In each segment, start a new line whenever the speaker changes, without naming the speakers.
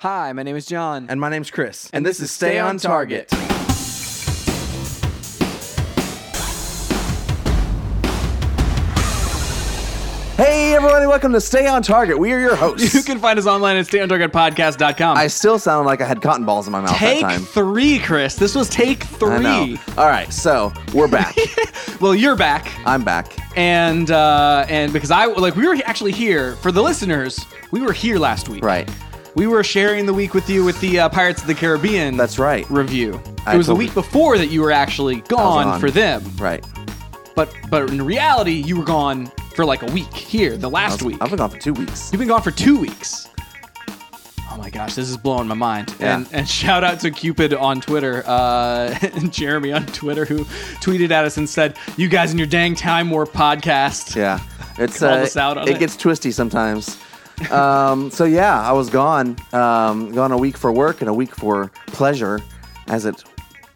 Hi, my name is John.
And my name's Chris. And, this, is Stay on Target. Hey, everybody, welcome to Stay on Target. We are your hosts.
You can find us online at stayontargetpodcast.com.
I still sound like I had cotton balls in my mouth
take
that time.
three, Chris. This was take
I know.
three.
All right, so we're back.
Well, you're back,
I'm back.
and uh, and because I like we were actually here for the listeners. We were here last week,
Right.
We were sharing the week with you with the uh, Pirates of the Caribbean.
That's right.
Review.
I
it was the
totally-
week before that you were actually gone
gone.
for them,
Right.
but but in reality, you were gone for like a week here, the last week.
I've been gone for two weeks.
You've been gone for two weeks. Oh my gosh, this is blowing my mind.
Yeah.
And, and shout out to Cupid on Twitter, uh, and Jeremy on Twitter, who tweeted at us and said, "You guys in your dang time warp podcast."
Yeah. It's
Called
uh,
us out on it.
gets twisty sometimes. Um, so yeah, I was gone, um, gone a week for work and a week for pleasure, as it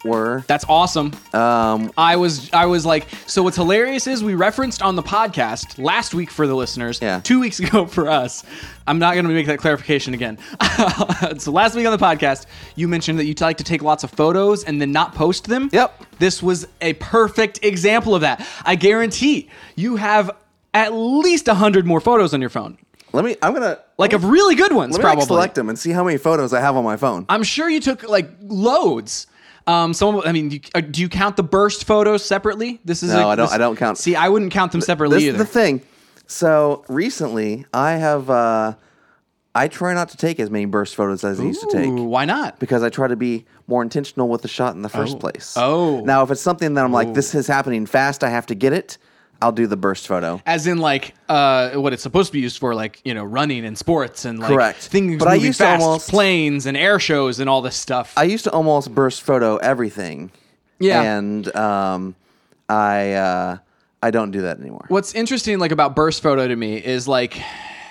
were.
That's awesome.
Um,
I was I was like, so what's hilarious is we referenced on the podcast last week for the listeners,
Yeah.
two weeks ago for us. I'm not going to make that clarification again. so last week on the podcast, you mentioned that you like to take lots of photos and then not post them.
Yep.
This was a perfect example of that. I guarantee you have at least a hundred more photos on your phone,
let me. I'm gonna
like of really good ones,
let me
probably.
like, select them and see how many photos I have on my phone.
I'm sure you took like loads. Um, some, I mean, you, uh, do you count the burst photos separately? This is
No,
I
I don't- I don't count-
See, I wouldn't count them separately
this is
either.
the thing. So recently, I have. Uh, I try not to take as many burst photos as I used to
Ooh,
take
why not?
because I try to be more intentional with the shot in the first place.
Oh.
Now, if it's something that I'm like, this is happening fast, I have to get it. I'll do the burst photo.
As in, like, uh, what it's supposed to be used for, like you know, running and sports and like
Correct.
things
But I
moving
used to
fast,
almost-
planes and air shows and all this stuff.
I used to almost burst photo everything.
Yeah.
And um, I uh, I don't do that anymore.
What's interesting, like about burst photo to me, is like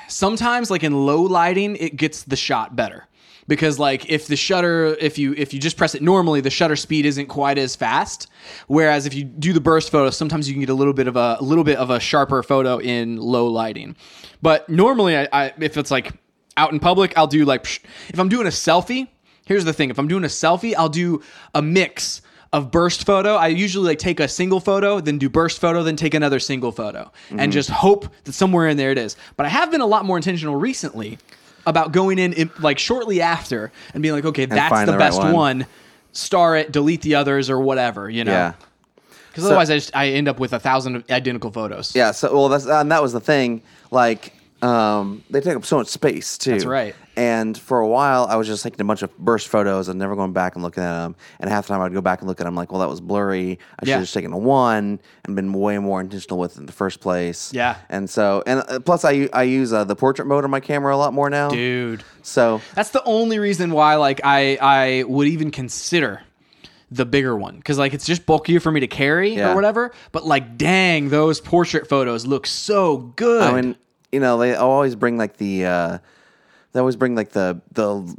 sometimes, like in low lighting, it gets the shot better because like if the shutter, if you if you just press it normally, the shutter speed isn't quite as fast. Whereas if you do the burst photo, sometimes you can get a little bit of a, a little bit of a sharper photo in low lighting. But normally, I, I if it's like out in public, I'll do like psh, if I'm doing a selfie. Here's the thing: if I'm doing a selfie, I'll do a mix of burst photo. I usually like take a single photo, then do burst photo, then take another single photo,
Mm-hmm.
and just hope that somewhere in there it is. But I have been a lot more intentional recently about going in, in like shortly after and being like, okay, that's
find
the,
the right
best
one.
one. Star it, delete the others, or whatever, you know.
yeah.
Because otherwise, I just I end up with a thousand identical photos.
Yeah. So well, that's and that was the thing. Like um, they take up so much space too. That's
right.
And for a while, I was just taking a bunch of burst photos and never going back and looking at them. And half the time, I'd go back and look at them like, well, that was blurry. I should
Yeah.
have just taken a one and been way more intentional with it in the first place.
Yeah.
And so, and uh, plus, I u- I use uh, the portrait mode on my camera a lot more now.
dude.
So
That's the only reason why like I I would even consider the bigger one because like it's just bulkier for me to carry
Yeah.
or whatever. But like, dang, those portrait photos look so good.
I mean, you know, they always bring like the uh, they always bring like the the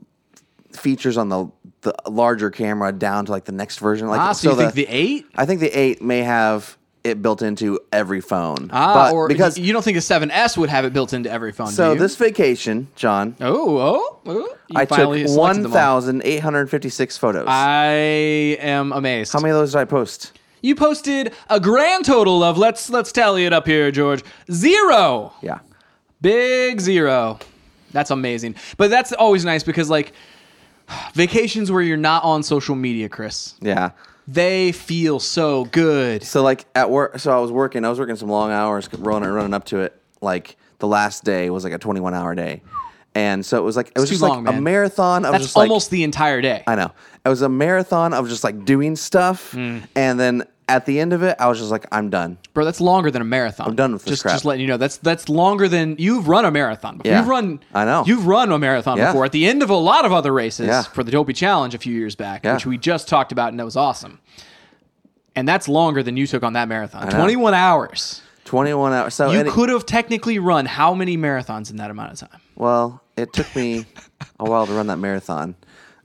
features on the the larger camera down to like the next version. Like,
ah, so, you think the eight?
I think the eight may have it built into every phone.
Ah,
But
or
because
because you don't think the 7S would have it built into every phone?
so
do you?
this vacation, John,
Oh, oh, oh you
I took
finally selected
one
them all. Ah.
thousand eight hundred fifty six photos.
I am amazed.
How many of those did I post?
You posted a grand total of let's let's tally it up here, George. Zero.
Yeah,
Big zero. That's amazing. But that's always nice because like vacations where you're not on social media, Chris.
yeah.
They feel so good.
So like at work, so I was working. I was working some long hours, running running up to it. Like the last day was like a 21 hour day, and so it was like it was
too
just like
long,
a
man.
marathon. I was
That's
just like,
almost the entire day.
I know it was a marathon of just like doing stuff,
Hmm.
and then at the end of it, I was just like, I'm done.
Bro, that's longer than a marathon. I'm
done with this
just,
crap.
Just letting you know, that's that's longer than you've run a marathon before.
Yeah.
You've run.
I know.
You've run a marathon
Yeah.
before at the end of a lot of other races
Yeah.
for the Dopey Challenge a few years back,
Yeah.
which we just talked about, and that was awesome. And that's longer than you took on that marathon. Twenty-one hours.
21 hours. So
You
and it-
could have technically run how many marathons in that amount of time?
well, it took me a while to run that marathon.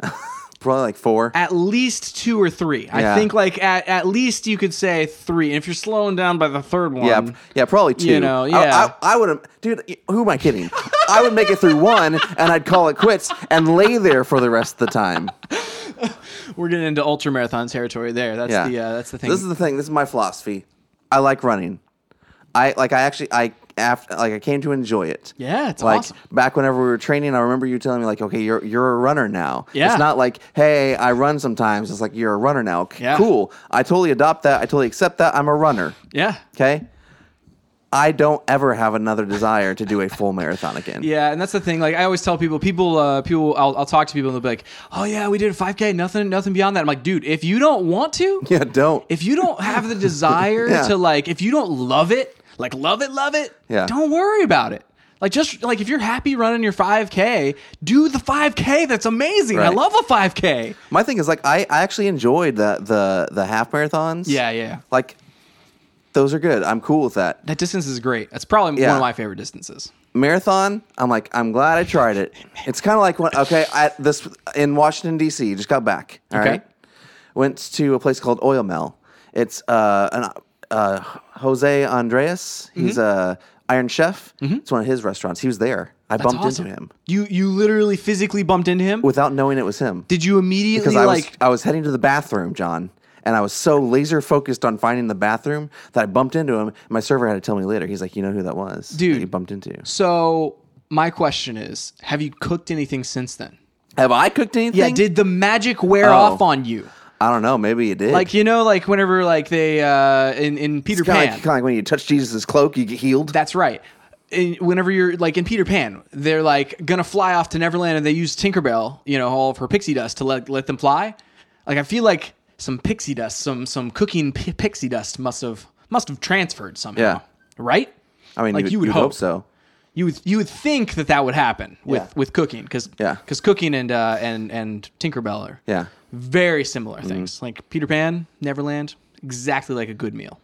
Probably like four.
At least two or three. I
Yeah.
think like at, at least you could say three. And if you're slowing down by the third one,
Yeah, yeah, probably two.
you know, yeah.
I, I, I would have, dude. Who am I kidding? I would make it through one and I'd call it quits and lay there for the rest of the time.
We're getting into ultra marathon territory there. That's
Yeah,
the uh, that's the thing.
This is the thing. This is my philosophy. I like running. I like. I actually. I after like. I came to enjoy it.
Yeah, it's
like
awesome.
back whenever we were training. I remember you telling me like, okay, you're you're a runner now.
Yeah.
It's not like, hey, I run sometimes. It's like you're a runner now. C-
Yeah.
Cool. I totally adopt that. I totally accept that. I'm a runner.
yeah.
Okay. I don't ever have another desire to do a full marathon again.
Yeah, and that's the thing. Like I always tell people, people, uh, people. I'll, I'll talk to people and they'll be like, "Oh yeah, we did a 5K, nothing, nothing beyond that." I'm like, dude, if you don't want to,
Yeah, don't.
if you don't have the desire
Yeah.
to like, if you don't love it, like love it, love it,
Yeah.
don't worry about it. Like just like if you're happy running your 5K, do the 5K. That's amazing. I
Right.
love a 5K.
My thing is like I, I actually enjoyed the the the half marathons.
Yeah, yeah.
Like those are good. I'm cool with that.
That distance is great. That's probably
Yeah.
one of my favorite distances.
marathon i'm like i'm glad i tried it it's kind of like when okay i this in washington d.c just got back All
Okay.
right, went to a place called oil mill it's uh an uh jose andreas
Mm-hmm.
he's a iron chef it's one of his restaurants he was there i
That's
bumped
awesome.
into him
You you literally physically bumped into him.
without knowing it was him
Did you immediately
because i was
like?
i was heading to the bathroom john and I was so laser focused on finding the bathroom that I bumped into him. My server had to tell me later. He's like, "You know who that was, that
Dude.
you bumped into.
So my question is, have you cooked anything since then?
Have I Oh. cooked anything?
Yeah, did the magic wear off on you?
I don't know. Maybe it did.
Like you know, like whenever like they uh in in Peter
Kind of
Pan.
like, kinda like when you touch Jesus' cloak, you get healed.
That's right. In, whenever you're like in Peter Pan, they're like gonna fly off to Neverland, and they use Tinkerbell, you know, all of her pixie dust to let let them fly. Like I feel like some pixie dust, some some cooking p- pixie dust must have must have transferred somehow.
Yeah.
Right.
I mean,
like
you,
you would
you'd
hope.
so.
You would you would think that that would happen with
Yeah.
with cooking because
Yeah.
because cooking and uh and and Tinkerbell are
Yeah. Mm-hmm.
very similar things. Like Peter Pan, Neverland, exactly like a good meal.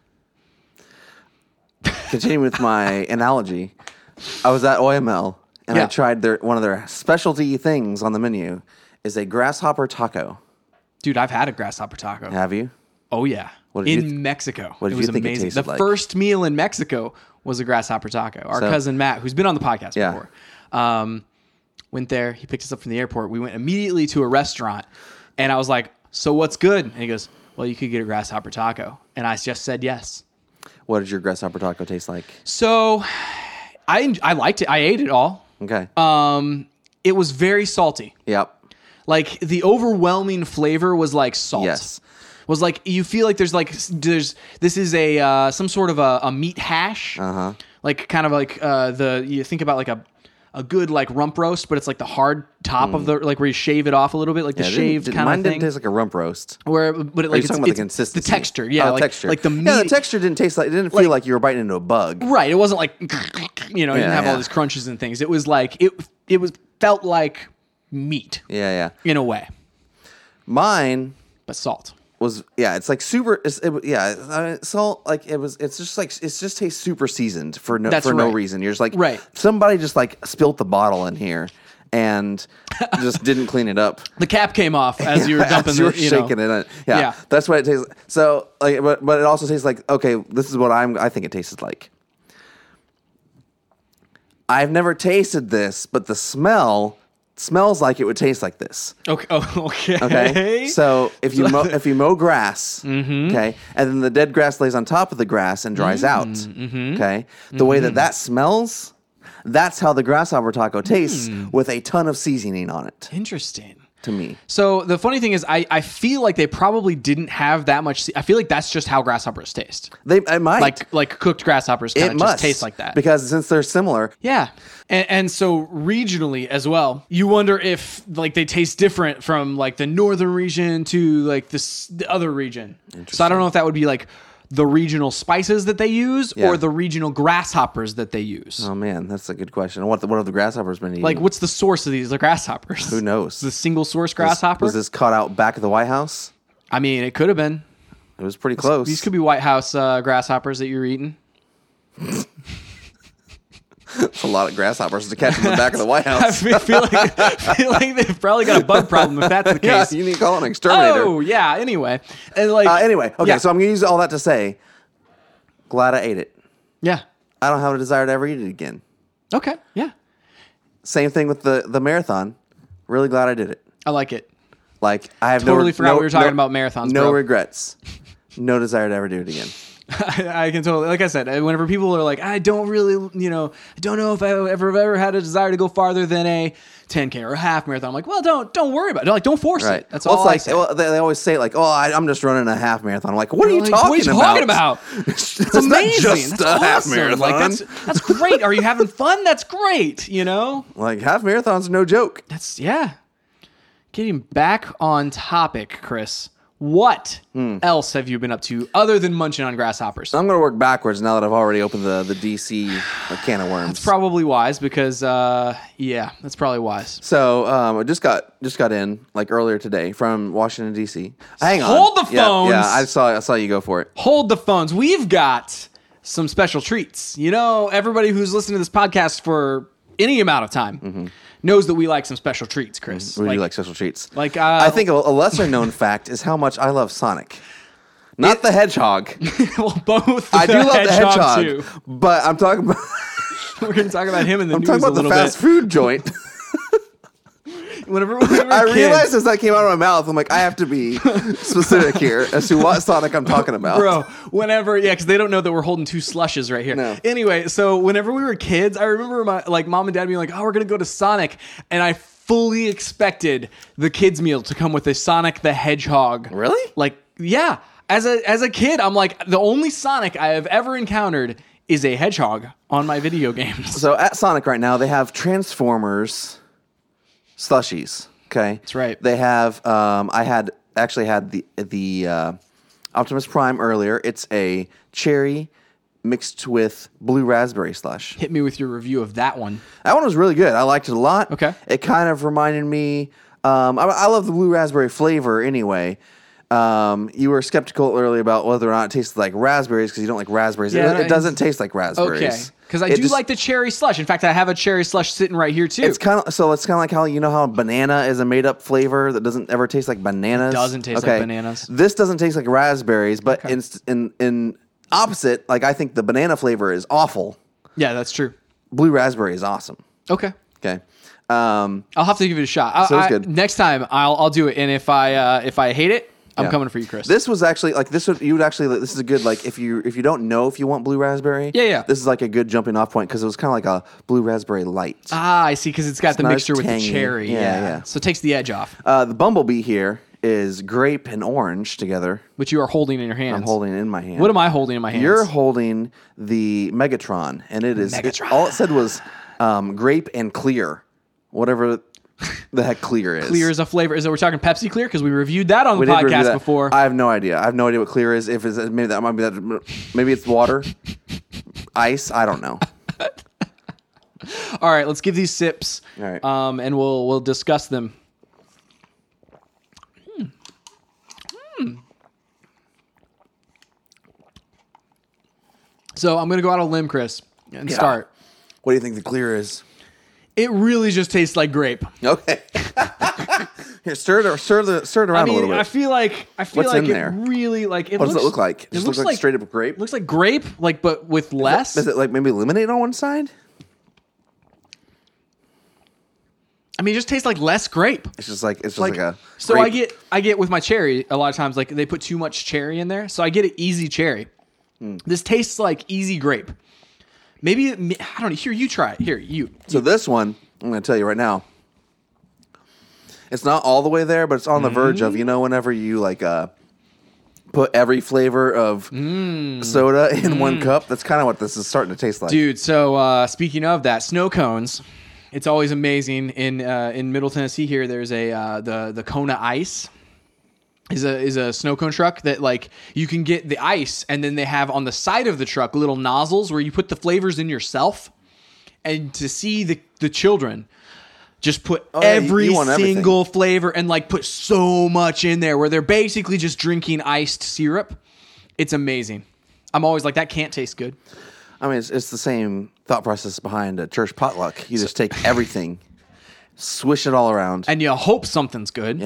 Continuing with my analogy, I was at OML and
Yeah.
I tried their one of their specialty things on the menu is a grasshopper taco.
Dude, I've had a grasshopper taco.
Have you?
Oh yeah,
did you
in
th-
Mexico.
did
it
you
was
think it
amazing.
tasted
the
like?
first meal in Mexico was a grasshopper taco. Our
So-
cousin Matt, who's been on the podcast
Yeah.
before, um, went there. He picked us up from the airport. We went immediately to a restaurant, and I was like, "So what's good?" And he goes, "Well, you could get a grasshopper taco," and I just said yes.
What did your grasshopper taco taste like?
So, I I liked it. I ate it all.
Okay.
Um, it was very salty.
yep.
Like the overwhelming flavor was like salt.
Yes.
Was like you feel like there's like s- there's this is a uh, some sort of a, a meat hash. Uh-huh. Like kind of like uh, the you think about like a a good like rump roast, but it's like the hard top of the like where you shave it off a little bit, like the
Mm. Yeah, it didn't-
shaved
did-
kind
mine
of
didn't
thing.
taste like a rump roast.
where uh, but it,
Are
like
you
it's,
talking about the
it's-
consistency?
the texture, yeah,
Oh,
like,
texture.
like the meat,
Yeah, the texture didn't taste like. It didn't feel like you were biting into a bug.
right? It wasn't like you know, you didn't
Yeah,
have all
yeah.
these crunches and things. It was like it it was felt like meat
Yeah, yeah.
in a way,
Mine
but salt.
was yeah it's like super it's, it, was- yeah uh, salt like it was it's just like it's just tastes super seasoned for no
That's
for no
right.
reason you're just like
Right.
somebody just like spilt the bottle in here and just didn't clean it up
The cap came off as you were
As
dumping
you were
the, you know.
shaking it in. yeah,
Yeah.
that's what it tastes like. so like but, but it also tastes like okay this is what i'm i think it tasted like i've never tasted this but the smell smells like it would taste like this
Okay. Oh, okay.
Okay. So if you mow, if you mow grass,
Mm-hmm.
okay, and then the dead grass lays on top of the grass and
Mm,
dries out,
mm-hmm.
okay, the way that that smells, that's how the grasshopper taco tastes
Mm.
with a ton of seasoning on it.
interesting.
To me,
So the funny thing is, I, I feel like they probably didn't have that much. se- I feel like that's just how grasshoppers taste.
they it might
Like like cooked grasshoppers kind
it
of
must
just taste like that.
because since they're similar,
yeah, and, and so regionally as well, you wonder if like they taste different from like the northern region to like this the other region. So I don't know if that would be like the regional spices that they use
Yeah.
or the regional grasshoppers that they use.
oh man, that's a good question. What the, what have the grasshoppers been eating?
Like, what's the source of these the grasshoppers?
who knows?
The single source grasshopper?
was this caught out back of the White House?
I mean, it could have been.
It was pretty close.
These could be White House uh, grasshoppers that you're eating.
That's a lot of grasshoppers to catch in the back of the White
I
House.
feel, feel like feel like they've probably got a bug problem if that's the
yeah,
case.
you need to call an exterminator.
oh yeah. Anyway, and like
Uh, anyway, okay,
yeah,
so I'm gonna use all that to say, glad I ate it.
yeah,
I don't have a desire to ever eat it again.
okay, yeah.
Same thing with the the marathon. Really glad I did it.
I like it.
Like I have
Totally
no,
forgot
no-
we were talking
no-
about marathons,
No
bro.
regrets. No desire to ever do it again.
I, I can totally, like I said, uh, whenever people are like, I don't really, you know, I don't know if I ever have ever had a desire to go farther than a 10k or a half marathon. I'm like, well, don't don't worry about it. Like, don't force
Right.
it. That's
well,
all I
it's
say.
like well, they they always say like, "Oh, I, I'm just running a half marathon." I'm like, what are you
Like,
talking
what are you
about?
talking about?
it's
That's
not
amazing.
just
that's
a half
awesome.
marathon.
Like that's that's great. Are you having fun? That's great. You know,
Like half marathons, no joke.
that's yeah. Getting back on topic, Chris. What
Hmm.
else have you been up to other than munching on grasshoppers?
I'm gonna work backwards now that I've already opened the the DC can of worms.
probably wise because uh, yeah, that's probably wise.
so um, I just got just got in like earlier today from Washington D.C. Hang on,
Hold the
Yeah,
phones.
Yeah, I saw I saw you go for it.
hold the phones. We've got some special treats. You know, everybody who's listened to this podcast for any amount of time knows that we like some special treats, Chris.
Mm-hmm. We
Like,
do like special treats.
like, uh,
I think a, a lesser known fact is how much I love Sonic, not the Hedgehog.
well, both.
I do love the
too.
Hedgehog, but I'm talking about.
We're going to talk about him in the
I'm
news
talking
a
about the
little
fast
bit.
food joint.
Whenever, whenever
I realized as that came out of my mouth, I'm like, I have to be specific here as to what Sonic I'm talking about.
Bro, whenever, yeah, because they don't know that we're holding two slushes right here.
No.
Anyway, so whenever we were kids, I remember my like mom and dad being like, "Oh, we're gonna go to Sonic," and I fully expected the kids meal to come with a Sonic the Hedgehog.
Really?
Like, yeah. As a as a kid, I'm like the only Sonic I have ever encountered is a hedgehog on my video games.
So at Sonic right now, they have Transformers slushies. Okay, that's
right.
They have. Um, I had actually had the the uh, Optimus Prime earlier. It's a cherry mixed with blue raspberry slush.
Hit me with your review of that one.
That one was really good. I liked it a lot.
Okay.
It kind of reminded me. Um, I, I love the blue raspberry flavor anyway. Um, you were skeptical earlier about whether or not it tasted like raspberries because you don't like raspberries. It-
Yeah,
it,
and I-
doesn't taste like raspberries.
Okay, because I
It
do
just-
like the cherry slush. In fact, I have a cherry slush sitting right here too.
It's kind of so. It's kind of like how you know how banana is a made up flavor that doesn't ever taste like bananas.
doesn't taste like bananas.
This doesn't taste like raspberries, but in in in opposite, like I think the banana flavor is awful.
yeah, that's true.
Blue raspberry is awesome.
Okay.
Okay. Um,
I'll have to give it a shot. I,
Sounds
I-
good.
Next time, I'll I'll do it. And if I uh, if I hate it, I'm
Yeah.
coming for you, Chris.
This was actually like this would you would actually this is a good like if you if you don't know if you want blue raspberry.
Yeah, yeah.
This is like a good jumping off point because it was kind of like a blue raspberry light.
ah, I see, because it's got the
nice
mixture with the
tangy.
cherry. Yeah,
Yeah, yeah.
So it takes the edge off,
Uh, the bumblebee here is grape and orange together.
which you are holding in your hands.
I'm holding in my hand.
What am I holding in my hands?
You're holding the Megatron, and it is it-
Megatron.
all it said was um, grape and clear, whatever the heck clear is.
clear as a flavor. Is that we're talking Pepsi Clear? Because we reviewed that on
We
the
did review
podcast
that.
before.
I have no idea. I have no idea what clear is. If it's maybe that might be that maybe it's water, ice. I don't know.
All right, let's give these sips.
All right.
Um, and we'll we'll discuss them. Hmm. Hmm. So I'm gonna go out on a limb, Chris, and start.
What do you think the clear is?
It really just tastes like grape.
Okay. Here, stir it, stir the, stir it
I
around a
mean,
little
I
bit.
feel like I feel
What's
like
in
it
there?
really like. It
What
looks,
does it look like? It
It
just
looks
looks like straight up grape?
Looks like grape, like but with less.
Is it like maybe lemonade on one side?
I mean, it just tastes like less grape.
It's just like it's just like, a.
so
grape-
I get I get with my cherry a lot of times like they put too much cherry in there, so I get an easy cherry.
Hmm.
This tastes like easy grape. Maybe it, I don't know. Here, you try it. Here, you.
So this one, I'm going to tell you right now. It's not all the way there, but it's on the verge of you know whenever you like uh, put every flavor of
Mmm.
soda in one cup. That's kind of what this is starting to taste like.
Dude, so uh, speaking of that, snow cones. It's always amazing in uh, in Middle Tennessee. Here, there's a uh, the the Kona Ice is a is a snow cone truck that like you can get the ice, and then they have on the side of the truck little nozzles where you put the flavors in yourself, and to see the the children just put
Oh, yeah, you-
every
you want everything.
single flavor and like put so much in there where they're basically just drinking iced syrup. It's amazing. I'm always like that can't taste good.
I mean, it's, it's the same thought process behind a church potluck. You just take everything, swish it all around.
and you hope something's good.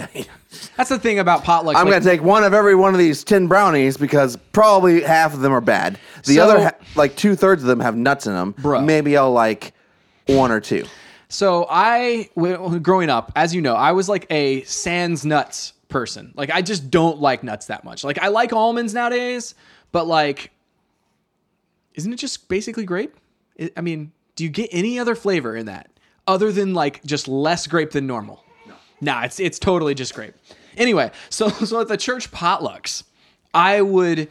That's the thing about potlucks.
I'm
like-
gonna take one of every one of these ten brownies because probably half of them are bad. The
So-
other, ha- like two thirds of them, have nuts in them.
Bruh.
Maybe I'll like one or two.
So I, when- growing up, as you know, I was like a sans nuts person. Like I just don't like nuts that much. Like I like almonds nowadays, but like, isn't it just basically grape? I- I mean, do you get any other flavor in that other than like just less grape than normal? No. Nah, it's it's totally just grape. Anyway, so so at the church potlucks, I would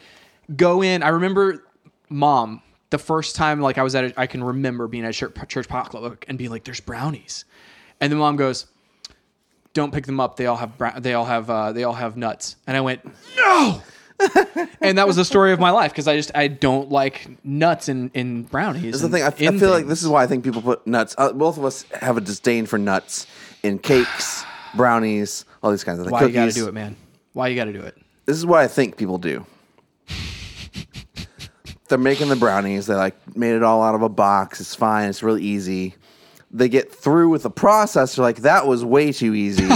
go in. I remember mom the first time like I was at a, I can remember being at a church, church potluck and being like, "There's brownies," and then mom goes, "Don't pick them up. They all have brown, they all have uh, they all have nuts." And I went, "No." and that was the story of my life because I just I don't like nuts in in brownies.
That's the thing. I, I feel like this is why I think people put nuts. Uh, both of us have a disdain for nuts in cakes, brownies, all these kinds of things.
why you got to
Cookies.
do it, man. Why you got to do it?
This is what I think people do. They're making the brownies. They like made it all out of a box. It's fine. It's real easy. They get through with the process. They're like, that was way too easy.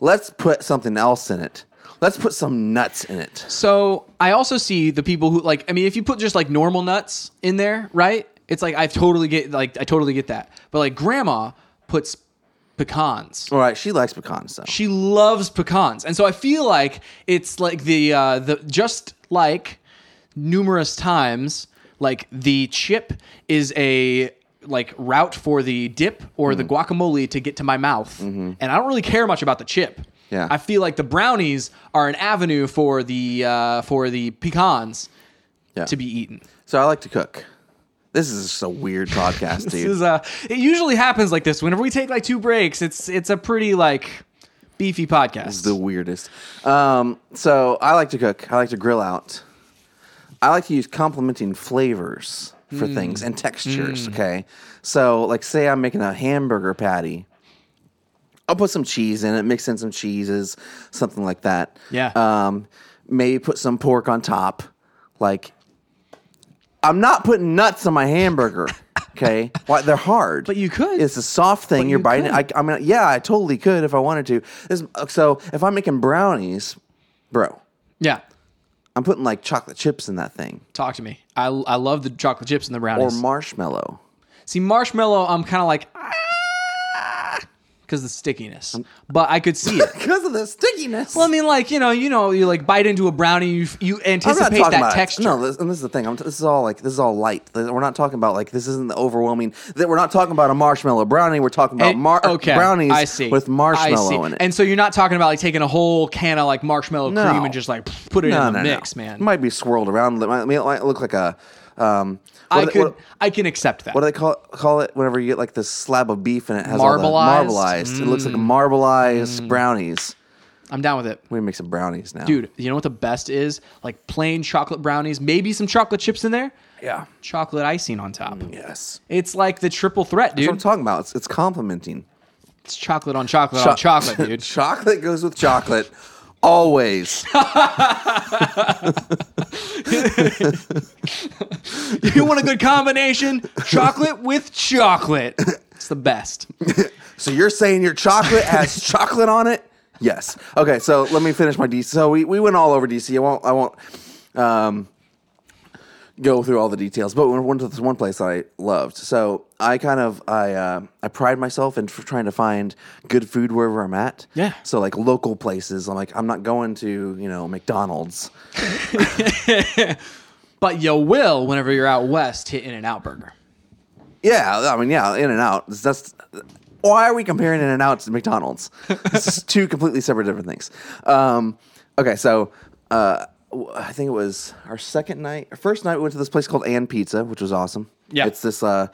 Let's put something else in it. Let's put some nuts in it.
So I also see the people who like. I mean, if you put just like normal nuts in there, right? It's like I totally get like I totally get that. But like grandma puts pecans.
All right, she likes pecans though.
She loves pecans, and so I feel like it's like the uh, the just like numerous times, like the chip is a like route for the dip or
Mm.
the guacamole to get to my mouth, and I don't really care much about the chip.
Mm-hmm. Yeah.
I feel like the brownies are an avenue for the uh, for the pecans
Yeah.
to be eaten.
So I like to cook. This is just a weird podcast,
This
dude.
is uh, it usually happens like this. Whenever we take like two breaks, it's it's a pretty like beefy podcast.
the weirdest. Um, so I like to cook. I like to grill out. I like to use complementing flavors for things and textures. Okay, so like say I'm making a hamburger patty. I'll put some cheese in it, mix in some cheeses, something like that.
Yeah.
Um, maybe put some pork on top. Like, I'm not putting nuts on my hamburger. Okay, why they're hard.
But you could.
It's a soft thing. You're
you
biting.
could.
it. I, I mean, yeah, I totally could if I wanted to. This, so if I'm making brownies, bro,
yeah.
I'm putting like chocolate chips in that thing
Talk to me. I, I love the chocolate chips and the
or
brownies.
marshmallow.
See, marshmallow, I'm kind of like, because the stickiness. But I could see it.
Because of the stickiness.
well, I mean, like you know, you know, you like bite into a brownie, you f- you anticipate that texture.
No, this, and this is the thing. I'm t- this is all like this is all light. Th- We're not talking about like this isn't the overwhelming. That we're not talking about a marshmallow brownie. We're talking about
And-
mar-
Eh, okay,
brownies
I see.
with
I
marshmallow
see.
in it.
And so you're not talking about like taking a whole can of like marshmallow
No.
cream and just like put it in the mix,
It
man.
might be swirled around. It might, I mean, it might look like a. Um, what
I
do they-
could
what-
I can accept that.
what do they call call it whenever you get like this slab of beef and it has all the-
Marbleized? Mm.
marbleized. It looks like marbleized brownies.
I'm down with it.
We make some brownies now,
Dude, you know what the best is? Like plain chocolate brownies, maybe some chocolate chips in there,
Yeah.
chocolate icing on top.
Yes.
It's like the triple threat,
That's what I'm
dude.
talking about. It's, it's complimenting.
It's chocolate on chocolate
Cho-
on chocolate, dude.
chocolate goes with chocolate, always.
you want a good combination? Chocolate with chocolate. It's the best.
so you're saying your chocolate has chocolate on it? Yes. Okay. So let me finish my DC. So we, we went all over DC. I won't. I won't. Um, go through all the details, but we went to this one place that I loved. So I kind of I uh, I pride myself in f- trying to find good food wherever I'm at.
Yeah.
So like local places, I'm like I'm not going to you know McDonald's.
But you will whenever you're out west hit In and Out Burger.
Yeah, I mean, yeah, In and Out. That's why are we comparing In and Out to McDonald's? This is two completely separate different things. Um, okay, so uh, w- I think it was our second night, our first night. We went to this place called Ann Pizza, which was awesome.
Yeah.
it's this. Uh,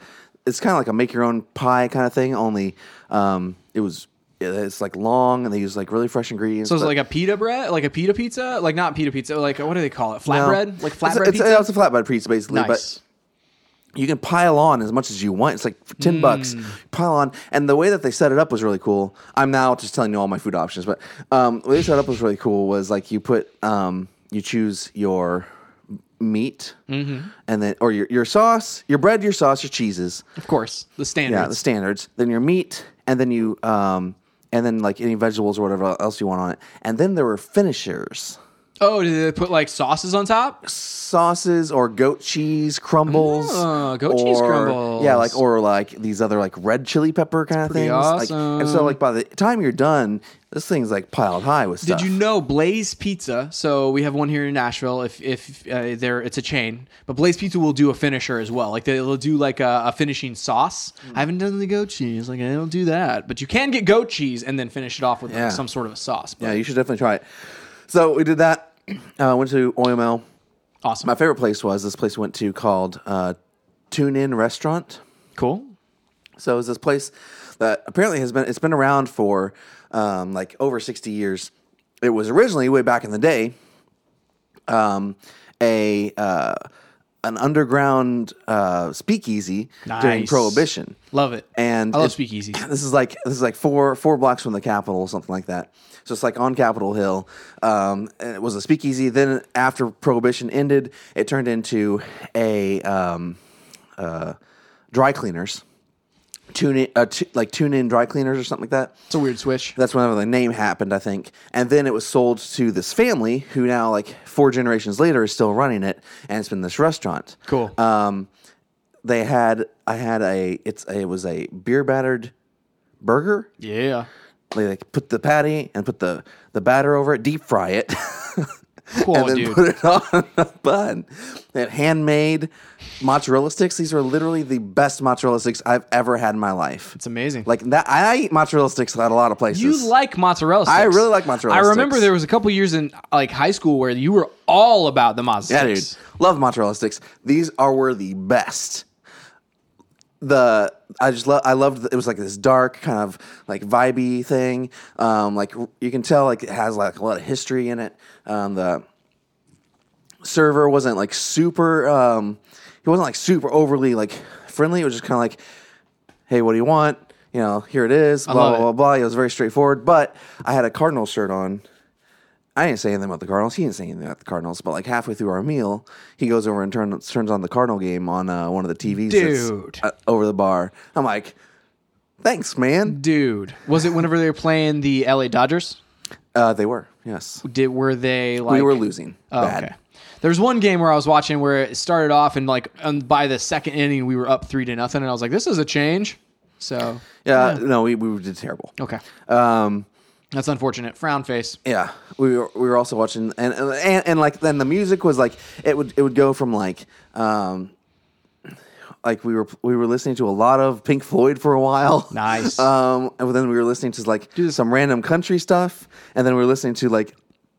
it's kind of like a make your own pie kind of thing. Only um, it was. It's like long, and they use like really fresh ingredients.
So it's
but-
like a pita bread, like a pita pizza, like not pita pizza, like what do they call it?
No.
Flatbread, like
It's-
flatbread
it's,
pizza.
It's a flatbread pizza, basically. But
nice.
you can pile on as much as you want. It's like for ten bucks, pile on. And the way that they set it up was really cool. I'm now just telling you all my food options, but um, the way they set it up was really cool. Was like you put um, you choose your meat and then or your, your sauce, your bread, your sauce, your cheeses.
Of course, the
Yeah, the
standards.
standards. Then your meat, and then you um, and then like any vegetables or whatever else you want on it. And then there were finishers.
Oh, did they put like sauces on top?
sauces or goat cheese crumbles.
Oh, goat cheese crumbles.
Yeah, like or like these other like red chili pepper kind of
pretty
things. Like, and so like by the time you're done, this thing's like piled high with stuff.
Did you know Blaze Pizza? So we have one here in Nashville. If if uh, there, it's a chain, but Blaze Pizza will do a finisher as well. Like they'll do like a, a finishing sauce.
Mm.
I haven't done the goat cheese. Like I don't do that, but you can get goat cheese and then finish it off with like,
Yeah.
some sort of a sauce. But
Yeah, you should definitely try it. So we did that. Uh, went to OML.
awesome,
My favorite place was this place we went to called uh, Tune In Restaurant.
cool.
So it's this place that apparently has been it's been around for um, like over sixty years. It was originally way back in the day, um, a uh, an underground uh, speakeasy during
Nice.
Prohibition,
Love it.
and
I love
it-
speakeasies.
This is like this is like four four blocks from the Capitol, something like that. So it's like on Capitol Hill. Um, and it was a speakeasy. Then after Prohibition ended, it turned into a um, uh, dry cleaners. Tune in, uh, t- like tune in dry cleaners or something like that.
It's a weird switch.
That's whenever the name happened, I think. And then it was sold to this family who now, like four generations later, is still running it, and it's been this restaurant.
Cool.
Um, they had I had a it's a, it was a beer battered burger.
yeah.
They like put the patty and put the the batter over it, deep fry it,
Cool,
and then
Oh, dude.
put it on a bun. They had handmade mozzarella sticks. These are literally the best mozzarella sticks I've ever had in my life.
It's amazing.
Like that, I eat mozzarella sticks at a lot of places.
You like mozzarella sticks.
I really like mozzarella
I remember
sticks.
there was a couple years in like high school where you were all about the mozzarella
Yeah,
sticks.
dude. Love mozzarella sticks. These are were the best. The I just love I loved the, it was like this dark kind of like vibey thing. Um, like you can tell like it has like a lot of history in it. Um, the server wasn't like super. Um, he wasn't like super overly like friendly. It was just kind of like, hey, what do you want? You know, here it is. Blah
love
blah,
it.
blah blah. It was very straightforward. But I had a Cardinal shirt on. I didn't say anything about the Cardinals. He didn't say anything about the Cardinals. But like halfway through our meal, he goes over and turns turns on the Cardinal game on uh, one of the TVs that's,
Dude.
uh, over the bar. I'm like, thanks, man.
Dude, was it whenever they were playing the LA Dodgers?
Uh, they were yes,
Did were they like
we were losing
Oh,
bad.
okay. There was one game where I was watching where it started off and like and by the second inning we were up three to nothing and I was like, this is a change. So
Yeah, no, we, we did terrible.
okay,
Um,
that's unfortunate. Frown face.
Yeah, we were, we were also watching, and, and and like then the music was like it would it would go from like um like we were we were listening to a lot of Pink Floyd for a while.
Nice.
Um, and then we were listening to like some random country stuff, and then we were listening to like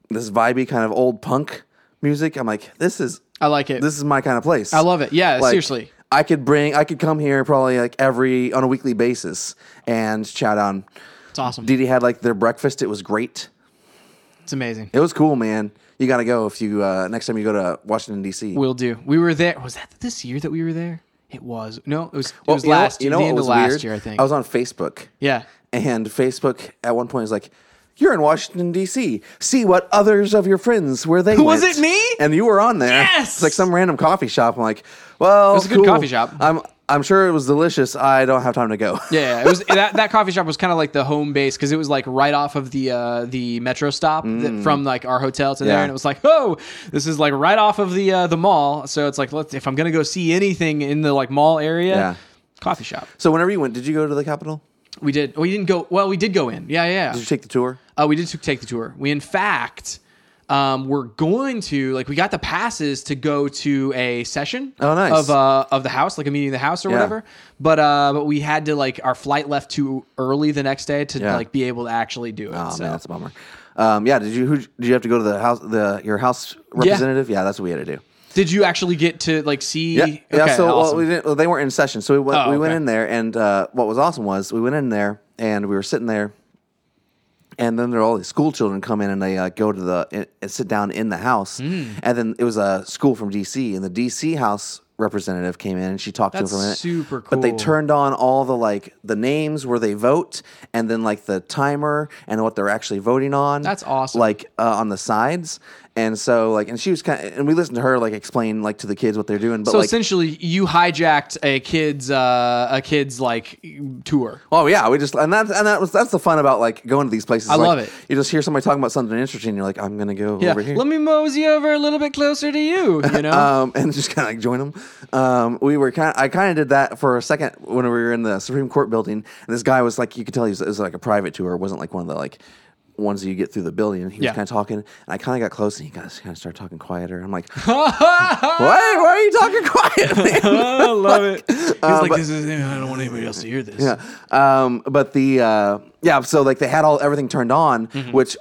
this vibey kind of old punk music. I'm like, this is
I like it.
this is my kind of place.
I love it. Yeah,
Like,
seriously.
I could bring I could come here probably like every on a weekly basis and chat on.
It's awesome.
Didi had like their breakfast. It was great.
It's amazing.
It was cool, man. You gotta go if you uh, next time you go to Washington D.C.
We'll do. We were there. Was that this year that we were there? It was. No, it was. It
Well,
was
you know-
last
you
year.
know
the
what
end of
was
last
weird?
year, I think.
I was on Facebook,
yeah.
and Facebook at one point was like, "You're in Washington D.C. See what others of your friends where they
Was
went."
it me?
And you were on there.
Yes!
it's like some random coffee shop. I'm like, well, it
was a good coffee shop.
I'm I'm sure it was delicious. I don't have time to go.
Yeah, it was that, that coffee shop was kind of like the home base because it was like right off of the uh, the metro stop that, from like our hotel to there,
Mm. Yeah.
and it was like, oh, this is like right off of the uh, the mall. So it's like, let's if I'm gonna go see anything in the like mall area,
Yeah.
coffee shop.
So whenever you went, did you go to the Capitol?
We did. We didn't go. Well, we did go in. Yeah, yeah.
Did you take the tour?
Uh, we did t- take the tour. We, in fact, um, we're going to like we got the passes to go to a session.
Oh, nice.
Of uh, of the house, like a meeting of the house or
Yeah.
whatever. But uh, but we had to like our flight left too early the next day to
Yeah.
like be able to actually do it.
Oh
so.
man, that's a bummer. Um, yeah, did you who, did you have to go to the house the your house representative? yeah that's what we had to do.
Did you actually get to like see?
Yeah, yeah.
Okay,
So well,
awesome.
we didn't, well, they weren't in session, so we went,
Oh,
we went
okay.
in there, and uh, what was awesome was we went in there and we were sitting there, and then there were all these school children come in and they uh, go to the and- and sit down in the house,
Hmm.
and then it was a school from DC, and the DC house representative came in and she talked
That's
to them for a minute.
super
But they
cool.
turned on all the like the names where they vote, and then like the timer and what they're actually voting on.
That's awesome.
Like uh, on the sides, And so like, and she was kind of, and we listened to her like explain like to the kids what they're doing, but
So
like,
essentially, you hijacked a kid's uh, a kid's like tour.
oh yeah, we just and that's and that was that's the fun about like going to these places. I
love it.
You just hear somebody talking about something interesting, and you're like, I'm gonna go
Yeah,
over here.
let me mosey over a little bit closer to you. You know,
um, and just kind of like join them. Um, we were kind. I kind of did that for a second when we were in the Supreme Court building, and this guy was like, you could tell he was, it was like a private tour. It wasn't like one of the like ones that you get through the building. And he was
Yeah.
kind of talking, and I kind of got close, and he kind of, kind of started talking quieter. I'm like, what? Why are you talking quietly?
I love it. He's like,
Uh, but-
this is. I don't want anybody else to hear this.
yeah. Um, but the uh, yeah, so like they had all everything turned on,
Mm-hmm.
which.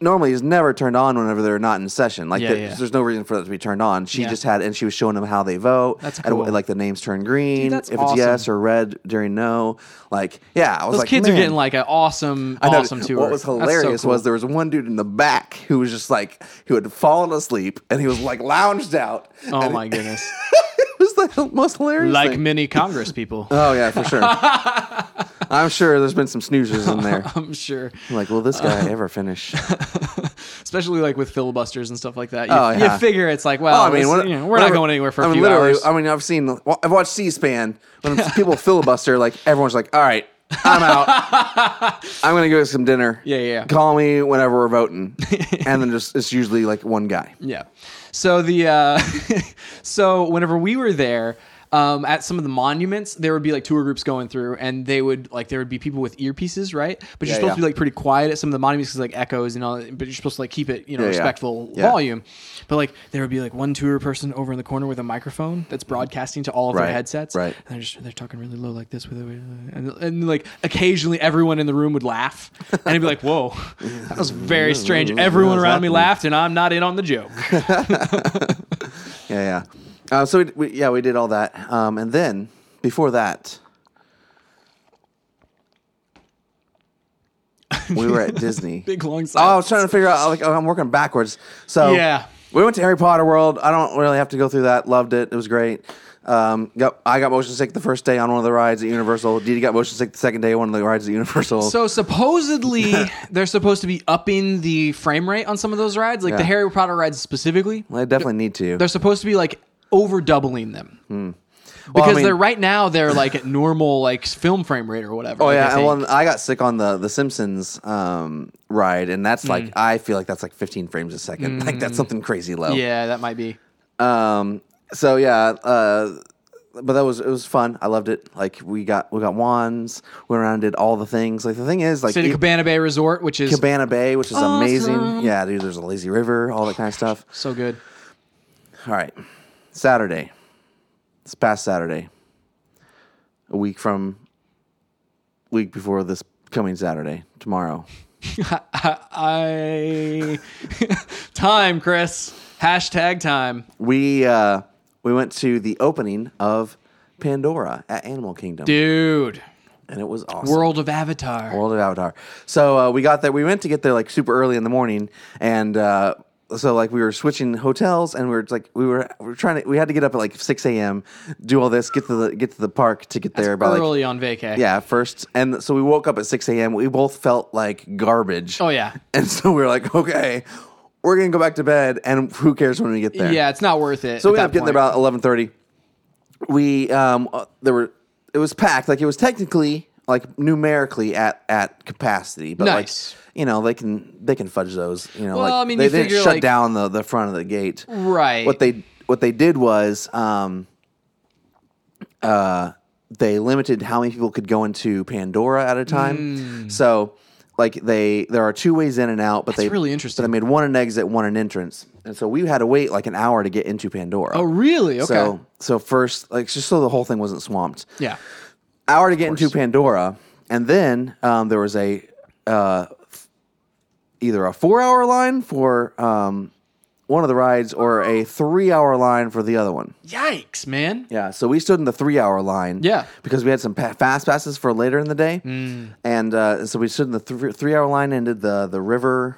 Normally is never turned on whenever they're not in session. Like
Yeah,
the-
yeah.
there's no reason for that to be turned on. She
Yeah.
just had, and she was showing them how they vote.
That's
and what-
cool.
like the names turn green.
that's
if
awesome.
it's yes or red during no. Like yeah, I was
Those
like,
kids
"Man."
are getting like an awesome,
I know.
awesome tour.
What was
That's so
hilarious
cool.
was there was one dude in the back who was just like who had fallen asleep and he was like lounged out.
Oh
and
my
It,
goodness!
was the most hilarious.
Like
thing.
many Congress people,
Oh yeah, for sure. I'm sure there's been some snoozers in there.
I'm sure.
Like, will this guy ever finish?
Especially like with filibusters and stuff like that. You,
Oh,
you
yeah.
figure it's like, well,
I mean,
Oh, this-
when-
you know, we're
whenever-
not going anywhere for
I
a
mean,
few
literally,
hours.
I mean, I've seen, I've watched C-SPAN when people filibuster. Like everyone's like, "All right, I'm out. I'm gonna go get some dinner.
Yeah, yeah, yeah.
Call me whenever we're voting." and then just it's usually like one guy.
Yeah. So the uh, so whenever we were there. Um, at some of the monuments, there would be like tour groups going through, and they would like there would be people with earpieces, right? But you're
Yeah,
supposed
yeah.
to be like pretty quiet at some of the monuments, 'cause, like echoes and all. that, But you're supposed to like keep it, you know,
Yeah, yeah.
respectful
Yeah.
volume. But like there would be like one tour person over in the corner with a microphone that's broadcasting to all of
Right,
their headsets.
right.
And they're just they're talking really low like this with and, and like occasionally everyone in the room would laugh, and I'd be like, "Whoa, that was very strange." Everyone around me
happening?
laughed, and I'm not in on the joke.
Yeah, yeah. Uh, so we, we, yeah, we did all that, um, and then before that, we were at Disney.
Big long
Oh, I
silence.
was trying to figure out. Like, I'm working backwards. So
Yeah.
we went to Harry Potter World. I don't really have to go through that. Loved it. It was great. Um, got, I got motion sick the first day on one of the rides at Universal. Didi got motion sick the second day on one of the rides at Universal.
So supposedly they're supposed to be upping the frame rate on some of those rides, like the
Yeah.
Harry Potter rides specifically.
I definitely need to.
They're supposed to be like over doubling them. Because
Hmm. I mean-
they're right now they're like at normal like film frame rate or whatever.
Oh yeah, and well, I got sick on the the Simpsons um, ride, and that's
Mm.
like I feel like that's like 15 frames a second. Like that's something crazy low.
yeah, that might be.
Um, so yeah, uh, but that was it was fun. I loved it. Like we got we got wands. Went around and did all the things. Like the thing is, like
City
e-
Cabana Bay Resort, which is
Cabana Bay, which is amazing.
Awesome.
Yeah, dude. There's a lazy river, all that kind of stuff.
so good.
All right, Saturday. It's past Saturday. A week from week before this coming Saturday, tomorrow.
I time, Chris. Hashtag time.
We uh, we went to the opening of Pandora at Animal Kingdom,
Dude.
and it was awesome.
World of Avatar.
World of Avatar. So uh, we got there. We went to get there like super early in the morning, and uh, so like we were switching hotels, and we were like we were we were trying to we had to get up at like six a.m. do all this, get to the get to the park to get there by like
Early on vacay.
yeah first, and so we woke up at six a.m. We both felt like garbage.
Oh yeah.
and so we were like, okay, we're gonna go back to bed, and who cares when we get there?
Yeah, it's not worth it.
So
at
we ended
that
up getting there
point.
about eleven thirty. We um uh, there were it was packed like it was technically like numerically at at capacity, but
Nice.
like you know they can they can fudge those. You know,
Well,
like,
I mean,
they
you
didn't
figure,
shut
like-
down the the front of the gate.
Right.
What they what they did was um uh they limited how many people could go into Pandora at a
Mm.
time. So. Like they, there are two ways in and out, but they
really
But
interesting.
they made one an exit, one an entrance, and so we had to wait like an hour to get into Pandora.
Oh, really? Okay.
So so first, like just so the whole thing wasn't swamped.
yeah.
Hour to get into Pandora, and then um, there was a uh, f- either a four hour line for um, one of the rides or a three hour line for the other one.
Yikes, man.
Yeah, so we stood in the three hour line.
Yeah. Mm.
because we had some pa- fast passes for later in the day, and uh, so we stood in the thr three hour line and did the the river.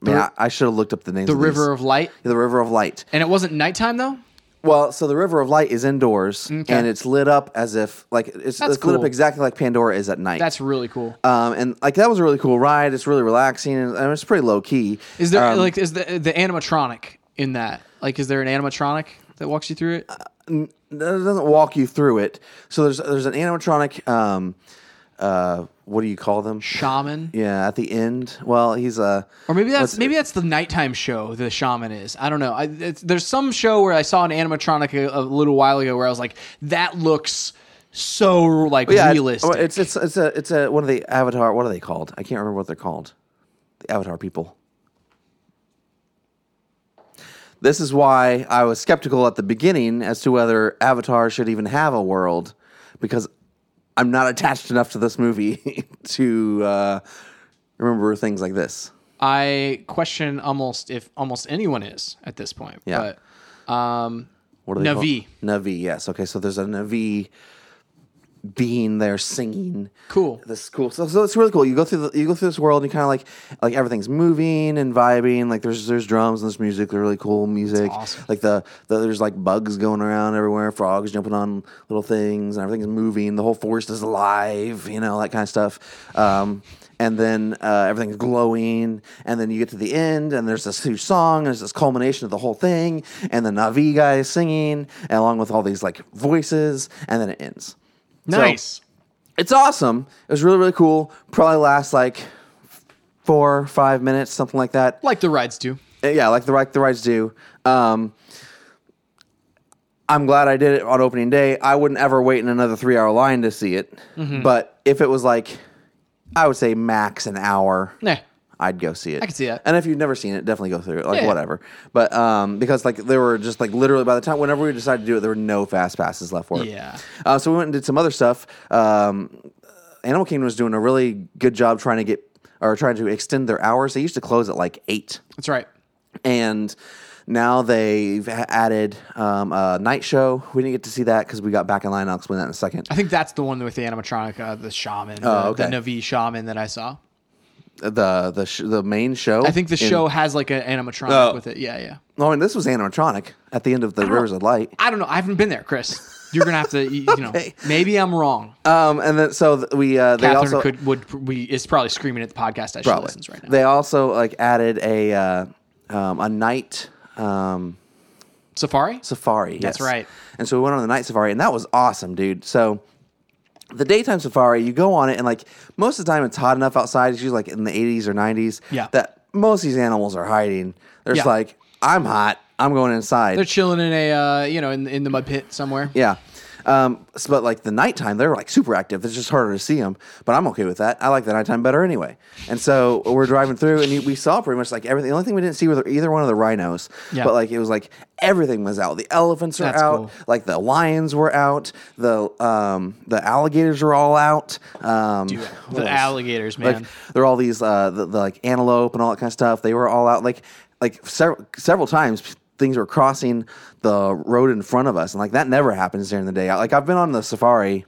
Man, I, I should have looked up the names.
The River of Light.
the river of light.
And it wasn't nighttime though?
Well, so the River of Light is indoors and it's lit up as if like it's,
That's
it's lit
cool.
up exactly like Pandora is at night.
That's really cool.
um, and like that was a really cool ride. It's really relaxing and, and it's pretty low key.
Is there
Um,
like is the the animatronic in that? Like, is there an animatronic that walks you through it?
it doesn't walk you through it. So there's there's an animatronic. Um, uh, what do you call them?
Shaman,
Yeah, at the end. Well, he's a
or maybe that's maybe that's the nighttime show the shaman is. I don't know. I, it's, there's some show where I saw an animatronic a, a little while ago where I was like, that looks so like
yeah, it-
realistic.
oh, It's it's it's a it's a one of the avatar. What are they called? I can't remember what they're called. The avatar people. This is why I was skeptical at the beginning as to whether Avatar should even have a world, because I'm not attached enough to this movie to uh, remember things like this.
I question almost if almost anyone is at this point.
Yeah.
But, um,
What are they called?
Na'vi.
Navi, yes. Okay, so there's a Navi being there singing.
cool.
This is cool. So, so it's really cool. You go through the, you go through this world and you kind of like like everything's moving and vibing. Like there's there's drums and there's music. They're really cool music.
awesome.
Like the, the there's like bugs going around everywhere. Frogs jumping on little things and everything's moving. The whole forest is alive. You know that kind of stuff. Um, and then uh, everything's glowing. And then you get to the end and there's this huge song. And there's this culmination of the whole thing. And the Navi guy is singing and along with all these like voices. And then it ends. So-
Nice.
it's awesome. It was really, really cool. Probably lasts like four, five minutes, something like that.
like the rides do.
Uh, Yeah, like the like the rides do. Um, I'm glad I did it on opening day. I wouldn't ever wait in another three hour line to see it.
Mm-hmm.
But if it was like, I would say max an hour.
Nah.
I'd go see it. I
could see that.
And if you've never seen it, definitely go through it. Like
Yeah.
whatever. But um, because like there were just like literally by the time whenever we decided to do it, there were no fast passes left for it.
Yeah.
Uh, so we went and did some other stuff. Um, Animal Kingdom was doing a really good job trying to get or trying to extend their hours. They used to close at like eight,
That's right.
and now they've a- added um, a night show. We didn't get to see that because we got back in line. I'll explain that in a second.
I think that's the one with the animatronic, uh, the shaman, the,
Oh, okay.
the Navi shaman that I saw.
The the sh- the main show.
I think the
in-
show has like an animatronic
Oh.
with it. Yeah, yeah.
Oh, and this was animatronic at the end of the Rivers of Light.
I don't know. I haven't been there, Chris. You're gonna have to. You, you know,
Okay.
maybe I'm wrong.
Um, and then so th- we uh, they
Catherine
also
could would we is probably screaming at the podcast as she listens right now.
they also like added a uh, um, a night um,
Safari.
safari.
That's
yes.
right.
And so we went on the night safari, and that was awesome, dude. So the daytime safari, you go on it, and like most of the time, it's hot enough outside. It's usually like in the 80s or 90s.
Yeah.
That most of these animals are hiding. They're just
Yeah.
like, I'm hot. I'm going inside.
They're chilling in a uh, you know in in the mud pit somewhere.
Yeah. Um, s- but like the nighttime, they're like super active. It's just harder to see them. But I'm okay with that. I like the nighttime better anyway. And so we're driving through, and you- we saw pretty much like everything. The only thing we didn't see were either one of the rhinos.
Yeah.
But like it was like everything was out. The elephants are
That's
out.
cool.
Like the lions were out. The um, the alligators are all out. Um, what
The
else?
alligators, man.
Like there are all these uh, the, the like antelope and all that kind of stuff. They were all out like like several several times. Things were crossing the road in front of us, and like that never happens during the day. I- Like I've been on the safari.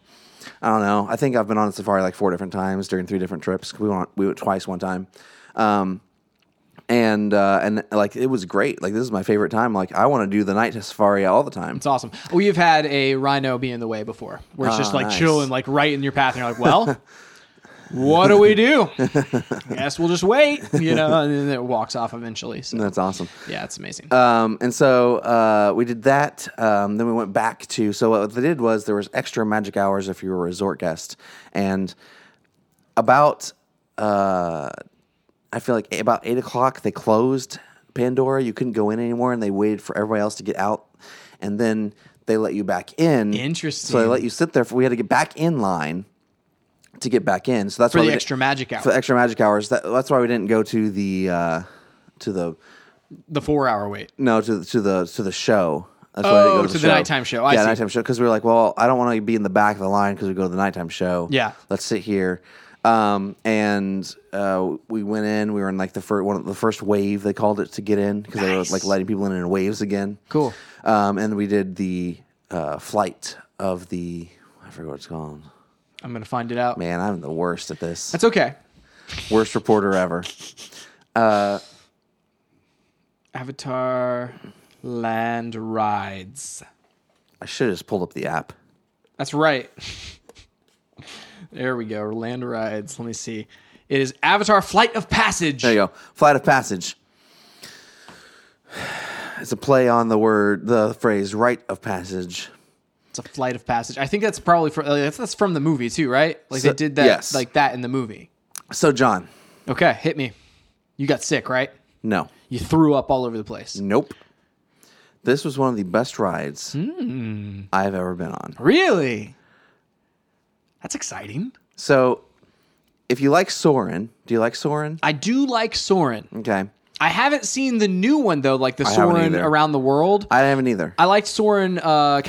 I don't know. I think I've been on the safari like four different times during three different trips. We went we went twice one time. Um, and uh, and like it was great. Like this is my favorite time. Like I want to do the night safari all the time.
It's awesome. We have had a rhino be in the way before, where it's just
Ah,
like
nice.
chilling, like right in your path, and you're like, "Well, what do we do? Guess we'll just wait," you know, and then it walks off eventually. So
That's awesome.
yeah, it's amazing.
Um, and so uh, we did that. Um, then we went back to so what they did was there was extra magic hours if you were a resort guest, and about uh, I feel like about eight o'clock they closed Pandora. You couldn't go in anymore, and they waited for everybody else to get out, and then they let you back in.
Interesting.
So they let you sit there. For, we had to get back in line to get back in. So that's
for
why
the
we did-
extra magic hour,
for the extra magic hours. That, that's why we didn't go to the uh, to the
the four hour wait.
no, to the- to the to the show. That's why I didn't
Oh, to the nighttime show. I
yeah,
see.
nighttime show. Because we were like, well, I don't want to be in the back of the line because we go to the nighttime show.
Yeah.
let's sit here. Um, and uh, we went in. We were in like the first one, of the first wave they called it to get in because they were
Nice.
like letting people in in waves again.
Cool.
Um, and we did the uh, flight of the I forget what it's called.
I'm gonna find it out.
Man, I'm the worst at this.
That's okay.
worst reporter ever.
Avatar Land rides.
I should have just pulled up the app.
That's right. there we go. Land rides. Let me see. It is Avatar Flight of Passage.
There you go. Flight of Passage. It's a play on the word, the phrase "rite of passage."
It's a flight of passage. I think that's probably from like, that's, that's from the movie too, right? Like
So-
they did that
yes.
like that in the movie.
So, John,
Okay, hit me. You got sick, right?
no,
You threw up all over the place.
nope. This was one of the best rides
Hmm.
I've ever been on.
Really? That's exciting.
So, if you like Soren, do you like Soren?
I do like Soren.
Okay,
I haven't seen the new one though, like the
haven't
Soren
either.
around the world. I,
I haven't either.
liked Soren uh, California.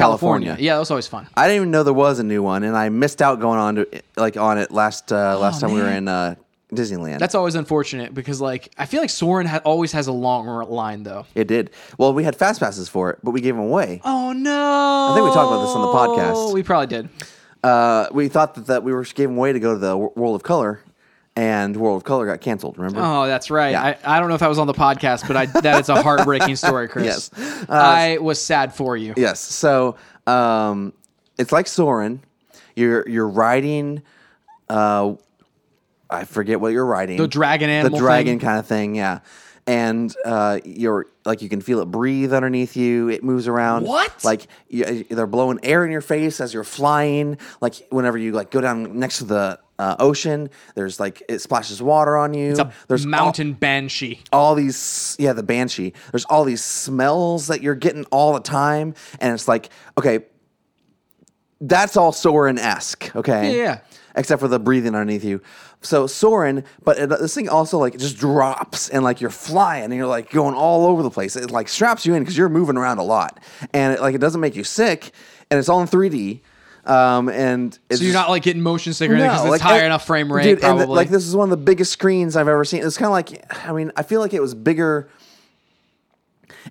California.
Yeah, that was always fun.
I didn't even know there was a new one, and I missed out going on to like on it last uh, last time we were
Oh, man.
in uh, Disneyland.
That's always unfortunate because like I feel like Soren ha- always has a long r- line though.
it did. Well, we had fast passes for it, but we gave them away.
Oh no! I
think we talked about this on the podcast.
We probably did.
Uh, we thought that, that we were giving away to go to the Wo- World of Color, and World of Color got canceled. Remember?
Oh, that's right.
Yeah.
I, I don't know if that was on the podcast, but I, that is a heartbreaking story, Chris.
Yes. Uh,
I was sad for you.
Yes. So um, it's like Soren. You're you're riding. Uh, I forget what you're riding.
The dragon
the
animal.
dragon
thing.
kind of thing. Yeah. And uh, you're like you can feel it breathe underneath you. It moves around.
What?
Like you, they're blowing air in your face as you're flying. Like whenever you like go down next to the uh, ocean, there's like it splashes water on you.
It's a
there's all-
mountain banshee.
all these yeah the banshee there's all these smells that you're getting all the time and it's like okay that's all soren-esque okay
Yeah, yeah.
except for the breathing underneath you so soren but it, this thing also like just drops and like you're flying and you're like going all over the place it like straps you in because you're moving around a lot and it, like it doesn't make you sick and it's all in 3d um, and it's
So you're
just-
not like getting motion sick or anything because
no,
it's
like,
higher
it-
enough frame rate.
Dude,
probably.
and the- like this is one of the biggest screens I've ever seen. It's kind of like, I mean, I feel like it was bigger.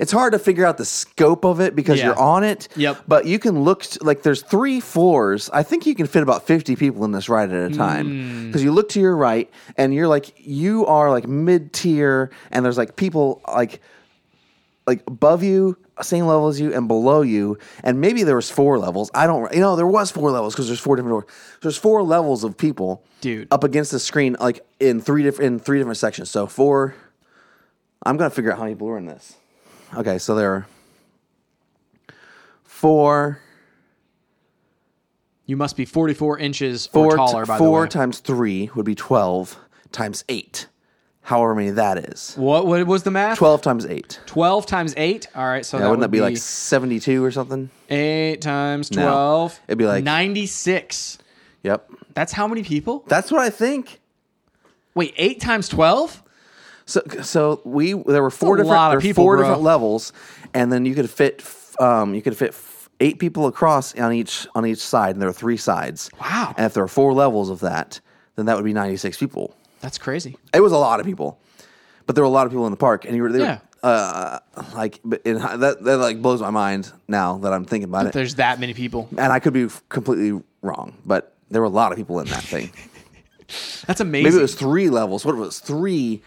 It's hard to figure out the scope of it because
Yeah.
you're on it.
Yep.
But you can look t- like there's three floors. I think you can fit about 50 people in this ride at a
Hmm.
time because you look to your right and you're like you are like mid tier and there's like people like like above you same level as you and below you and maybe there was four levels i don't you know there was four levels because there's four different doors there's four levels of people
Dude.
up against the screen like in three different in three different sections so four i'm gonna figure out how many people are in this okay so there are four
you must be 44 inches
four
or
t-
taller. by
four
the way,
times three would be 12 times eight however many that is
what what was the math?
12 times eight
12 times eight. All right, so
yeah,
that
wouldn't
would
that be, like 72 or something
eight times 12.
It'd be like-
96.
yep
That's how many people?
that's what i think
Wait, eight times 12?
So, so we there were four
a
different
lot of
there were
people,
four
bro.
different levels, and then you could fit f- um, you could fit f- eight people across on each on each side, and there were three sides.
Wow.
And if there were four levels of that, then that would be ninety six people.
That's crazy.
It was a lot of people, but there were a lot of people in the park, and you were there.
Yeah.
Uh, like but in, that, that like blows my mind now that I'm thinking about it,
There's that many people.
and I could be f- completely wrong, but there were a lot of people in that thing.
That's amazing.
Maybe it was three levels. What was three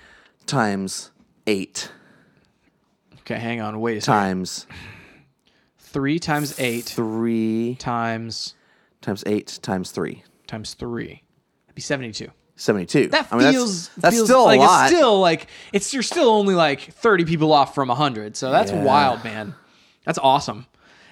times eight
okay, hang on. Wait a second.
times?
Three times eight
three
times
times eight times three.
times three. That'd be 72.
72.
That
I mean,
feels
that's, that's
feels
still a
like
lot.
It's still like it's you're still only like 30 people off from 100. So that's
Yeah.
wild, man. That's awesome.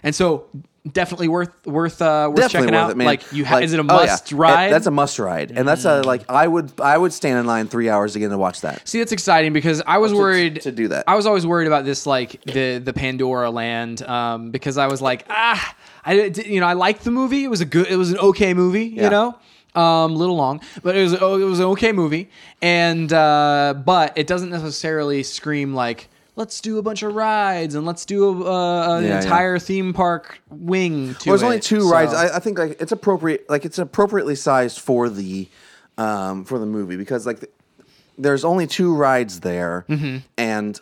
And so definitely worth worth uh worth
definitely
checking
worth
out.
it, man.
Like you ha- is it a
oh, yeah.
must ride?
It- that's a must ride, and that's a like I would I would stand in line three hours again to watch that.
See, that's exciting because I was worried
to do that.
I was always worried about this, like the the Pandora Land, um, because I was like, ah, I did- you know I liked the movie. It was a good, it was an okay movie, you
Yeah.
know, um, little long, but it was oh, it was an okay movie, and uh, but it doesn't necessarily scream like. Let's do a bunch of rides and let's do a, uh, an
Yeah, yeah.
entire theme park wing. To
Well, there's only
it,
two
so-
rides. I, I think like it's appropriate. Like it's appropriately sized for the um for the movie because like the, there's only two rides there,
Mm-hmm.
and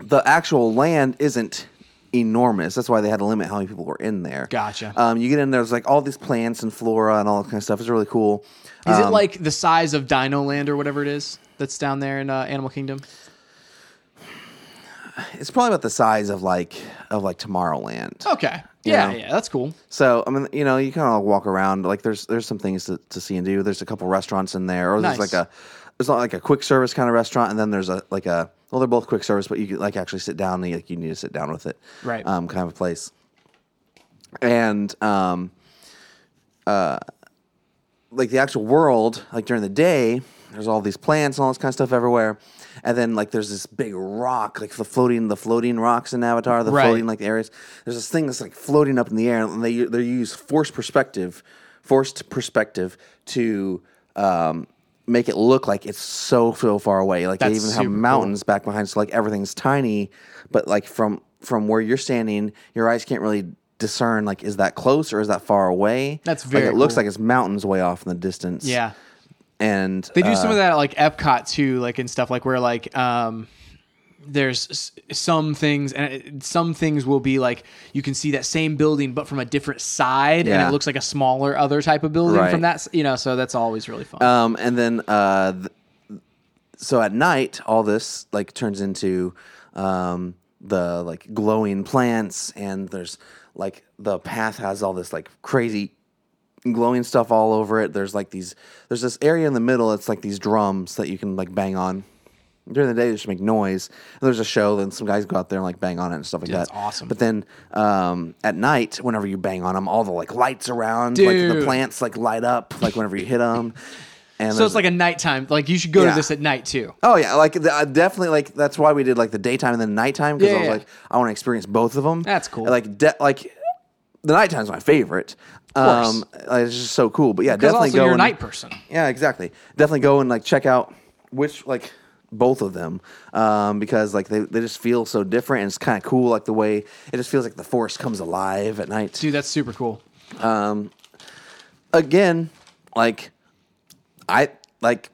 the actual land isn't enormous. That's why they had to limit how many people were in there.
Gotcha.
Um, you get in there, there's like all these plants and flora and all that kind of stuff. It's really cool.
is it
Um,
like the size of Dino Land or whatever it is that's down there in uh, Animal Kingdom?
it's probably about the size of like of like Tomorrowland.
Okay. Yeah,
Yeah.
yeah, that's cool.
So I mean, you know, you kind of walk around. Like there's there's some things to, to see and do. There's a couple restaurants in there, or
Nice.
there's like a there's not like a quick service kind of restaurant, and then there's a like a well, they're both quick service, but you could like actually sit down and you, like you need to sit down with it,
Right.
Um, kind of a place. And um, uh, like the actual world, like during the day, there's all these plants and all this kind of stuff everywhere. And then like there's this big rock, like the floating the floating rocks in Avatar, the
Right.
floating like the areas. There's this thing that's like floating up in the air, and they they use forced perspective, forced perspective to um, make it look like it's so so far away. Like they
That's
even
super
have
cool.
mountains back behind, so like everything's tiny, but like from from where you're standing, your eyes can't really discern like is that close or is that far away.
That's
Like,
very
it looks
cool.
like it's mountains way off in the distance.
Yeah.
and
They do
uh,
some of that at, like Epcot too, like and stuff like where like um there's s- some things and it- some things will be like you can see that same building but from a different side and
Yeah.
it looks like a smaller other type of building
Right.
from that s- you know so that's always really fun.
Um, and then uh, th- so at night, all this like turns into um, the like glowing plants, and there's like the path has all this like crazy glowing stuff all over it. There's like these there's this area in the middle. It's like these drums that you can like bang on. During the day, they just make noise. And there's a show, then some guys go out there and like bang on it and stuff like
That's
that.
awesome.
But then um, at night, whenever you bang on them, all the like lights around, like
Dude.
the plants like light up, like whenever you hit them. And
so it's like a nighttime like you should go
Yeah.
to this at night too.
Oh yeah, like the, I definitely like that's why we did like the daytime and the nighttime because
Yeah,
I was
yeah.
like I want to experience both of them.
That's cool.
And, like de- like the nighttime's my favorite.
course.
Um, like, it's just so cool. But yeah,
Cuz
definitely
also
go
you're a
and-
night person.
Yeah, exactly. Definitely go and like check out which like both of them um, because like they, they just feel so different and it's kind of cool like the way it just feels like the forest comes alive at night
Dude, that's super cool.
Um, again, like I like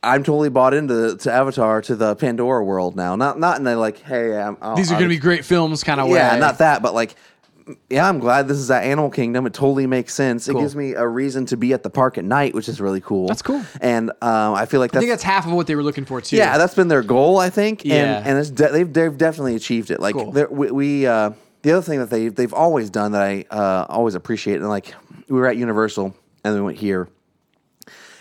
I'm totally bought into to Avatar to the Pandora world now. Not not in a like, hey, I'm, oh, i
These are going to be great films kind of way.
yeah, not that, but like. Yeah, I'm glad this is at Animal Kingdom. It totally makes sense. It
Cool.
gives me a reason to be at the park at night, which is really cool.
That's cool.
And um, I feel like
I
that's,
think that's half of what they were looking for too.
yeah, that's been their goal, I think.
Yeah.
And and it's de- they've they've definitely achieved it. Like
Cool.
they're- we, we uh, the other thing that they they've always done that I uh, always appreciate and like we were at Universal and we went here.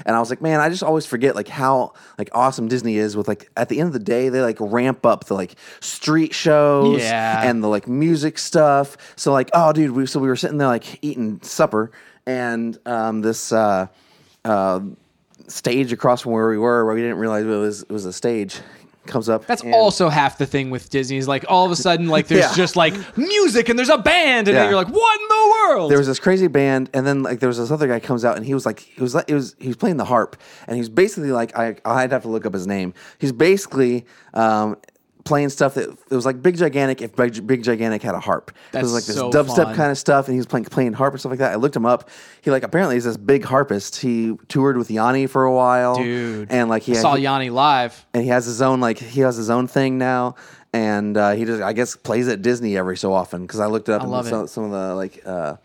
And I was like, man, I just always forget like how like awesome Disney is with like at the end of the day they like ramp up the like street shows
Yeah.
and the like music stuff. So like, oh dude, we so we were sitting there like eating supper and um, this uh, uh, stage across from where we were where we didn't realize it was it was a stage comes up.
That's
and-
also half the thing with Disney is like all of a sudden like there's
Yeah.
just like music and there's a band and then
Yeah.
you're like what in the world?
there was this crazy band, and then like there was this other guy comes out, and he was like, he was like, it was he was playing the harp, and he was basically like, I I'd have to look up his name. He's basically um, playing stuff that it was like Big Gigantic if Big, Big Gigantic had a harp. it was
That's
like this
so
dubstep
fun.
kind of stuff, and he was playing playing harp and stuff like that. I looked him up. He like apparently is this big harpist. He toured with Yanni for a while,
Dude.
and like he
I
had-
saw Yanni live.
and he has his own like he has his own thing now and uh, he just i guess plays at disney every so often because i looked it up
love
and some,
it.
some of the like uh,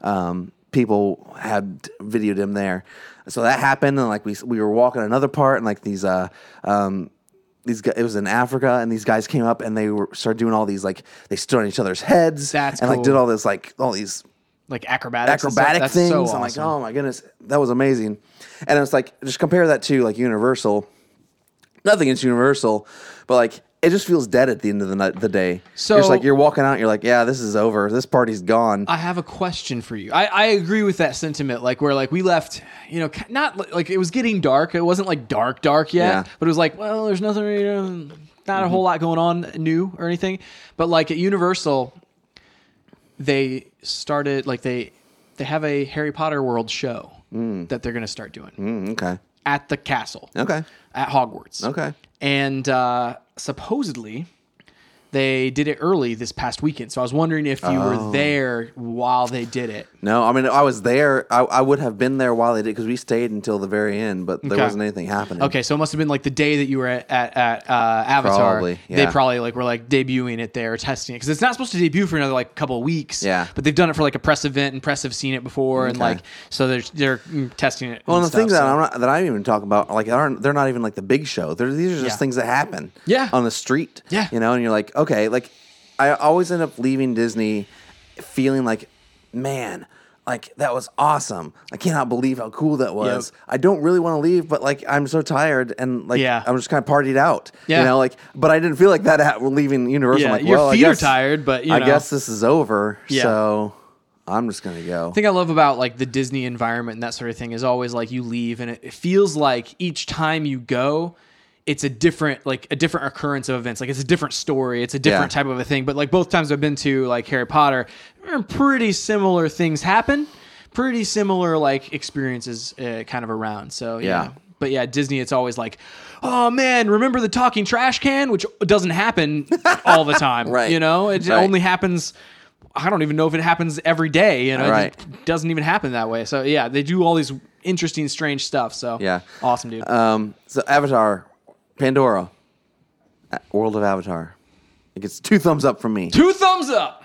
um, people had videoed him there so that happened and like we, we were walking another part and like these uh, um, these guys, it was in Africa, and these guys came up and they were started doing all these like they stood on each other's heads
That's
and
cool.
like did all this like all these
Like acrobatics, and stuff.
acrobatic
That's
things.
So
I'm like,
awesome.
oh my goodness, that was amazing. And it's like, just compare that to like Universal. Nothing against Universal, but like it just feels dead at the end of the night, the day.
So-
So it's like you're walking out, and you're like, yeah, this is over. This party's gone.
I have a question for you. I, I agree with that sentiment. Like where like we left, you know, ki- not li- like it was getting dark. It wasn't like dark dark yet,
Yeah. Mm-hmm.
but it was like well, there's nothing, you know, not a whole lot going on new or anything. But like at Universal, they started like they they have a Harry Potter World show that they're gonna start doing
Mm, okay,
at the castle
okay,
at Hogwarts.
okay.
and uh, supposedly They did it early this past weekend, so I was wondering if you
Oh.
were there while they did it.
No, I mean, I was there. I, I would have been there while they did because we stayed until the very end, but there
Okay.
wasn't anything happening.
Okay, so it must have been like the day that you were at at, at uh, Avatar.
Probably,
They
yeah.
probably like were like debuting it there, testing it because it's not supposed to debut for another like couple of weeks.
Yeah.
but they've done it for like a press event and press have seen it before, and like so they're they're mm, testing it.
Well,
and
and the
stuff,
things
so-
that I'm not, that I even talk about, like aren't they're not even like the big show. They're, these are just
Yeah.
things that happen,
Yeah.
on the street,
Yeah.
you know. And you're like, okay, like I always end up leaving Disney feeling like, man, like that was awesome. I cannot believe how cool that was. I don't really want to leave, but like I'm so tired and like
Yeah.
I'm just kind of partied out,
Yeah.
you know. Like, but I didn't feel like that at leaving Universal.
Yeah,
I'm like,
your
well, I
feet are
guess-
tired, but, you
I
know.
guess this is over.
Yeah.
So I'm just gonna go.
thing I love about like the Disney environment and that sort of thing is always like you leave and it, it feels like each time you go, it's a different like a different occurrence of events. Like it's a different story, it's a different
Yeah.
type of a thing. But like both times I've been to like Harry Potter, eh, pretty similar things happen, pretty similar like experiences uh, kind of around. So yeah.
Yeah.
But yeah, Disney, it's always like, oh man, remember the talking trash can, which doesn't happen all the time,
Right.
You know, it
Right.
only happens. I don't even know if it happens every day. You know,
Right.
it just doesn't even happen that way. So yeah, they do all these interesting, strange stuff. So
Yeah.
awesome, dude.
Um, so Avatar, Pandora, A- World of Avatar. It gets two thumbs up from me.
Two thumbs up.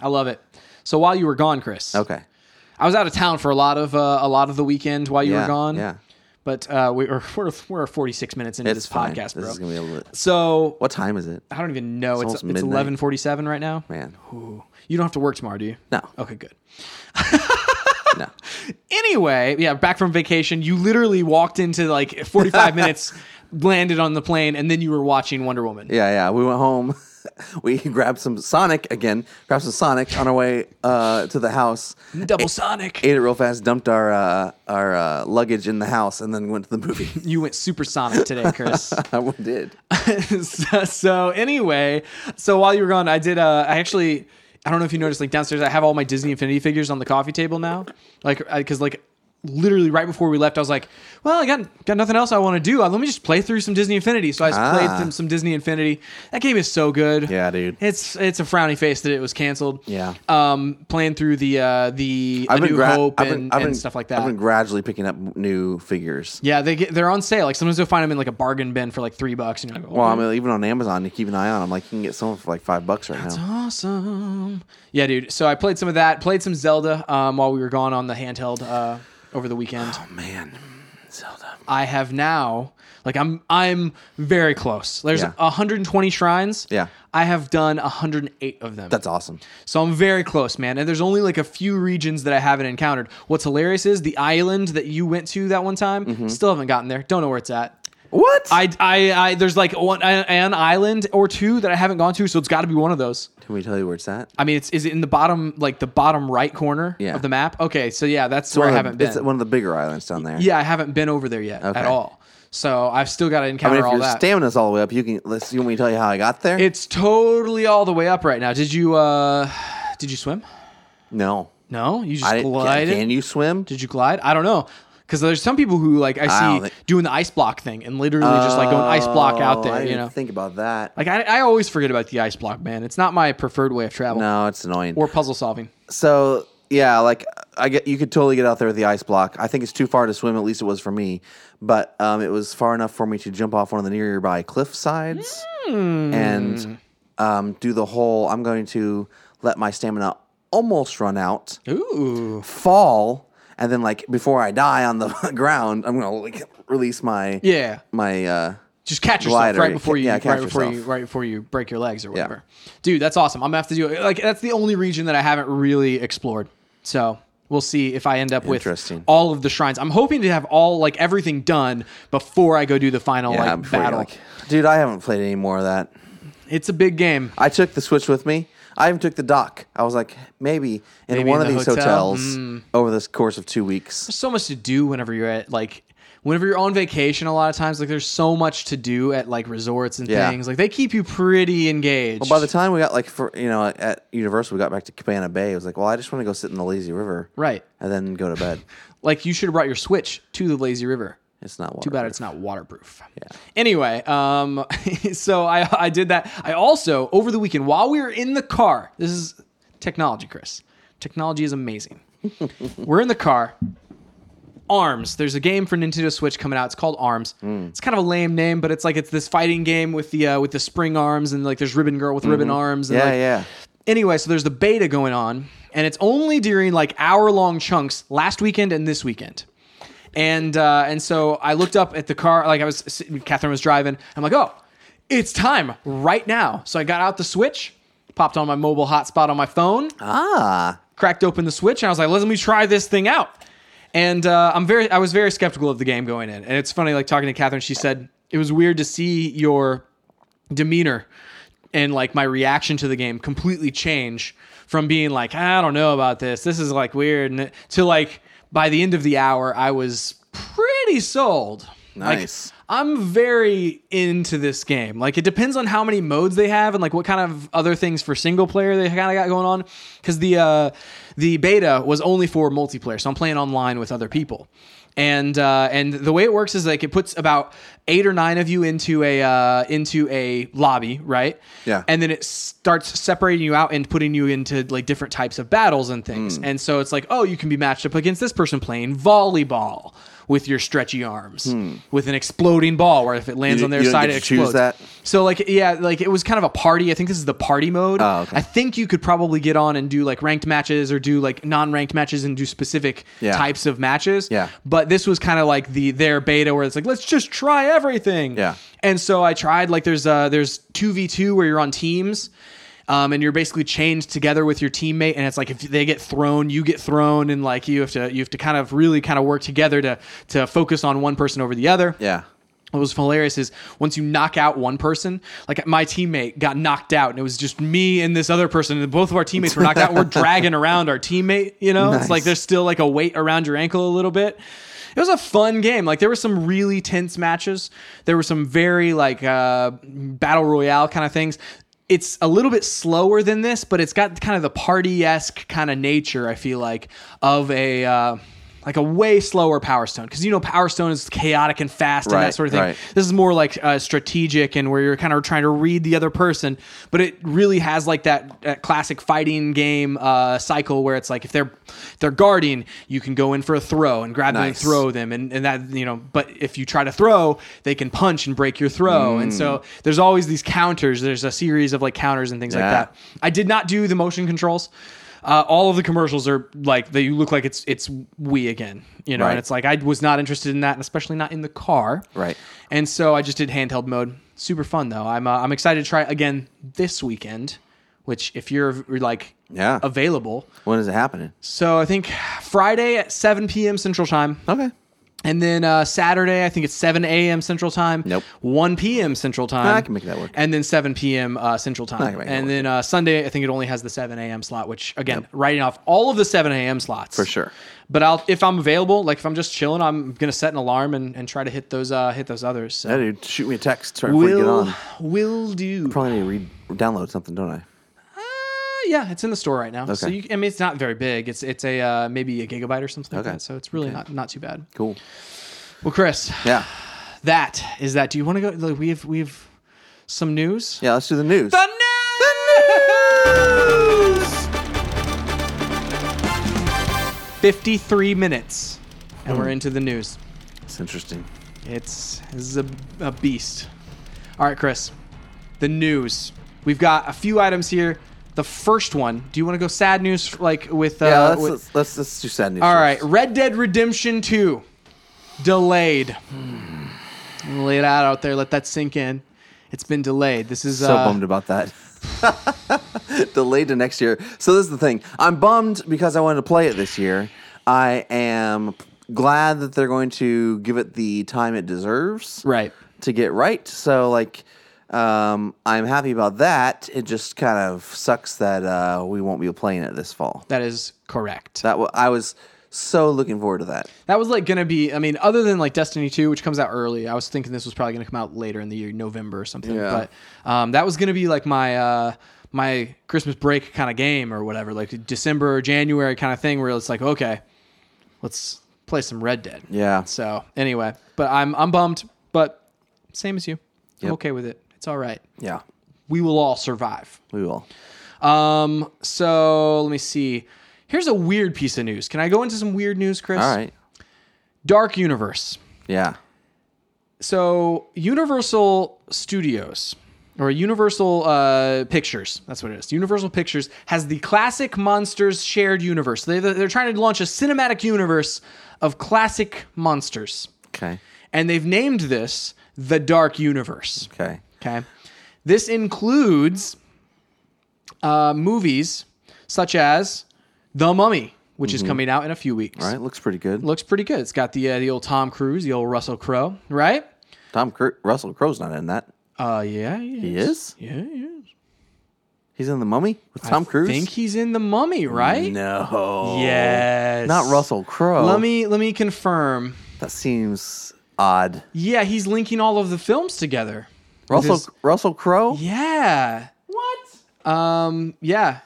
I love it. So while you were gone, Chris,
Okay.
I was out of town for a lot of uh, a lot of the weekend while you
yeah.
were gone.
Yeah.
But uh, we are, we're we're 46 minutes into
It's
this
fine.
podcast,
This
bro.
is gonna be a little.
so
What time is it,
I don't even know. It's
almost
it's
midnight.
11:47 right now.
man?
Ooh. You don't have to work tomorrow, do you?
No.
Okay, good.
No.
anyway, yeah, back from vacation, you literally walked into like 45 minutes, landed on the plane, and then you were watching Wonder Woman.
Yeah, yeah. We went home. we grabbed some Sonic again. Grabbed some Sonic on our way uh, to the house.
Double Sonic.
Ate it real fast. Dumped our uh, our uh, luggage in the house, and then went to the movie.
you went supersonic today, Chris.
I did.
so, so anyway, so while you were gone, I did. Uh, I actually, I don't know if you noticed, like downstairs, I have all my Disney Infinity figures on the coffee table now, like because like literally right before we left, I was like, well, I got got nothing else I want to do. Uh, Let me just play through some Disney Infinity. So I just played
Ah.
through some Disney Infinity. That game is so good.
Yeah, dude.
It's it's a frowny face that it was canceled.
Yeah.
Um, playing through the uh the A New
gra-
Hope
I've
and,
been- I've
and
been-
stuff like that.
I've been gradually picking up new figures.
yeah, they get, they're on sale. Like sometimes you'll find them in like a bargain bin for like three bucks, and you're like, oh,
Well, I mean, even on Amazon, you keep an eye on them. Like, you can get some for like five bucks right now.
Awesome. Yeah, dude. So I played some of that. Played some Zelda um, while we were gone on the handheld uh, over the weekend.
Man, Zelda.
I have now, like, I'm I'm very close. There's
Yeah.
120 shrines.
Yeah.
I have done 108 of them.
That's awesome.
so I'm very close, man. And there's only like a few regions that I haven't encountered. What's hilarious is the island that you went to that one time.
Mm-hmm.
Still haven't gotten there. Don't know where it's at.
What?
I, I, I there's like one an island or two that I haven't gone to, so it's got to be one of those.
can we tell you where it's at?
I mean, it's is it in the bottom like the bottom right corner
Yeah.
of the map? Okay, so yeah, that's where I
One of the-
haven't been.
It's one of the bigger islands down there.
yeah, I haven't been over there yet at
Okay.
all. So I've still got to
I
encounter
mean, if
all
your
that.
stamina's all the way up, you can. Let's. You want me to tell you how I got there?
it's totally all the way up right now. Did you uh did you swim?
no.
No, you just
I didn't, can,
glided.
can you swim?
did you glide? I don't know. Because there's some people who like I
I
see
don't think-
doing the ice block thing and literally just like going ice block out
Oh,
there,
I
you
didn't
know.
think about that.
like I, I always forget about the ice block, man. It's not my preferred way of travel
No, it's annoying.
or puzzle solving.
so yeah, like I get. You could totally get out there with the ice block. I think it's too far to swim. At least it was for me. But um, it was far enough for me to jump off one of the nearby cliff sides
Hmm.
and um, do the whole. I'm going to let my stamina almost run out.
Ooh.
fall and then like before I die on the ground, I'm gonna like release my
Yeah.
my uh
just catch yourself
Glider,
right
yeah,
before you
yeah,
right
catch
before you
yourself.
right before you break your legs or whatever. Dude, that's awesome. I'm gonna have to do it. Like that's the only region that I haven't really explored. So we'll see if I end up with
Interesting.
all of the shrines. I'm hoping to have all like everything done before I go do the final
yeah,
like
before you,
battle.
like- dude, I haven't played any more of that.
It's a big game.
I took the Switch with me. I even took the dock. I was like, maybe in one
in
of
the
these
hotel? Hmm.
hotels over this course of two weeks.
There's so much to do whenever you're at like whenever you're on vacation a lot of times like there's so much to do at like resorts and
Yeah.
things. Like they keep you pretty engaged.
By the time we got like for you know at Universal, we got back to Cabana Bay. I was like, well, I just want to go sit in the lazy river,
right.
and then go to bed.
Like you should have brought your Switch to the lazy river.
It's not water.
Too bad it's not waterproof. Yeah. Anyway, um, so I, I did that. I also, over the weekend, while we were in the car, this is technology, Chris. Technology is amazing. we're in the car. Arms. There's a game for Nintendo Switch coming out. It's called Arms. It's kind of a lame name, but it's like it's this fighting game with the uh, with the spring arms and like there's Ribbon Girl with ribbon arms. And
Yeah,
like,
yeah.
Anyway, so there's the beta going on, and it's only during like hour long chunks last weekend and this weekend. And uh, and so I looked up at the car, like I was sitting- Catherine was driving. I'm like, oh, it's time right now. So I got out the switch, popped on my mobile hotspot on my phone,
Ah,
cracked open the switch, and I was like, let me try this thing out. And uh, I'm very, I was very skeptical of the game going in. And it's funny, like talking to Catherine, she said it was weird to see your demeanor and like my reaction to the game completely change from being like I don't know about this. This is like weird and to like by the end of the hour I was pretty sold. Like,
Nice.
I'm very into this game. Like it depends on how many modes they have and like what kind of other things for single player they kind of got going on cuz the uh the beta was only for multiplayer. So I'm playing online with other people and uh, and the way it works is like it puts about eight or nine of you into a uh, into a lobby, right?
Yeah.
And then it starts separating you out and putting you into like different types of battles and
Hmm.
things. And so it's like, oh, you can be matched up against this person playing volleyball with your stretchy arms with an exploding ball, where if it lands
Hmm. You-
on their
you don't
side,
get
it
to choose
explodes.
that?
So like yeah, like it was kind of a party. I think this is the party mode.
Oh, okay.
I think you could probably get on and do like ranked matches or do like non-ranked matches and do specific
Yeah.
types of matches.
Yeah.
But this was kind of like the their beta where it's like let's just try everything.
Yeah.
And so I tried like there's uh there's 2v2 where you're on teams. Um, and you're basically chained together with your teammate, and it's like if they get thrown, you get thrown, and like you have to you have to kind of really kind of work together to to focus on one person over the other
yeah.
what was hilarious is once you knock out one person, like my teammate got knocked out, and it was just me and this other person, and both of our teammates were knocked out. We're dragging around our teammate, you know? It's like
Nice.
there's still like a weight around your ankle a little bit. It was a fun game. Like there were some really tense matches. There were some very like uh, battle royale kind of things. It's a little bit slower than this, but it's got kind of the party esque kind of nature. I feel like of a uh, like a way slower Power Stone because you know Power Stone is chaotic and fast and that
Right,
sort of thing.
right.
This is more like uh, strategic and where you're kind of trying to read the other person, but it really has like that, that classic fighting game uh, cycle where it's like if they're if they're guarding, you can go in for a throw and grab them and
Nice.
throw them, and, and that you know. But if you try to throw, they can punch and break your throw, and
Mm.
so there's always these counters. There's a series of like counters and things like
Yeah.
that. I did not do the motion controls. Uh, all of the commercials are like they look like it's it's we again, you know, and
Right.
it's like I was not interested in that, and especially not in the car.
Right.
And so I just did handheld mode. Super fun though. I'm uh, I'm excited to try it again this weekend, which if you're like
Yeah.
available.
When is it happening?
So I think Friday at 7 p.m. Central Time,
Okay.
and then uh, Saturday I think it's 7 a.m. Central Time.
Nope.
1 p.m. Central Time.
Nah, I can make that work.
And then 7 p.m. Uh, Central
I
Time.
can make that
And
work.
then uh, Sunday I think it only has the 7 a.m. slot, which again writing off all of the 7 a.m. slots
For sure.
But I'll if I'm available, like if I'm just chilling, I'm gonna set an alarm and, and try to hit those uh, hit those others. So.
Yeah, dude, shoot me a text right before you get
Will
on.
will do.
Probably need to re- download something, don't I?
Uh, yeah, it's in the store right now. So
Okay.
you, I mean, it's not very big. It's it's a uh, maybe a gigabyte or something.
Okay.
like that. So it's really not not too bad.
Cool.
Well, Chris,
Yeah.
that is that. Do you want to go? Like, we have we have some news.
Yeah, let's do the news.
The news. Fifty three minutes, and
Hmm.
we're into the news.
It's interesting.
It's this is a, a beast. All right, Chris. The news. We've got a few items here. The first one. Do you want to go sad news like with? Uh,
Yeah, let's,
with-
let's, let's, let's do sad news.
all right,
first.
Red Dead Redemption Two, delayed. Hmm. Lay it out out there. Let that sink in. It's been delayed. This is
So
uh,
bummed about that. Delayed to next year. So this is the thing. I'm bummed because I wanted to play it this year. I am glad that they're going to give it the time it deserves.
right.
to get right. So like, um, I'm happy about that. It just kind of sucks that uh, we won't be playing it this fall.
That is correct.
That wa I was so looking forward to that.
That was like gonna be. I mean, other than like Destiny Two, which comes out early, I was thinking this was probably gonna come out later in the year, November or something.
Yeah.
But um, that was gonna be like my uh, my Christmas break kind of game or whatever, like December or January kind of thing, where it's like, okay, let's play some Red Dead.
Yeah.
So anyway, but I'm I'm bummed, but same as you. I'm
Yep.
okay with it. It's all right.
Yeah.
We will all survive.
We will.
Um, so let me see. Here's a weird piece of news. Can I go into some weird news, Chris?
All right.
Dark Universe.
Yeah.
So Universal Studios or Universal uh, Pictures, that's what it is. Universal Pictures has the classic monsters shared universe. They, they're trying to launch a cinematic universe of classic monsters,
Okay.
and they've named this the Dark Universe.
Okay.
Okay, this includes uh, movies such as The Mummy, which is coming out in a few weeks.
All Mm-hmm. right. Looks pretty good.
Looks pretty good. It's got the uh, the old Tom Cruise, the old Russell Crowe, right?
Tom Cru- Russell Crowe's not in that.
Uh, yeah,
He is.
Yeah, yeah.
He's in the Mummy with Tom Cruise.
Think he's in the Mummy, right?
No.
Yes.
Not Russell Crowe.
Let me let me confirm.
That seems odd.
Yeah, he's linking all of the films together. With
Russell
his-
Russell Crowe.
yeah.
What?
Um. Yeah.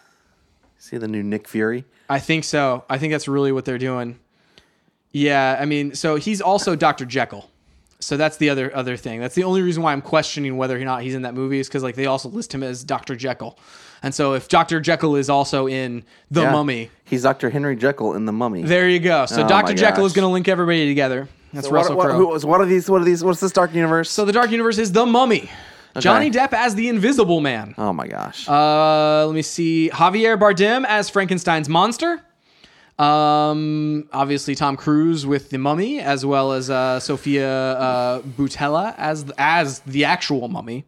See the new Nick Fury.
I think so. I think that's really what they're doing. Yeah. I mean, so he's also Doctor Jekyll. So that's the other other thing. That's the only reason why I'm questioning whether or not he's in that movie is because like they also list him as Doctor Jekyll, and so if Doctor Jekyll is also in The
Yeah.
Mummy,
He's Dr. Henry Jekyll in the Mummy.
There you go. So
Oh
Dr.
my
Jekyll is
gosh.
going to link everybody together. That's Russell
what, what,
Crowe.
who was- what are these? What are these? What's this dark universe?
so the Dark Universe is The Mummy. Johnny Depp as the Invisible Man.
oh my gosh.
Uh, let me see. Javier Bardem as Frankenstein's monster. Um, obviously Tom Cruise with the Mummy, as well as uh, Sophia uh, Boutella as as the actual Mummy,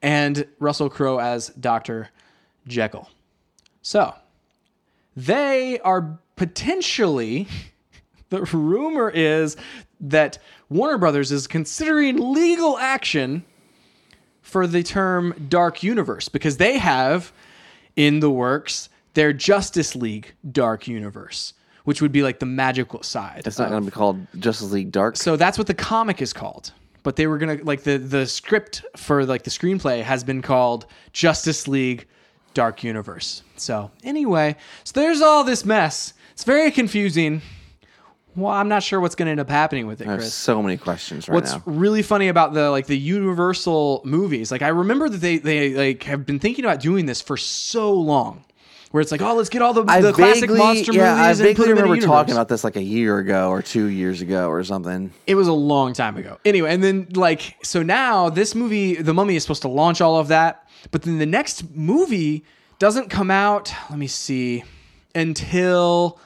and Russell Crowe as Doctor Jekyll. So they are potentially. The rumor is that Warner Brothers is considering legal action for the term dark universe because they have in the works their Justice League dark universe, which would be like the magical side.
it's not
of-
going to be called Justice League Dark.
so that's what the comic is called. But they were gonna like the the script for like the screenplay has been called Justice League Dark Universe. So anyway, so there's all this mess. It's very confusing. Well, I'm not sure what's gonna end up happening with it,
I have
Chris.
so many questions right
What's
now.
really funny about the like the Universal movies? Like I remember that they they like have been thinking about doing this for so long, where it's like, oh, let's get all the,
I
the classic
vaguely-
monster
yeah, I
movies and put
vaguely
them in a
remember talking
universe.
about this like a year ago or two years ago or something.
It was a long time ago. Anyway, and then like so now this movie, The Mummy, is supposed to launch all of that, but then the next movie doesn't come out. Let me see until.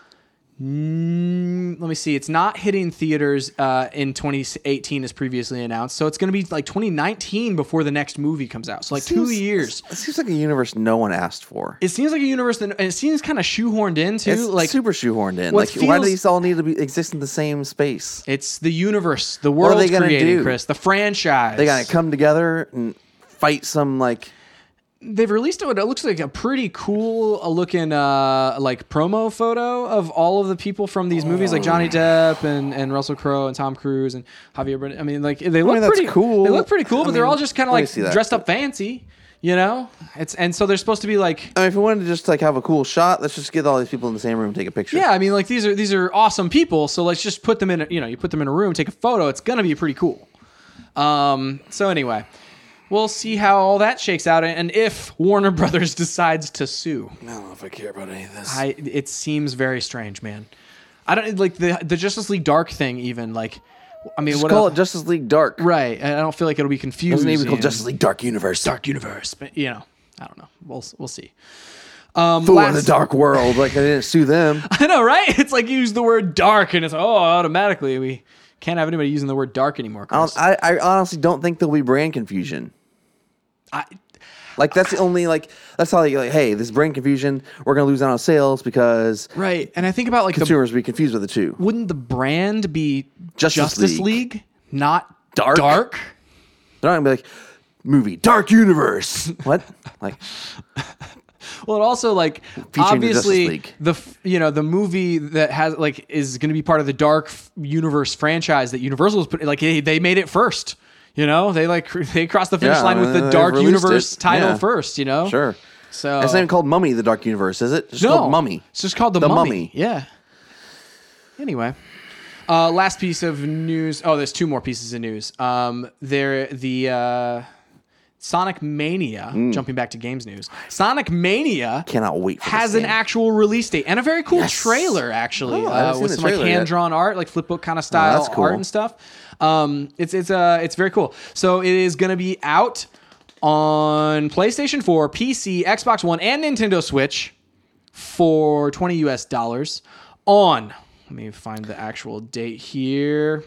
mm, let me see. It's not hitting theaters uh, in 2018 as previously announced. So it's going to be like 2019 before the next movie comes out. So like two
Seems-
years.
It seems like a universe no one asked for.
It seems like a universe, that, and it seems kind of shoehorned into
It's
like
super shoehorned in. Like
what
why do
feels-
these all need to be exist in the same space?
it's the universe, the
are
world
they gonna
creating,
do?
Chris, the franchise.
They got to come together and fight some like
they've released what it looks like a pretty cool looking uh like promo photo of all of the people from these movies like
Oh.
Johnny Depp and, and Russell Crowe and Tom Cruise and Javier Bardem. I mean like they look
that's
pretty
cool.
They look pretty cool, but
I
they're
mean,
all just kind of
let me
like
see that.
dressed up fancy, you know? It's and so they're supposed to be like
I mean, if we wanted to just like have a cool shot, let's just get all these people in the same room and take a picture.
yeah, I mean like these are these are awesome people, so let's just put them in a, you know, you put them in a room, take a photo, it's going to be pretty cool. Um so anyway, we'll see how all that shakes out and if Warner Brothers decides to sue.
I don't know if I care about any of this.
I it seems very strange, man. I don't like the the Justice League Dark thing. Even like, I mean,
Just
what
call
el-
it Justice League Dark.
right? I don't feel like it'll be confused.
Doesn't even call Justice League Dark Universe.
Dark Universe, but you know, I don't know. We'll s- we'll see. Um,
Fool in
last-
the Dark World. Like I didn't sue them.
I know, right? It's like you use the word dark, and it's oh, automatically we can't have anybody using the word dark anymore.
I,
Chris.
don't- I, I honestly don't think there'll be brand confusion.
I,
Like that's the only like that's how like, like hey this brand confusion we're gonna lose out on sales because
right, and I think about like the,
consumers will be confused with the two.
wouldn't the brand be
Justice League.
League, not
Dark?
Dark.
They're not gonna be like movie Dark Universe. what? Like
Well, it also like
Featuring the Justice
obviously
League.
the, f you know the movie that has like is going to be part of the Dark f- Universe franchise that Universal is put like they, they made it first. You know, they like cr- they crossed the finish
Yeah,
line with the
they've
Dark
released
Universe
it.
title
Yeah.
first. You know,
sure.
So
It's not even called Mummy the Dark Universe, is it? It's just
Oh. no
called Mummy.
It's just called the,
The
mummy.
Mummy.
Yeah. Anyway, Uh, last piece of news. Oh, there's two more pieces of news. Um, there the uh, Sonic Mania.
Mm.
Jumping back to games news. Sonic Mania
Cannot wait. For
has
this
an
game.
actual release date and a very cool
Yes.
trailer actually
Oh, I haven't
uh,
seen
with
the
some like
trailer yet. Oh,
hand drawn art, like flipbook kind of style
that's cool.
art and stuff. Um, it's it's uh it's very cool. So it is going to be out on PlayStation 4, PC, Xbox One, and Nintendo Switch for 20 US dollars on. Let me find the actual date here.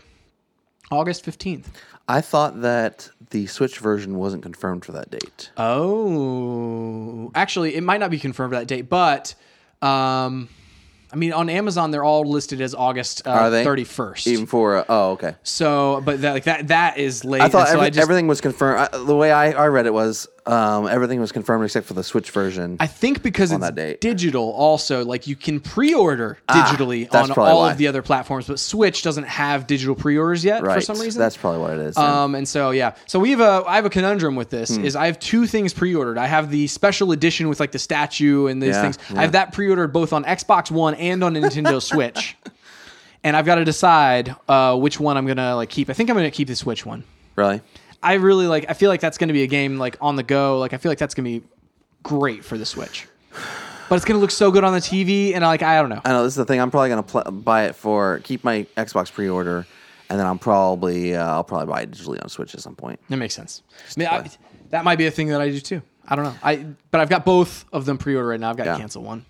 August 15th.
I thought that the Switch version wasn't confirmed for that date.
Oh, actually, it might not be confirmed for that date, but um, I mean, on Amazon they're all listed as August
Are they?
thirty first.
Even for uh, oh okay.
so, but that like that that is late.
I thought
so
every,
I just,
everything was confirmed. I, the way I, I read it was um, everything was confirmed except for the Switch version.
I think because it's
that date. Ah,
digital, also like you can pre-order digitally
that's
on
probably
all
why.
of the other platforms, but Switch doesn't have digital pre-orders yet
right.
for some reason.
That's probably what it is.
Um, and so yeah, so we have a I have a conundrum with this
Hmm.
is I have two things pre-ordered. I have the special edition with like the statue and these
Yeah,
things.
yeah.
I have that pre-ordered both on Xbox One and on Nintendo Switch, and I've got to decide uh, which one I'm gonna like keep. I think I'm gonna keep the Switch one.
really?
I really like. I feel like that's gonna be a game like on the go. Like I feel like that's gonna be great for the Switch, but it's gonna look so good on the TV. And like I don't know.
I know this is the thing. I'm probably gonna pl- buy it for keep my Xbox pre-order, and then I'm probably uh, I'll probably buy it digitally on Switch at some point.
That makes sense. I mean, I,
play.
that might be a thing that I do too. I don't know. I but I've got both of them pre-ordered right now. I've got
Yeah.
to cancel one.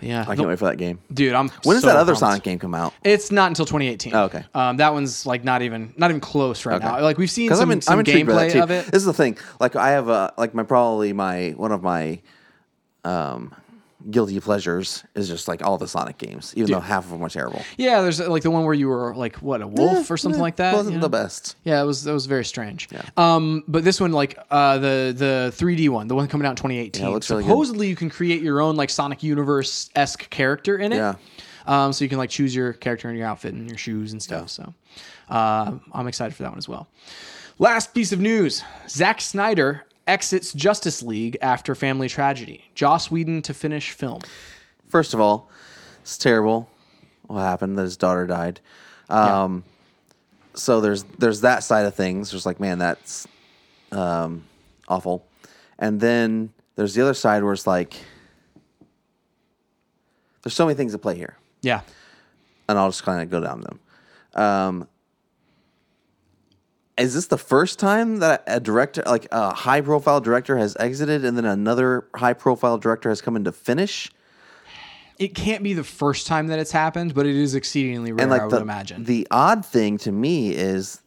Yeah,
I
no-
can't wait for that game.
dude. I'm.
When does
so
that other
pumped.
Sonic game come out?
It's not until 2018.
Oh, okay.
Um, that one's like not even not even close right now. Like we've seen
Because
some,
I'm, in,
some
I'm intrigued by that
gameplay
too.
of it.
This is the thing. Like I have a like my probably my one of my um guilty pleasures is just like all the Sonic games, even though half of them are terrible.
Yeah, there's like the one where you were like what a wolf or something
Eh,
like that.
Wasn't
you know?
the best.
Yeah, it was that was very strange. Um, but this one, like uh, the the 3D one, the one coming out in 2018,
Yeah, it looks really good.
supposedly you can create your own like Sonic Universe esque character in it.
Yeah.
Um, so you can like choose your character and your outfit and your shoes and stuff. So, uh, I'm excited for that one as well. Last piece of news: Zack Snyder exits Justice League after family tragedy. Joss Whedon to finish film.
First of all, it's terrible. What happened? That his daughter died. Um, So there's there's that side of things. There's like, man, that's um, awful. And then there's the other side where it's like, there's so many things at play here,
Yeah.
and I'll just kind of go down them. Um, is this the first time that a director, like a high profile director, has exited, and then another high profile director has come in to finish?
It can't be the first time that it's happened, but it is exceedingly rare.
and like
I would
the,
imagine.
the odd thing to me is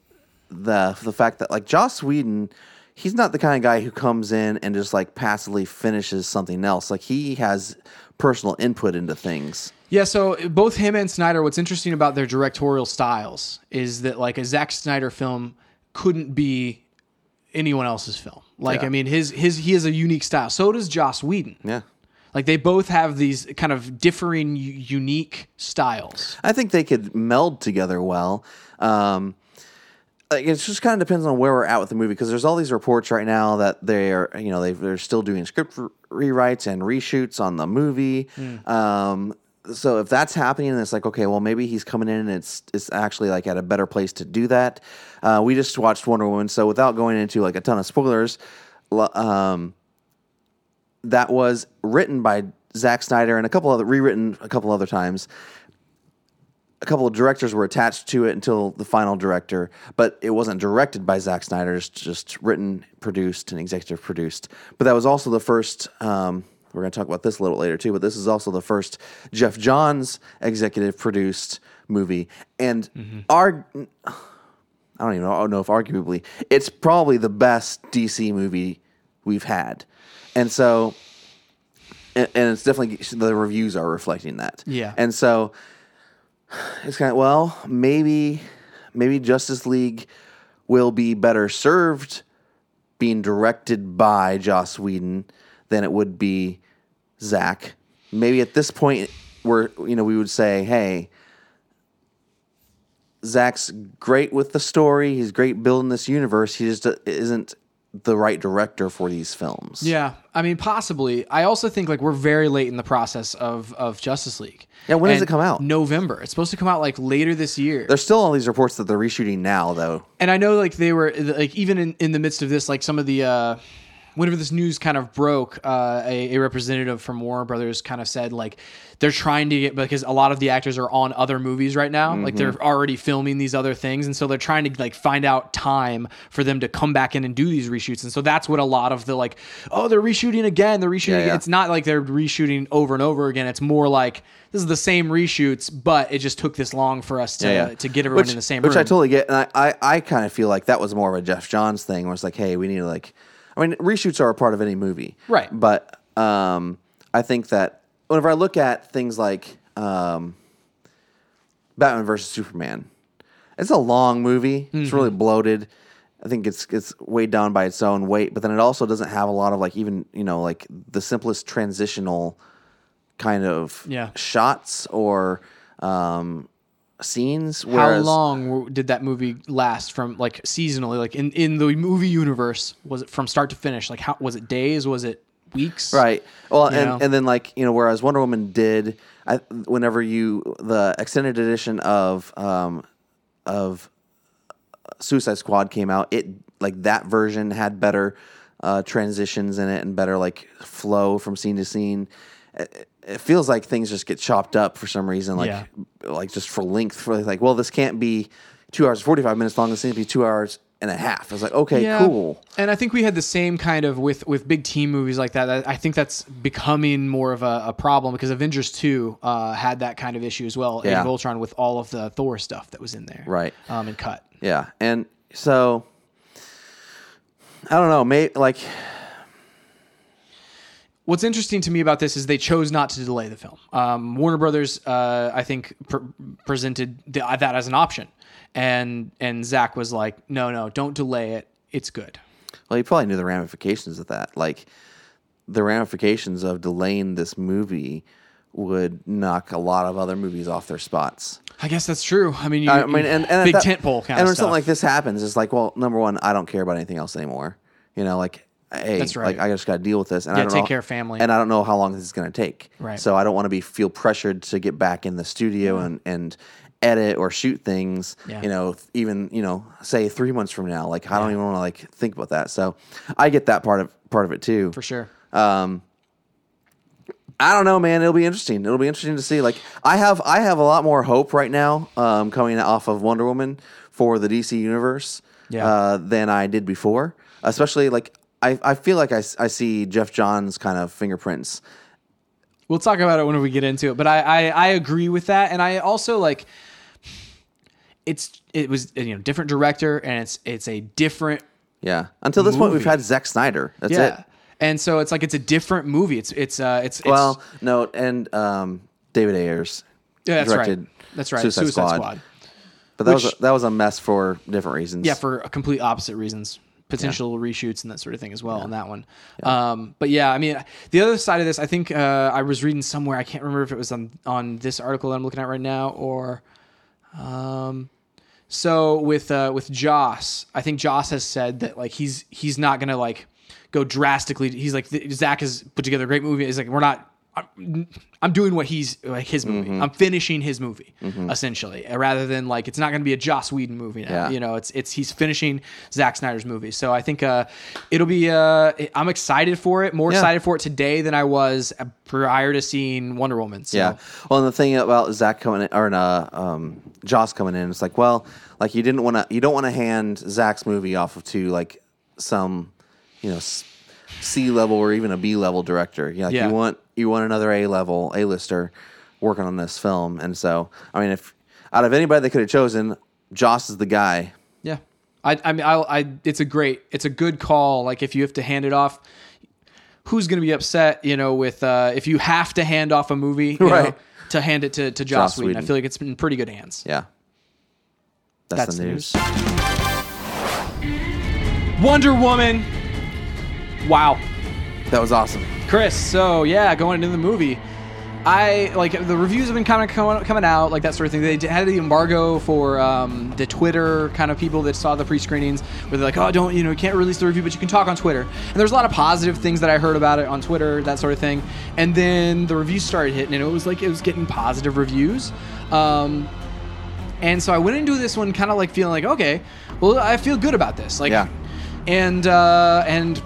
the the fact that like Joss Whedon, he's not the kind of guy who comes in and just like passively finishes something else. Like he has personal input into things.
Yeah, so both him and Snyder, what's interesting about their directorial styles is that like a Zack Snyder film couldn't be anyone else's film. Like
Yeah.
I mean his his he has a unique style. So does Joss Whedon.
Yeah.
Like they both have these kind of differing u- unique styles.
I think they could meld together well. Um, like it just kind of depends on where we're at with the movie because there's all these reports right now that they're you know they they're still doing script re- rewrites and reshoots on the movie. Um, so if that's happening, it's like okay, well maybe he's coming in and it's it's actually like at a better place to do that. Uh, we just watched Wonder Woman, so without going into like a ton of spoilers, lo- um, that was written by Zack Snyder and a couple other rewritten a couple other times a couple of directors were attached to it until the final director, but it wasn't directed by Zack Snyder. It's just written, produced, and executive produced. But that was also the first. Um, we're going to talk about this a little later too. But this is also the first Jeff Johns executive produced movie, and our. I don't even know, know if arguably it's probably the best DC movie we've had, and so, and, and it's definitely the reviews are reflecting that.
Yeah.
and so it's kind of well maybe maybe justice league will be better served being directed by joss whedon than it would be zach maybe at this point we're you know we would say hey zach's great with the story he's great building this universe he just isn't the right director for these films.
Yeah, I mean, possibly. I also think like we're very late in the process of of Justice League.
Yeah, when does
And
it come out?
November. It's supposed to come out like later this year.
There's still all these reports that they're reshooting now, though.
and I know like they were like even in, in the midst of this, like some of the uh whenever this news kind of broke, uh a, a representative from Warner Brothers kind of said like they're trying to get because a lot of the actors are on other movies right now. Like they're
Mm-hmm.
already filming these other things, and so they're trying to like find out time for them to come back in and do these reshoots. And so that's what a lot of the like, oh, they're reshooting again, they're reshooting again.
yeah.
It's not like they're reshooting over and over again. It's more like this is the same reshoots, but it just took this long for us to to get everyone
which,
in the same
Which
room.
I totally get, and I, I, I kind of feel like that was more of a Jeff Johns thing, where it's like, hey, we need to like, I mean, reshoots are a part of any movie,
Right.
But um, I think that whenever I look at things like um, Batman versus Superman, it's a long movie.
Mm-hmm.
It's really bloated. I think it's it's weighed down by its own weight, but then it also doesn't have a lot of like even you know like the simplest transitional kind of
Yeah.
shots or um, scenes.
how
Whereas
long w- did that movie last from like seasonally like in, in the movie universe was it from start to finish like how was it days was it weeks
Right. Well, and,
know?
and then like you know, whereas Wonder Woman did, I, whenever you the extended edition of um, of Suicide Squad came out, it like that version had better uh, transitions in it and better like flow from scene to scene. It, it feels like things just get chopped up for some reason, like
Yeah.
like just for length. For like, well, this can't be two hours forty five minutes long. This needs to be two hours and a half. It's like okay,
Yeah.
cool.
and i think we had the same kind of with with big team movies like that That- i think that's becoming more of a, a problem because avengers 2 uh, had that kind of issue as well Age
Yeah.
of Ultron with all of the thor stuff that was in there
Right.
um, and cut
Yeah, and so I don't know. Maybe like
What's interesting to me about this is they chose not to delay the film. Um, Warner Brothers, uh, I think, pr- presented th- that as an option, and and Zach was like, "No, no, don't delay it. It's good."
well, you probably knew the ramifications of that. Like the ramifications of delaying this movie would knock a lot of other movies off their spots.
I guess that's true. I mean, you,
I mean, and, and
big
that-
tentpole kind
and
of
when
stuff.
something like this happens, it's like, well, number one, I don't care about anything else anymore. You know, like, hey,
That's right.
like I just got to deal with this, and I
Yeah,
don't
take
know-
care of family.
and I don't know how long this is going to take.
Right.
So I don't want to be feel pressured to get back in the studio and and edit or shoot things.
Yeah.
You know, th- even you know, say three months from now, like I don't even want to like think about that. So I get that part of part of it too.
for sure.
I don't know, man. It'll be interesting. It'll be interesting to see. Like I have, I have a lot more hope right now um, coming off of Wonder Woman for the DC universe
Yeah.
uh, than I did before. Especially like I, I feel like I, s- I see Jeff Johns kind of fingerprints.
We'll talk about it when we get into it. But I, I, I agree with that, and I also like. It's it was you know different director, and it's it's a different
Yeah. Until this point, we've
Movie.
had Zack Snyder. That's
yeah.
it.
And so it's like it's a different movie. It's it's uh it's, it's
Well, no, and um, David Ayers.
Yeah, that's
directed
right. That's right.
Suicide
Suicide,
Squad.
Squad.
But that was
Which-
a, that was a mess for different reasons.
Yeah, for complete opposite reasons, potential reshoots and that sort of thing as well on that one. Um, but yeah, I mean, the other side of this, I think uh, I was reading somewhere. I can't remember if it was on on this article that I'm looking at right now or. Um, so with uh, with Joss, I think Joss has said that like he's he's not gonna like go drastically. He's like th- Zach has put together a great movie. He's like we're not. I'm, I'm doing what he's like his movie.
Mm-hmm.
I'm finishing his movie essentially, rather than like it's not going to be a Joss Whedon movie now.
Yeah.
You know, it's it's he's finishing Zack Snyder's movie. So I think uh, it'll be. Uh, I'm excited for it. More excited for it today than I was prior to seeing Wonder Woman. So.
Yeah. Well, and the thing about Zach coming in, or uh, um, Joss coming in, it's like, well, like you didn't want to, you don't want to hand Zach's movie off of to like some, you know, C level or even a B level director. You know, like
Yeah.
you want you want another A level A lister working on this film, and so I mean, if out of anybody they could have chosen, Joss is the guy.
Yeah, I, I mean, I, I, it's a great, it's a good call. Like if you have to hand it off, who's going to be upset? You know, with uh, if you have to hand off a movie, you
Right.
know, to hand it to to Joss,
Joss
Whedon.
Whedon.
I feel like it's been in pretty good hands.
Yeah. That's, the news.
Wonder Woman. Wow,
That was awesome.
Chris. So yeah, going into the movie, I like the reviews have been kind of coming, coming out, like that sort of thing. They d- had the embargo for um, the Twitter kind of people that saw the pre-screenings, where they're like, "Oh, don't you know, you can't release the review, but you can talk on Twitter." And there's a lot of positive things that I heard about it on Twitter, that sort of thing. And then the reviews started hitting, and it was like it was getting positive reviews. Um, and so I went into this one kind of like feeling like, okay, well, I feel good about this, like,
Yeah.
and uh, and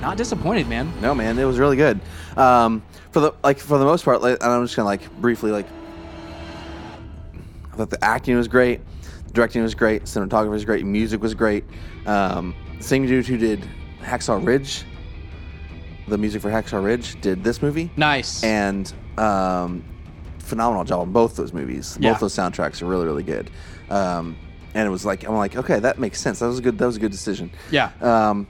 not disappointed, man.
No, man, it was really good. Um, for the like for the most part, like, and I'm just gonna like briefly like. I thought the acting was great, directing was great, cinematography was great, music was great. Um, same dude who did Hacksaw Ridge, the music for Hacksaw Ridge, did this movie
Nice.
and um, phenomenal job on both those movies.
Yeah.
Both those soundtracks are really really good. Um, and it was like I'm like okay, that makes sense. That was a good. That was a good decision.
yeah.
Um,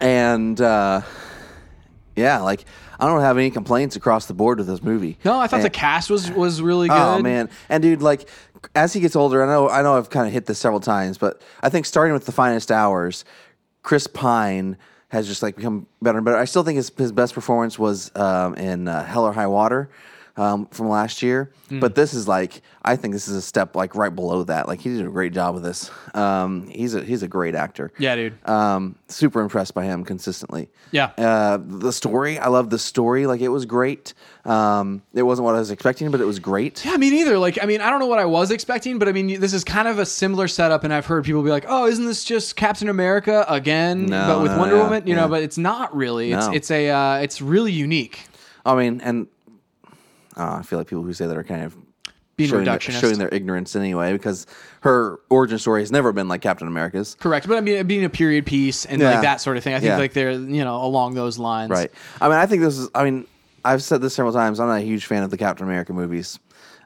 and uh, yeah, like I don't have any complaints across the board with this movie.
No, I thought the
And-
cast was was really good.
Oh man, and dude, like as he gets older, I know I know I've kind of hit this several times, but I think starting with the finest hours, Chris Pine has just like become better and better. I still think his his best performance was um, in uh, Hell or High Water. Um, from last year,
Hmm.
but this is like I think this is a step like right below that. Like he did a great job with this. Um, he's a he's a great actor.
Yeah, dude.
Um, super impressed by him consistently.
Yeah.
Uh, the story, I love the story. Like it was great. Um, it wasn't what I was expecting, but it was great.
Yeah, me neither. Like, I mean, I don't know what I was expecting, but I mean, this is kind of a similar setup, and I've heard people be like, "Oh, isn't this just Captain America again,
No,
but with
no,
Wonder
yeah,
Woman?" You know,
yeah.
but it's not really. It's
No.
it's a uh, it's really unique.
I mean, and uh, I feel like people who say that are kind of
Being
showing, their,
reductionist.
showing their ignorance anyway, because her origin story has never been like Captain America's.
Correct, but I mean, being a period piece and
Yeah.
like that sort of thing, I think
Yeah.
like they're you know along those lines.
Right. I mean, I think this is. I mean, I've said this several times. I'm not a huge fan of the Captain America movies.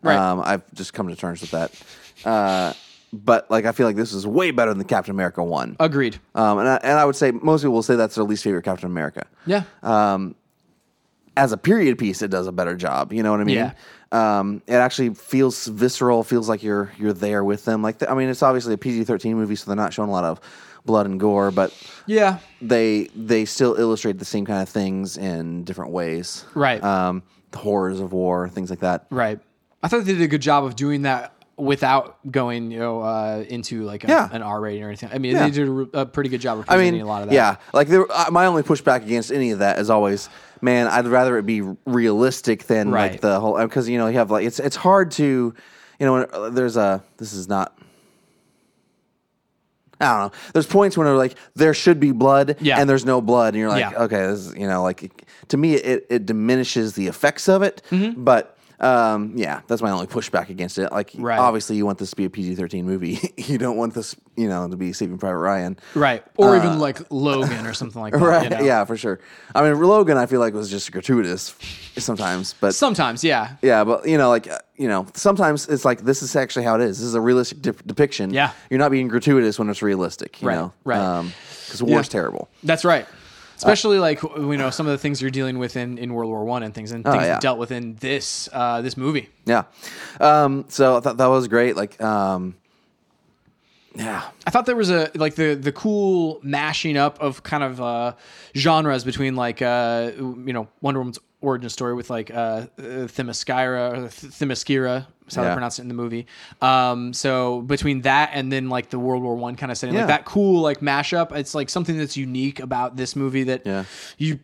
Right.
Um, I've just come to terms with that. Uh, but like, I feel like this is way better than Captain America one.
Agreed.
Um, and I, and I would say most people will say that's their least favorite Captain America.
Yeah.
uh, As a period piece, it does a better job. You know what I mean?
Yeah.
Um, it actually feels visceral. Feels like you're you're there with them. Like the, I mean, it's obviously a PG-13 movie, so they're not showing a lot of blood and gore, but
yeah.
they they still illustrate the same kind of things in different ways.
Right.
Um, the horrors of war, things like that.
Right. I thought they did a good job of doing that without going, you know, uh, into like a,
Yeah.
an R rating or anything. I mean,
Yeah.
they did a, re- a pretty good job of
I
presenting
mean,
a lot of that.
yeah. Like there, uh, my only pushback against any of that is always, man, I'd rather it be realistic than like
Right.
the whole because you know you have like it's it's hard to, you know, when, uh, there's a this is not. I don't know. There's points when they're like, there should be blood,
Yeah.
and there's no blood, and you're like,
Yeah.
okay, this is, you know, like it- to me, it, it diminishes the effects of it.
Mm-hmm.
But um, yeah, that's my only pushback against it. Like,
Right.
obviously, you want this to be a PG-13 movie. you don't want this, you know, to be Saving Private Ryan,
Right. Or even like Logan or something like that.
Uh, Right.
you know?
Yeah, for sure. I mean, Logan, I feel like was just gratuitous sometimes, but
Sometimes, yeah.
yeah, but you know, like uh, you know, sometimes it's like this is actually how it is. This is a realistic de- depiction.
Yeah.
you're not being gratuitous when it's realistic. You
Right,
know?
right.
Because war's terrible.
That's
Uh,
right. Especially like you know some of the things you're dealing with in, in World War One and things and things
oh, yeah.
dealt with in this uh, this movie.
Yeah. Um. So I thought that was great. Like. Um. Yeah.
I thought there was a like the the cool mashing up of kind of uh, genres between like uh, you know Wonder Woman's origin story with like uh, uh, Themyscira or Th- Themyscira, is how
Yeah.
they pronounce it in the movie. Um, so between that and then like the World War One kind of setting,
Yeah.
like that cool like mashup. It's like something that's unique about this movie that
Yeah.
you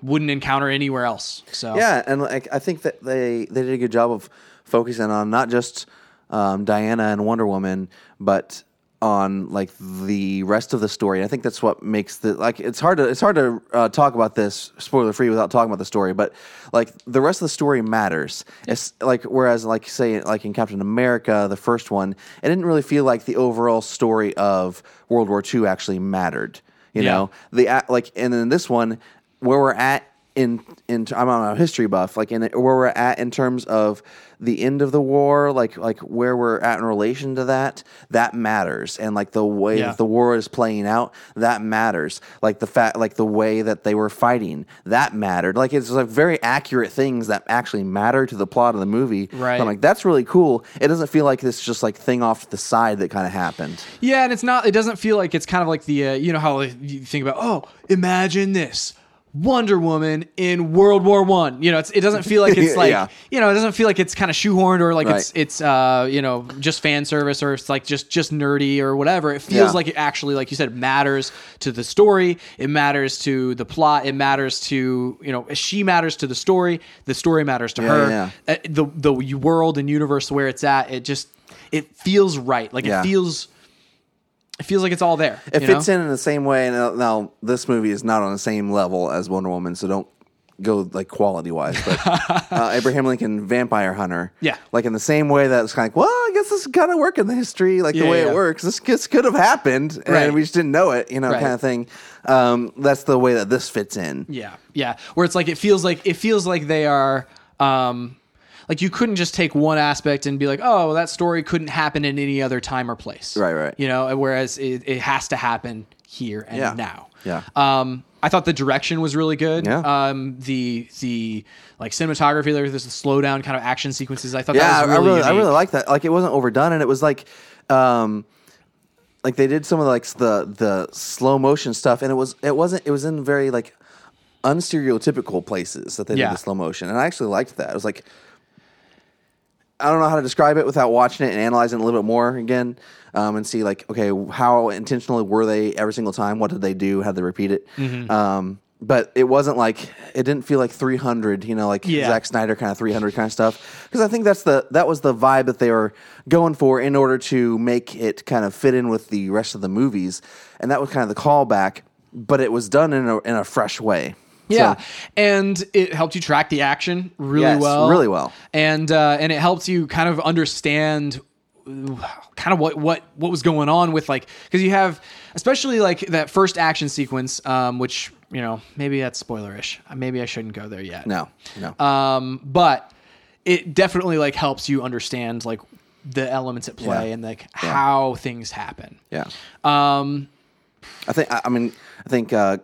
wouldn't encounter anywhere else. So
Yeah, and like I think that they they did a good job of focusing on not just um, Diana and Wonder Woman, but on like the rest of the story. I think that's what makes the like it's hard to it's hard to uh, talk about this spoiler free without talking about the story, but like the rest of the story matters. It's like whereas like say like in Captain America, the first one, it didn't really feel like the overall story of World War II actually mattered. You
Yeah.
know, the a- like and then this one where we're at in in I'm on a history buff like in where we're at in terms of the end of the war like like where we're at in relation to that that matters and like the way
Yeah.
that the war is playing out that matters like the fact like the way that they were fighting that mattered like it's like very accurate things that actually matter to the plot of the movie So
Right.
I'm like that's really cool it doesn't feel like this just like thing off to the side that kind of happened
Yeah, and it's not. It doesn't feel like it's kind of like the uh, you know how like, you think about oh, imagine this. Wonder Woman in World War One. You know, it's, it doesn't feel like it's like
Yeah.
you know, it doesn't feel like it's kind of shoehorned or like it's
Right.
it's uh you know just fan service or it's like just just nerdy or whatever. It feels
Yeah.
like it actually, like you said, matters to the story. It matters to the plot. It matters to you know she matters to the story. The story matters to her.
yeah.
Uh, The the world and universe where it's at. It just it feels right. Like
Yeah.
it feels. It feels like it's all there.
It
you
fits
know?
in in the same way. And uh, now this movie is not on the same level as Wonder Woman, so don't go like quality wise. But uh, Abraham Lincoln, Vampire Hunter,
Yeah.
like in the same way that it's kind of like, well, I guess this kind of work in the history, like
Yeah,
the way
yeah.
it works. This, this could have happened, and
Right.
we just didn't know it, you know,
Right.
kind of thing. Um, that's the way that this fits in.
Yeah, yeah. Where it's like it feels like it feels like they are, um, like you couldn't just take one aspect and be like, oh, well, that story couldn't happen in any other time or place.
Right, right.
You know, whereas it, it has to happen here and
Yeah.
now.
Yeah.
Um, I thought the direction was really good.
Yeah.
Um, the the like cinematography, there was the slow down kind of action sequences. I thought
yeah,
that was really,
I really, I
unique.
really like that. Like it wasn't overdone, and it was like, um, like they did some of like the the slow motion stuff, and it was it wasn't it was in very like unstereotypical places that they
Yeah.
did the slow motion, and I actually liked that. It was like. I don't know how to describe it without watching it and analyzing it a little bit more again, um, and see like okay, how intentionally were they every single time? What did they do? How did they repeat it?
Mm-hmm.
Um, but it wasn't like it didn't feel like 300, you know, like
Yeah.
Zack Snyder kind of 300 kind of stuff. Because I think that's the that was the vibe that they were going for in order to make it kind of fit in with the rest of the movies, and that was kind of the callback. But it was done in a in a fresh way.
Yeah,
So,
and it helped you track the action really
Yes,
well,
really well.
and uh, and it helped you kind of understand uh, kind of what what what was going on with like because you have especially like that first action sequence, um, which you know maybe that's spoilerish. Uh, Maybe I shouldn't go there yet.
no, no.
Um, but it definitely like helps you understand like the elements at play
Yeah.
and like how things happen.
yeah.
Um,
I think. I I mean, I think uh,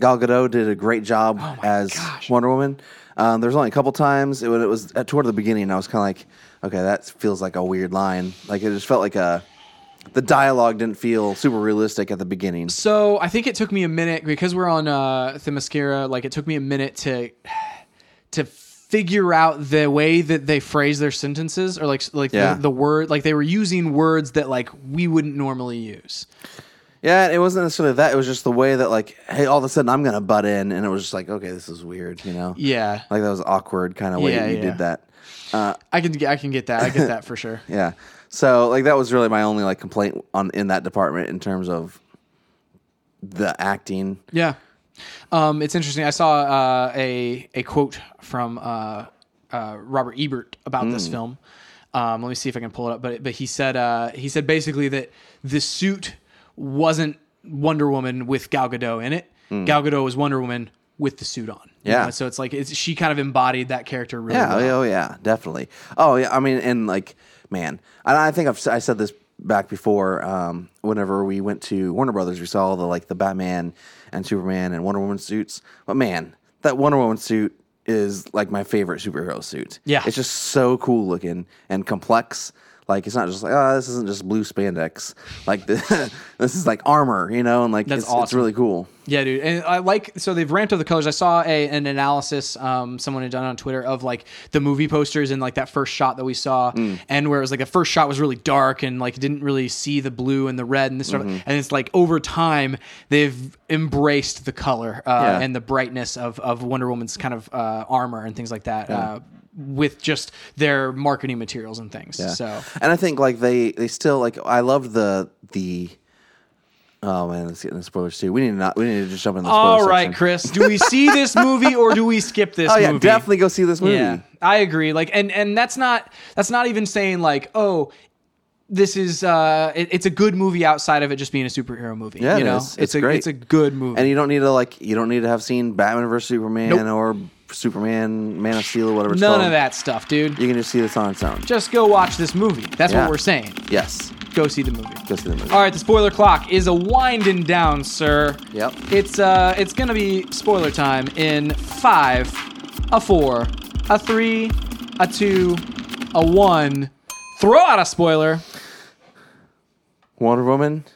Gal Gadot did a great job as
Oh gosh.
Wonder Woman. Um, there was only a couple times it, wa- it was at, toward the beginning. I was kind of like, okay, that feels like a weird line. Like it just felt like a. The dialogue didn't feel super realistic at the beginning.
So I think it took me a minute because we're on uh, Themyscira. Like it took me a minute to to figure out the way that they phrase their sentences or like like
Yeah.
the, the word like they were using words that like we wouldn't normally use.
Yeah, it wasn't necessarily that. It was just the way that, like, hey, all of a sudden I'm gonna butt in, and it was just like, okay, this is weird, you know?
Yeah,
Like that was awkward kind of way
Yeah,
that you
yeah.
did that.
I can get I can get that. I get that for sure.
Yeah. So like that was really my only like complaint on in that department in terms of the acting.
Yeah. Um, it's interesting. I saw uh, a a quote from uh, uh, Robert Ebert about this
Hmm.
film. Um, let me see if I can pull it up. But but he said uh, he said basically that the suit wasn't Wonder Woman with Gal Gadot in it. Gal Gadot was Wonder Woman with the suit on. You
Hmm. Yeah.
know, So it's like it's, she kind of embodied that character really
Yeah.
well.
Oh, yeah. Definitely. Oh, yeah. I mean, and like, man, and I think I've s- I said this back before. Um, whenever we went to Warner Brothers, we saw the like the Batman and Superman and Wonder Woman suits. But man, that Wonder Woman suit is like my favorite superhero suit.
Yeah.
It's just so cool looking and complex. Like it's not just like oh this isn't just blue spandex like the, this is like armor you know and like
That's
it's, it's
awesome.
really cool
Yeah, dude, and I like so they've ramped up the colors. I saw a an analysis um, someone had done on Twitter of like the movie posters and like that first shot that we saw,
Mm.
and where it was like the first shot was really dark and like didn't really see the blue and the red and this sort
Mm-hmm.
of, and it's like over time they've embraced the color uh,
Yeah.
and the brightness of of Wonder Woman's kind of uh, armor and things like that. Uh, with just their marketing materials and things. So
and I think like they they still like I love the the oh man let's get into spoilers too. We need to not we need to just jump in the spoilers.
All right,
section.
Chris. Do we see this movie or do we skip this
Oh yeah,
movie?
definitely go see this movie.
Yeah, I agree. Like, and and that's not that's not even saying like, oh, this is uh, it, it's a good movie outside of it just being a superhero movie.
Yeah,
you
it
know,
is. It's
a
great.
it's a good movie.
And you don't need to like you don't need to have seen Batman versus Superman
Nope.
or Superman Man of Steel or whatever. It's
None
called.
of that stuff, dude.
You can just see this on its own.
just go watch this movie. That's
Yeah.
what we're saying.
Yes,
Go see the movie.
go see the movie.
All right, the spoiler clock is a winding down, sir.
Yep.
It's uh, it's gonna be spoiler time in five, a four, a three, a two, a one. Throw out a spoiler.
Wonder Woman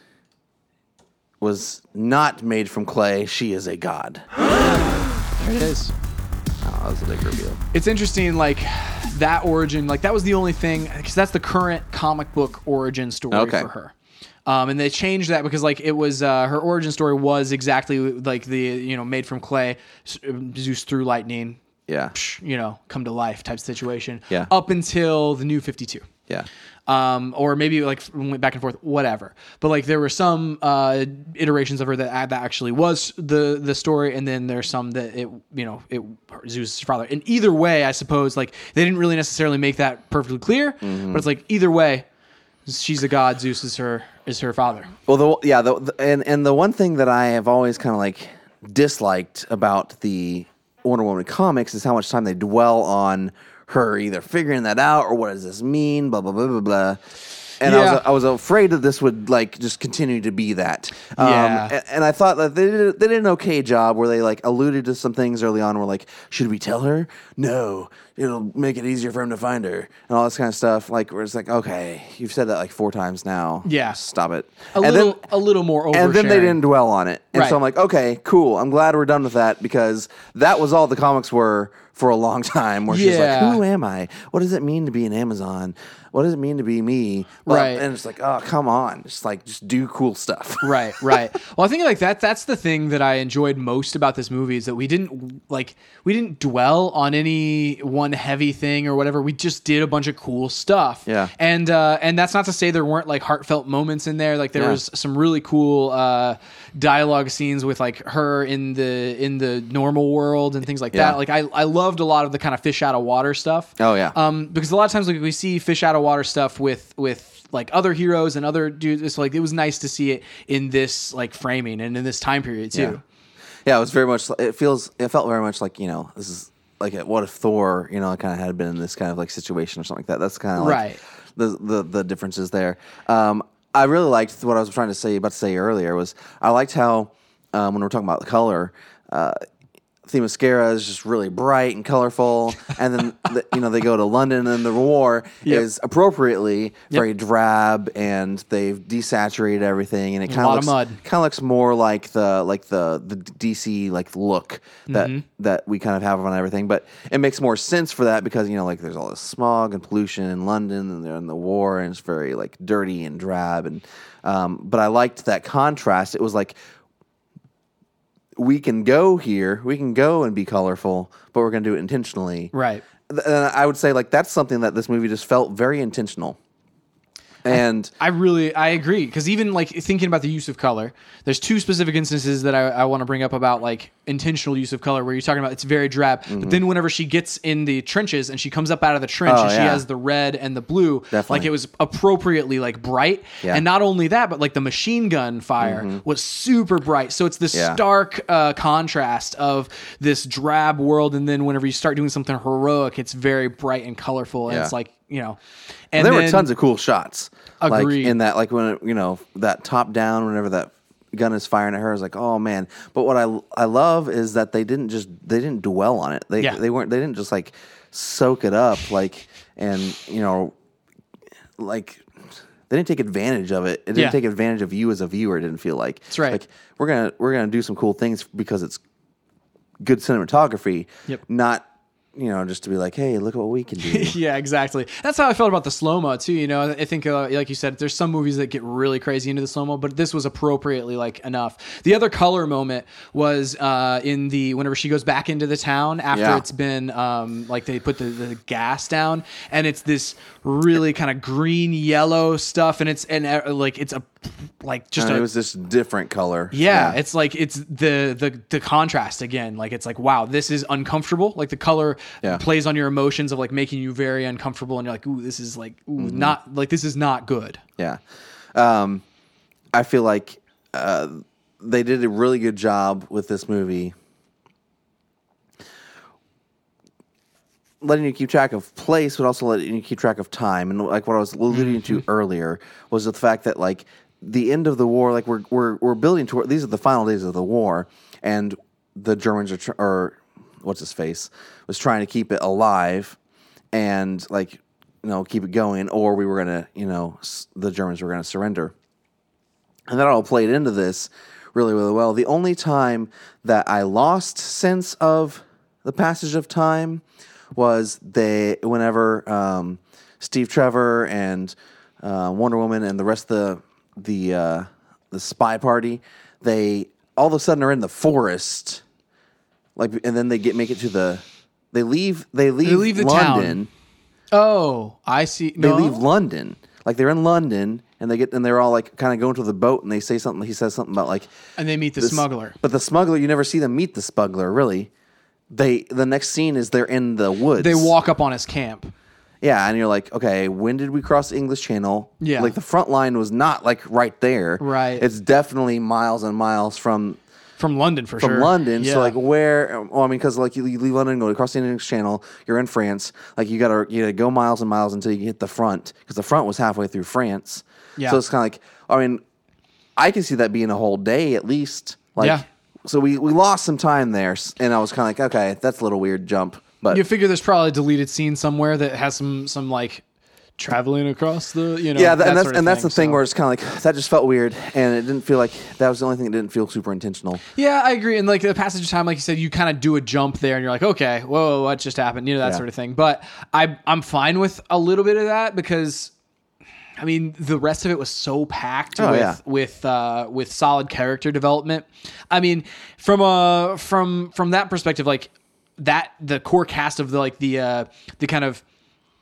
was not made from clay. She is a god.
There it is.
Oh, that was a big reveal.
it's interesting like that origin like that was the only thing because that's the current comic book origin story
Okay.
for her um, and they changed that because like it was uh, her origin story was exactly like the you know made from clay s- um, zeus through lightning
Yeah.
psh, you know come to life type situation
Yeah.
up until the new 52
Yeah.
um, or maybe like went back and forth, whatever. But like there were some uh, iterations of her that that actually was the the story, and then there's some that it you know it Zeus's father. And either way, I suppose like they didn't really necessarily make that perfectly clear, but it's like either way, she's a god. Zeus is her is her father.
Well, the yeah, the, the and and the one thing that I have always kind of like disliked about the Wonder Woman comics is how much time they dwell on her either figuring that out or what does this mean, blah blah blah blah blah. And I,
Yeah.
was, I was afraid that this would like just continue to be that. Um,
Yeah.
a- and I thought that they did, they did an okay job where they like alluded to some things early on. Where like, should we tell her? No, it'll make it easier for him to find her and all this kind of stuff. Like, where it's like, okay, you've said that like four times now.
Yeah.
stop it.
A
and
little
then,
a little more over.
and then they didn't dwell on it. And
Right.
so I'm like, okay, cool. I'm glad we're done with that because that was all the comics were for a long time where she's like,
Yeah.
who am I? What does it mean to be an Amazon? What does it mean to be me? Blah-
Right.
And it's like, oh, come on. Just like, just do cool stuff.
right right well i think like that that's the thing that i enjoyed most about this movie is that we didn't like we didn't dwell on any one heavy thing or whatever we just did a bunch of cool stuff
Yeah.
and uh and that's not to say there weren't like heartfelt moments in there like there
Yeah.
was some really cool uh dialogue scenes with like her in the in the normal world and things like
Yeah.
that like i i loved a lot of the kind of fish out of water stuff
Oh, yeah.
um, because a lot of times like, we see fish out of water stuff with with like other heroes and other dudes. So like it was nice to see it in this like framing and in this time period too.
yeah, it was very much, it feels, it felt very much like, you know, this is like, what if Thor, you know, kind of had been in this kind of like situation or something like that. That's kind of like
Right.
the, the, the differences there. Um, I really liked what I was trying to say, about to say earlier was I liked how, um, when we're talking about color, uh, the mascara is just really bright and colorful, and then the, you know they go to London, and the war is appropriately very drab, and they've desaturated everything, and it kind
lot
of
of
looks
mud.
kind of looks more like the like the the DC like look that
Mm-hmm.
that we kind of have on everything, but it makes more sense for that because you know like there's all this smog and pollution in London, and they're in the war, and it's very like dirty and drab, and um, but I liked that contrast. It was like we can go here, we can go and be colorful, but we're going to do it intentionally.
Right.
Th- And I would say like that's something that this movie just felt very intentional. And
I really I agree because even like thinking about the use of color, there's two specific instances that I, I want to bring up about like intentional use of color where you're talking about it's very drab, but then whenever she gets in the trenches and she comes up out of the trench
Mm-hmm. Oh,
and she
yeah.
has the red and the blue,
Definitely.
like it was appropriately like bright,
Yeah. Mm-hmm.
and not only that, but like the machine gun fire was super bright, so it's this
Yeah.
stark uh, contrast of this drab world, and then whenever you start doing something heroic, it's very bright and colorful, and
Yeah.
it's like you know, and
there were
then-
tons of cool shots. Like
Agreed.
in that, like when it, you know that top down, whenever that gun is firing at her, I was like, oh man. But what I I love is that they didn't just they didn't dwell on it. They
Yeah.
they weren't they didn't just like soak it up like and you know like they didn't take advantage of it. It didn't
Yeah.
take advantage of you as a viewer. It didn't feel like that's
right.
Like we're gonna we're gonna do some cool things because it's good cinematography.
Yep.
Not you know just to be like, hey, look what we can do.
yeah, exactly. That's how I felt about the slow mo too. You know, I think uh, like you said, there's some movies that get really crazy into the slow mo, but this was appropriately like enough. The other color moment was uh, in the whenever she goes back into the town after
Yeah.
it's been um, like they put the, the gas down, and it's this really kind of green yellow stuff, and it's and uh, like it's a like just
And
a
it was this different color.
yeah, it's like it's the the the contrast again. Like it's like wow, this is uncomfortable. Like the color
Yeah.
plays on your emotions of like making you very uncomfortable, and you're like, ooh, this is like ooh,
Mm-hmm.
not like this is not good.
Yeah. Um, I feel like uh, they did a really good job with this movie, letting you keep track of place, but also letting you keep track of time. And like what I was alluding to
Mm-hmm.
earlier was the fact that like the end of the war, like we're we're we're building toward these are the final days of the war, and the Germans are tr- or what's his face was trying to keep it alive, and like you know keep it going, or we were gonna you know s- the Germans were gonna surrender and that all played into this really, really well. The only time that I lost sense of the passage of time was they whenever um, Steve Trevor and uh, Wonder Woman and the rest of the the uh, the spy party, they all of a sudden are in the forest, like, and then they get make it to the. They leave. They leave.
leave the town.
London
Oh, I see.
they
No,
leave London. Like they're in London and they get and they're all like kind of going to the boat and they say something. He says something about like
and they meet the
this-
smuggler.
But the smuggler, you never see them meet the smuggler really. They the next scene is they're in the woods.
They walk up on his camp.
Yeah, and you're like, okay, when did we cross the English Channel?
Yeah.
like the front line was not like right there.
Right.
it's definitely miles and miles from
From London, for
from
sure.
London.
Yeah.
So like where? Well, I mean, because like you leave London, go across the English Channel, you're in France. Like you gotta you gotta go miles and miles until you hit the front because the front was halfway through France.
Yeah.
So it's kind of like I mean, I can see that being a whole day at least. Like,
Yeah.
So we we lost some time there, s- and I was kind of like, okay, that's a little weird jump, but
you figure there's probably a deleted scene somewhere that has some some like traveling across the you know.
yeah, that, and that's
sort of
and that's the thing
so-
where it's kind of like that just felt weird, and it didn't feel like that was the only thing that didn't feel super intentional.
Yeah, I agree. And like the passage of time, like you said, you kind of do a jump there, and you're like, okay, whoa, what just happened? You know that
Yeah.
sort of thing. But I I'm fine with a little bit of that because. I mean, the rest of it was so packed
Oh,
with
yeah.
with uh, with solid character development. I mean, from a from from that perspective, like that the core cast of the like the uh, the kind of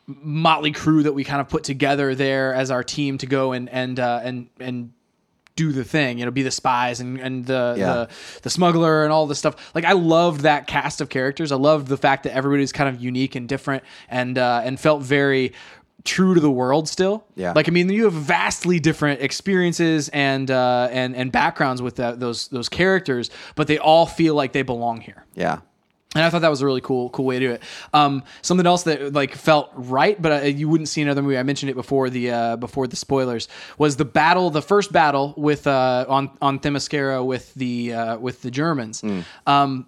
motley crew that we kind of put together there as our team to go and and uh, and and do the thing, you know, be the spies and and the,
Yeah.
the the smuggler and all this stuff. Like I loved that cast of characters. I loved the fact that everybody's kind of unique and different and uh, and felt very true to the world still.
Yeah.
Like I mean, you have vastly different experiences and uh, and and backgrounds with that, those those characters, but they all feel like they belong here.
Yeah,
And I thought that was a really cool, cool way to do it. Um, something else that like felt right, but uh, you wouldn't see another movie. I mentioned it before the uh, before the spoilers was the battle, the first battle with uh, on on Themyscira with the uh, with the Germans. Um,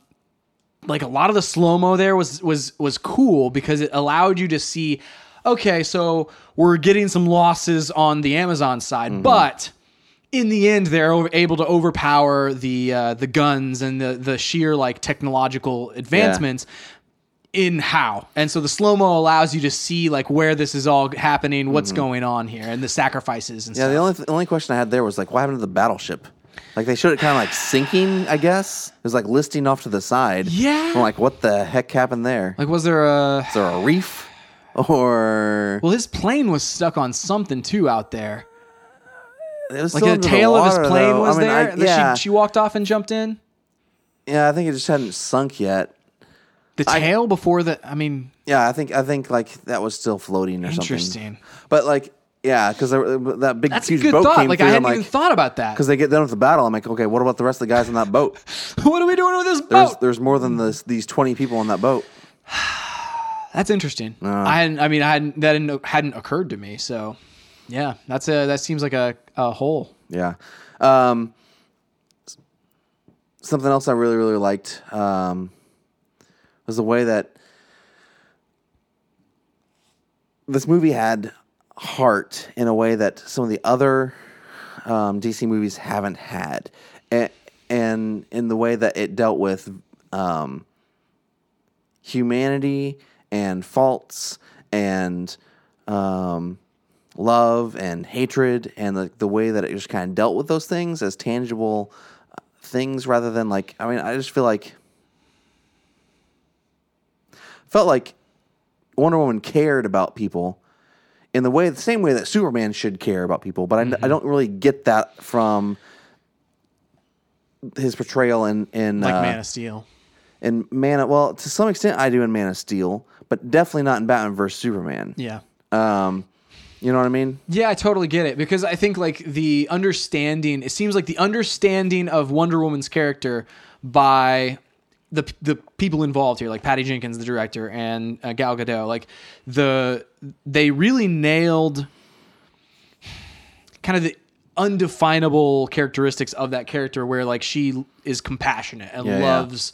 like a lot of the slow mo there was was was cool because it allowed you to see okay so we're getting some losses on the amazon side but in the end they're over, able to overpower the uh, the guns and the the sheer like technological advancements in how and so the slow mo allows you to see like where this is all happening what's going on here and the sacrifices and
yeah.
stuff
The only th- the only question I had there was like, what happened to the battleship? Like they showed it kind of like sinking, I guess. It was like listing off to the side.
Yeah.
I'm like, what the heck happened there? Is
like was there a
there a reef? Or
well his plane was stuck on something too out there
it was
like the
still under
tail of
water,
his plane
though.
was
I mean, I-
there. that
yeah,
she, she walked off and jumped in.
yeah. I think it just hadn't sunk yet.
The tail before the. I mean,
Yeah, I think I think like that was still floating or
Interesting.
something. But like, yeah, because that big
that's a
huge
good
boat
thought.
came
Like I
through.
hadn't
I'm
even
like,
thought about that.
because they get done with the battle, I'm like, okay, what about the rest of the guys on that boat?
What are we doing with this
There's
boat?
there's more than this, these 20 people on that boat.
That's interesting.
Uh.
I hadn't. I mean, I hadn't. That hadn't, hadn't occurred to me. So, yeah, that's a. That seems like a a hole.
Yeah. Um, s- something else I really really liked um, was the way that this movie had heart in a way that some of the other um, DC movies haven't had, and, and in the way that it dealt with um, humanity and faults and um, love and hatred and the, the way that it just kind of dealt with those things as tangible uh, things rather than like I mean I just feel like felt like Wonder Woman cared about people in the way the same way that Superman should care about people, but I, I don't really get that from his portrayal in in
Like
uh,
Man of Steel.
in Man of, well, to some extent I do in Man of Steel, but definitely not in Batman versus Superman.
Yeah.
Um, you know what I mean?
Yeah, I totally get it because I think like the understanding. It seems like the understanding of Wonder Woman's character by the the people involved here, like Patty Jenkins, the director, and uh, Gal Gadot, like the they really nailed kind of the undefinable characteristics of that character, where like she is compassionate and
Yeah, yeah.
loves.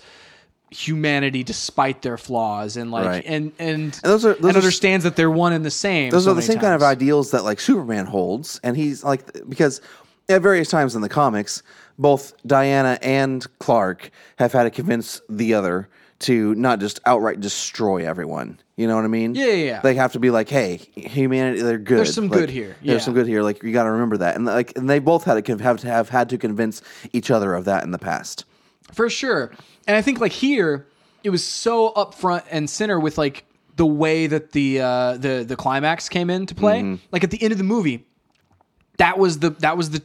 humanity despite their flaws and like
Right.
and and,
And those are- those
and
are-
understands that they're one and the same
Those
so
are the
many
same kind of
times.
ideals that like Superman holds, and he's like because At various times in the comics, both Diana and Clark have had to convince the other to not just outright destroy everyone. You know what I mean?
Yeah, yeah, yeah.
They have to be like, "Hey, humanity, they're good.
There's some
Like,
good here.
There's
Yeah.
some good here. Like you got to remember that." And like, and they both had to con- have to have had to convince each other of that in the past.
for sure. And I think like here, it was so up front and center with like the way that the uh, the the climax came into play. Like at the end of the movie, that was the that was the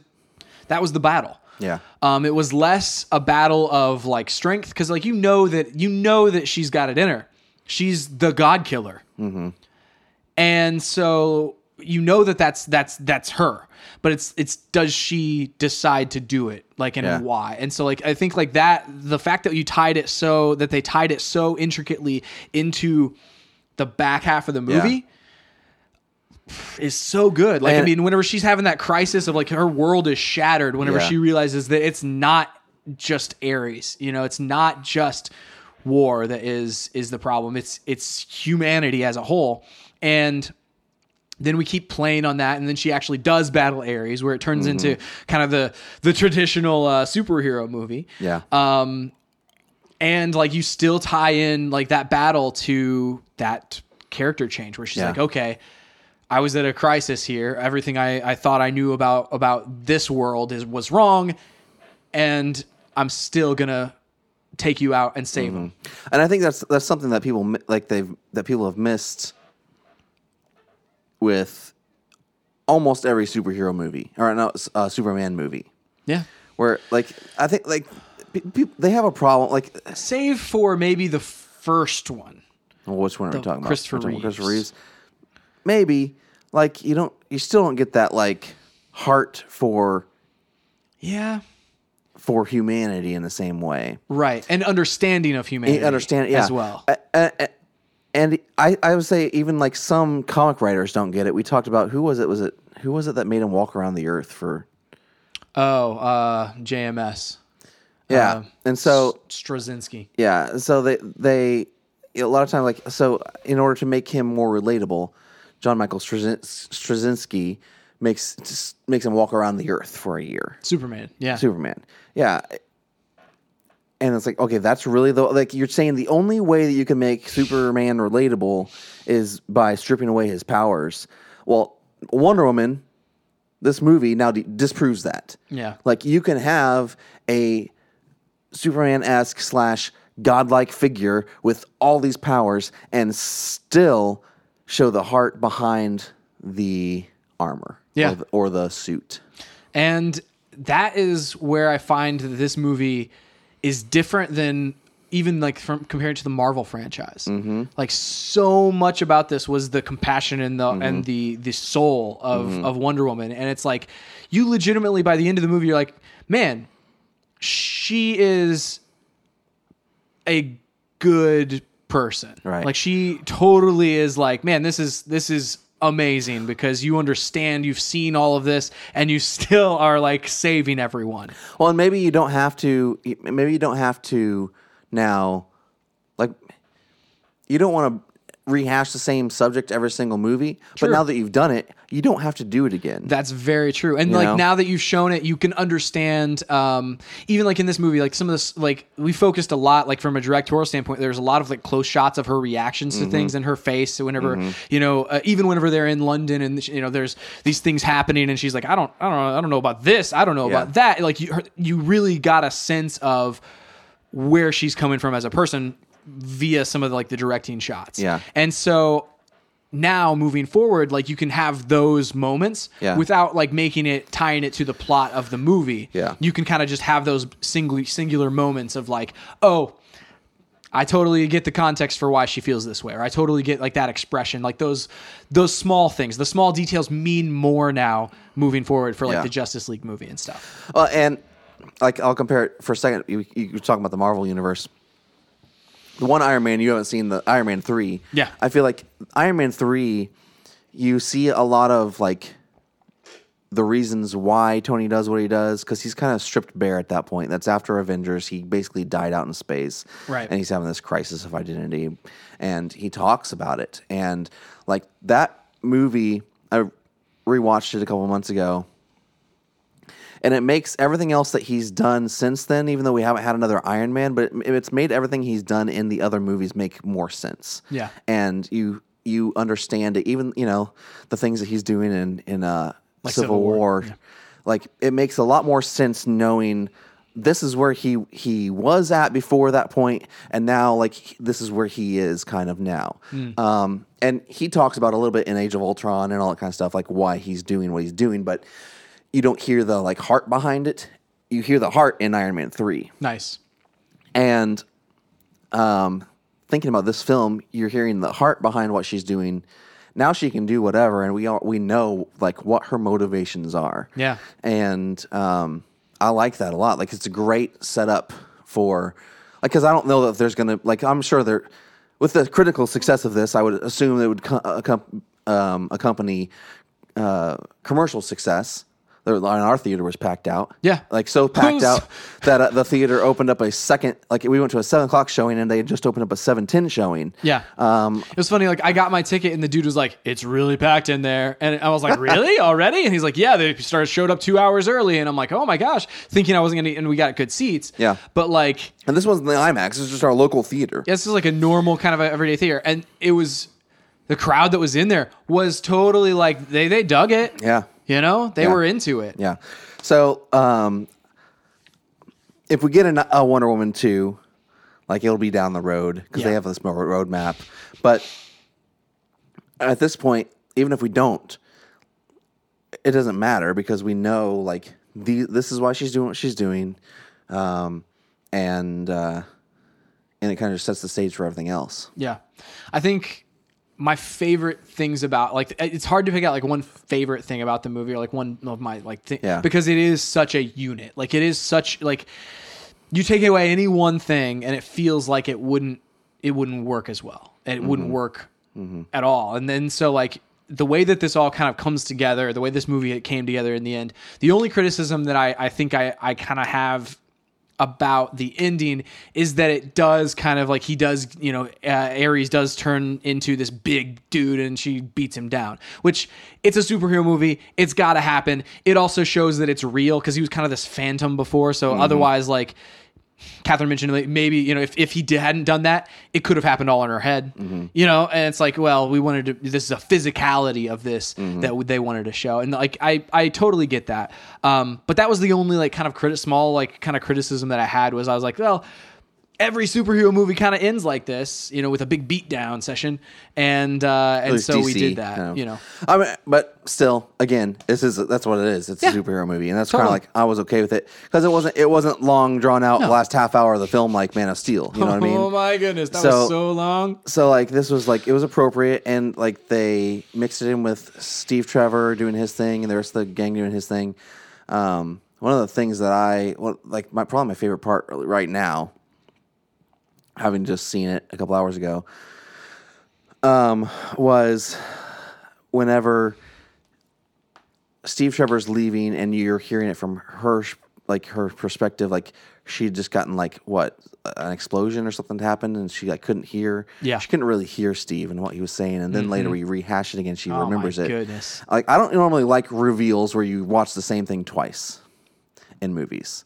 that was the battle.
Yeah.
Um, it was less a battle of like strength because like you know that you know that she's got it in her. She's the God Killer, and so you know that that's that's that's her. But it's it's does she decide to do it like and
Yeah.
why? And so like I think like that the fact that you tied it so that they tied it so intricately into the back half of the movie is so good. Like, I
And-
mean, whenever she's having that crisis of like her world is shattered, whenever
Yeah.
she realizes that it's not just Ares, you know, it's not just war that is is the problem. It's it's humanity as a whole, and then we keep playing on that, and then she actually does battle Ares, where it turns
Mm-hmm.
into kind of the the traditional uh, superhero movie
Yeah.
Uh, and like you still tie in like that battle to that character change where she's
Yeah.
like okay i was at a crisis here everything i i thought i knew about about this world is was wrong and i'm still gonna take you out and save
Mm-hmm.
them
and I think that's that's something that people mi- like they've that people have missed with almost every superhero movie or no s- uh, Superman movie,
yeah
where like I think like pe- pe- they have a problem. Like,
save for maybe the first one
well, which one are we talking about?
Christopher
We're talking about Christopher
Reeves.
Reeves. Maybe like you don't you still don't get that like heart for
yeah
for humanity in the same way.
right and understanding of humanity
You understand yeah.
as well
A- a- a- and I, I would say even like some comic writers don't get it. We talked about who was it was it who was it that made him walk around the earth for
oh uh jms
yeah.
Um,
and so
straczynski
yeah, so they they a lot of times like so in order to make him more relatable, John Michael Strazin- Straczynski makes just makes him walk around the earth for a year.
superman yeah
Superman. Yeah. And it's like, okay, that's really the like you're saying the only way that you can make Superman relatable is by stripping away his powers. Well, Wonder Woman, this movie now d disproves that.
yeah
Like you can have a Superman esque slash godlike figure with all these powers and still show the heart behind the armor
Yeah.
or the, or the suit.
And that is where I find that this movie is different than even like from compared to the Marvel franchise. Like so much about this was the compassion and the and the the soul of of Wonder Woman, and it's like you legitimately by the end of the movie you're like, man, she is a good person.
Right.
Like she totally is like, man, this is this is amazing because you understand, you've seen all of this, and you still are like saving everyone.
Well, and maybe you don't have to. Maybe you don't have to now. Like, you don't want to rehash the same subject every single movie. But now that you've done it, you don't have to do it again.
That's very true. And like
know?
now that you've shown it, you can understand. Um, even like in this movie, like some of this, like we focused a lot, like from a directorial standpoint. There's a lot of like close shots of her reactions
Mm-hmm.
to things and her face. So whenever you know, uh, even whenever they're in London and you know, there's these things happening, and she's like, I don't, I don't, know, I don't know about this. I don't know
Yeah.
about that. Like you, her, you really got a sense of where she's coming from as a person via some of the, like the directing shots.
Yeah.
And so now moving forward, like you can have those moments
Yeah.
without like making it tying it to the plot of the movie.
Yeah.
You can kind of just have those single singular moments of like, oh, I totally get the context for why she feels this way, or I totally get like that expression, like those those small things, the small details mean more now moving forward for like
Yeah.
the Justice League movie and stuff.
Well, and like I'll compare it for a second. You, you were talking about the Marvel universe. The one Iron Man you haven't seen the Iron Man three.
Yeah.
I feel like Iron Man three, you see a lot of like the reasons why Tony does what he does because he's kind of stripped bare at that point. That's after Avengers. He basically died out in space,
Right.
And he's having this crisis of identity, and he talks about it. And like that movie, I rewatched it a couple months ago and it makes everything else that he's done since then. Even though we haven't had another Iron Man, but it, it's made everything he's done in the other movies make more sense.
Yeah.
and you you understand it. Even you know the things that he's doing in in uh, Civil,
Civil War.
War. Like it makes a lot more sense knowing this is where he he was at before that point, and now like he- this is where he is kind of now. Um, and he talks about a little bit in Age of Ultron and all that kind of stuff, like why he's doing what he's doing, but you don't hear the like heart behind it. You hear the heart in Iron Man three,
Nice.
and um, thinking about this film, you're hearing the heart behind what she's doing. Now she can do whatever, and we all we know like what her motivations are.
Yeah.
and um, I like that a lot. Like it's a great setup for like because I don't know that there's gonna like I'm sure there with the critical success of this, I would assume it would co- accom- um, accompany uh, commercial success. There- And our theater was packed out.
Yeah.
like so packed out that uh, the theater opened up a second. Like we went to a seven o'clock showing, and they had just opened up a seven ten showing.
Yeah.
Um,
It was funny. Like I got my ticket, and the dude was like, "It's really packed in there," and I was like, "Really already?" And he's like, "Yeah, they started showed up two hours early," and I'm like, "Oh my gosh!" Thinking I wasn't gonna, and we got good seats.
Yeah.
But like,
and this wasn't the IMAX; it was just our local theater.
this is like a normal kind of a everyday theater, and it was the crowd that was in there was totally like they they dug it.
Yeah,
You know, they
Yeah.
were into it.
yeah. So um, if we get an, a Wonder Woman two, like it'll be down the road because
Yeah.
they have this mo- roadmap. But at this point, even if we don't, it doesn't matter because we know like the, this is why she's doing what she's doing, um, and uh, and it kind of sets the stage for everything else.
Yeah. I think my favorite things about like it's hard to pick out like one favorite thing about the movie or like one of my like thing
Yeah.
because it is such a unit. Like it is such like you take away any one thing and it feels like it wouldn't it wouldn't work as well. And it wouldn't work at all. And then so like the way that this all kind of comes together, the way this movie came together in the end, the only criticism that I, I think I, I kind of have about the ending is that it does kind of like he does, you know, uh, Ares does turn into this big dude and she beats him down, which it's a superhero movie. It's got to happen. It also shows that it's real because he was kind of this phantom before. So otherwise, like, Catherine mentioned like, maybe you know if, if he d- hadn't done that, it could have happened all in her head,
Mm-hmm.
you know. And it's like, well, we wanted to. This is a physicality of this
Mm-hmm.
that w- they wanted to show, and like I I totally get that. Um, but that was the only like kind of criti- small like kind of criticism that I had was I was like, well, every superhero movie kind of ends like this, you know, with a big beatdown session, and uh, and
least
so we
DC,
did that,
kind of.
you know.
I mean, but still, again, this is that's what it is. It's
Yeah.
a superhero movie, and that's
Totally.
kind of like I was okay with it because it wasn't it wasn't long drawn out last half hour of the film like Man of Steel. You know what I mean?
Oh my goodness, that
So-
was so long.
so like this was like it was appropriate and like they mixed it in with Steve Trevor doing his thing and the rest of the gang doing his thing. Um, one of the things that I well, like my probably my favorite part right now, having just seen it a couple hours ago, um, was whenever Steve Trevor's leaving and you're hearing it from her sh- like her perspective like she'd just gotten like what an explosion or something happened and she like couldn't hear
Yeah. Mm-hmm.
she couldn't really hear Steve and what he was saying and then later we rehash it again she
Oh my
remembers it
goodness.
like I don't normally like reveals where you watch the same thing twice in movies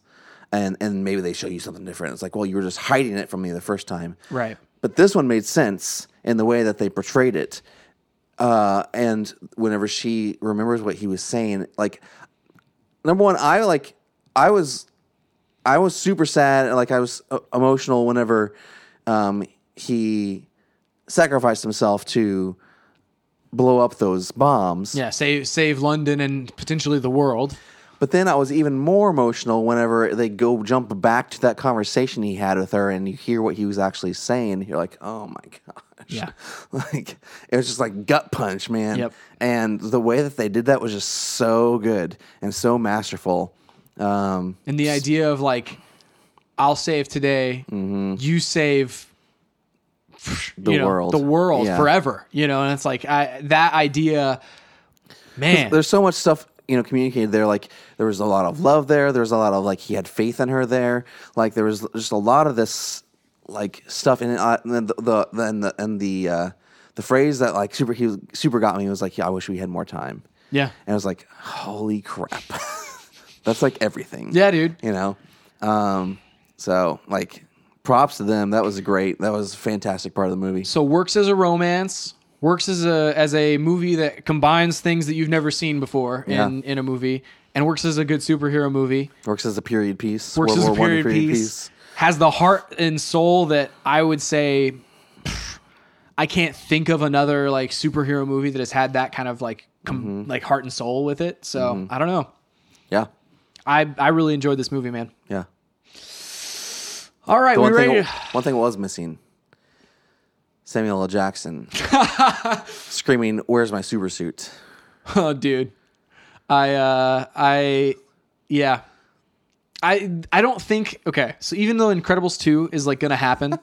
and and maybe they show you something different it's like well you were just hiding it from me the first time
Right.
but this one made sense in the way that they portrayed it. Uh, and whenever she remembers what he was saying, like number one, I like I was I was super sad, and, like I was uh, emotional whenever um, he sacrificed himself to blow up those bombs.
Yeah, save save London and potentially the world.
But then I was even more emotional whenever they go jump back to that conversation he had with her and you hear what he was actually saying. You're like, oh my gosh.
Yeah.
like, it was just like gut punch, man.
Yep.
And the way that they did that was just so good and so masterful. Um,
And the idea of like, I'll save today, you save
Mm-hmm. the
you know,
world.
the world
Yeah.
forever. You know, and it's like I, that idea, man.
There's so much stuff, you know, communicated there. Like, there was a lot of love there. There was a lot of, like, he had faith in her there. Like, there was just a lot of this, like, stuff. in it. Uh, and then the, the, then the, and the, uh, the phrase that, like, super, he was, super got me was like, yeah, I wish we had more time.
Yeah,
And I was like, holy crap. That's like everything.
Yeah, dude.
You know? Um, so, like, props to them. That was great. That was a fantastic part of the movie.
So works as a romance, works as a as a movie that combines things that you've never seen before in in a movie, and works as a good superhero movie.
Works as a period piece.
Works as a
I
period, piece, Has the heart and soul that I would say. pff, I can't think of another like superhero movie that has had that kind of like com-
Mm-hmm.
like heart and soul with it. So I don't know.
Yeah.
I I really enjoyed this movie, man.
Yeah.
All right, we
One
ready?
thing,
to-
one thing was missing Samuel L. Jackson screaming, Where's my super suit?
Oh, dude. I uh I yeah. I I don't think okay, so even though Incredibles 2 is like going to happen,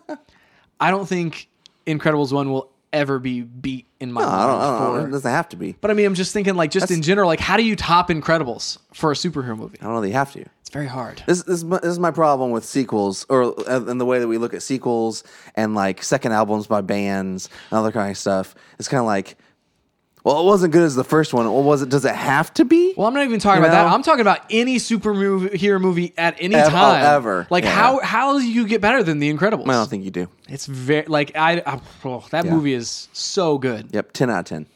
I don't think Incredibles 1 will ever be beat in my
I
mind.
don't, I don't know.
for-
It doesn't have to be.
but I mean, I'm just thinking like just in general like how do you top Incredibles for a superhero movie?
I don't know that you have to.
It's very hard.
This, this, is my- this is my problem with sequels, or uh, and the way that we look at sequels and like second albums by bands and other kind of stuff. It's kind of like, well, it wasn't good as the first one. Well, was it? Does it have to be?
Well, I'm not even talking
You
about that.
know?
I'm talking about any superhero movie at any
Ev- oh,
time
ever.
Like
Yeah.
how how do you get better than the Incredibles?
I don't think you do.
it's very like I, I oh, that
Yeah.
movie is so good.
Yep, ten out of ten.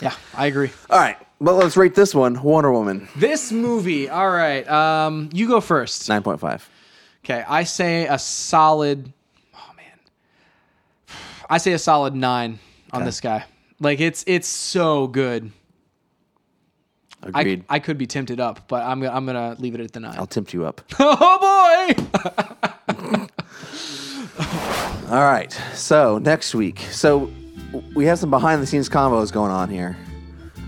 Yeah, I agree.
All right, but let's rate this one: Wonder Woman,
This movie. All right. Um, you go first.
nine point five.
Okay, I say a solid. Oh man, I say a solid nine on this guy. Like it's it's so good. I,
Agreed. I,
I could be tempted up, but I'm gonna I'm gonna leave it at the nine.
will tempt you up.
oh boy!
All right. So next week, so we have some behind the scenes combos going on here.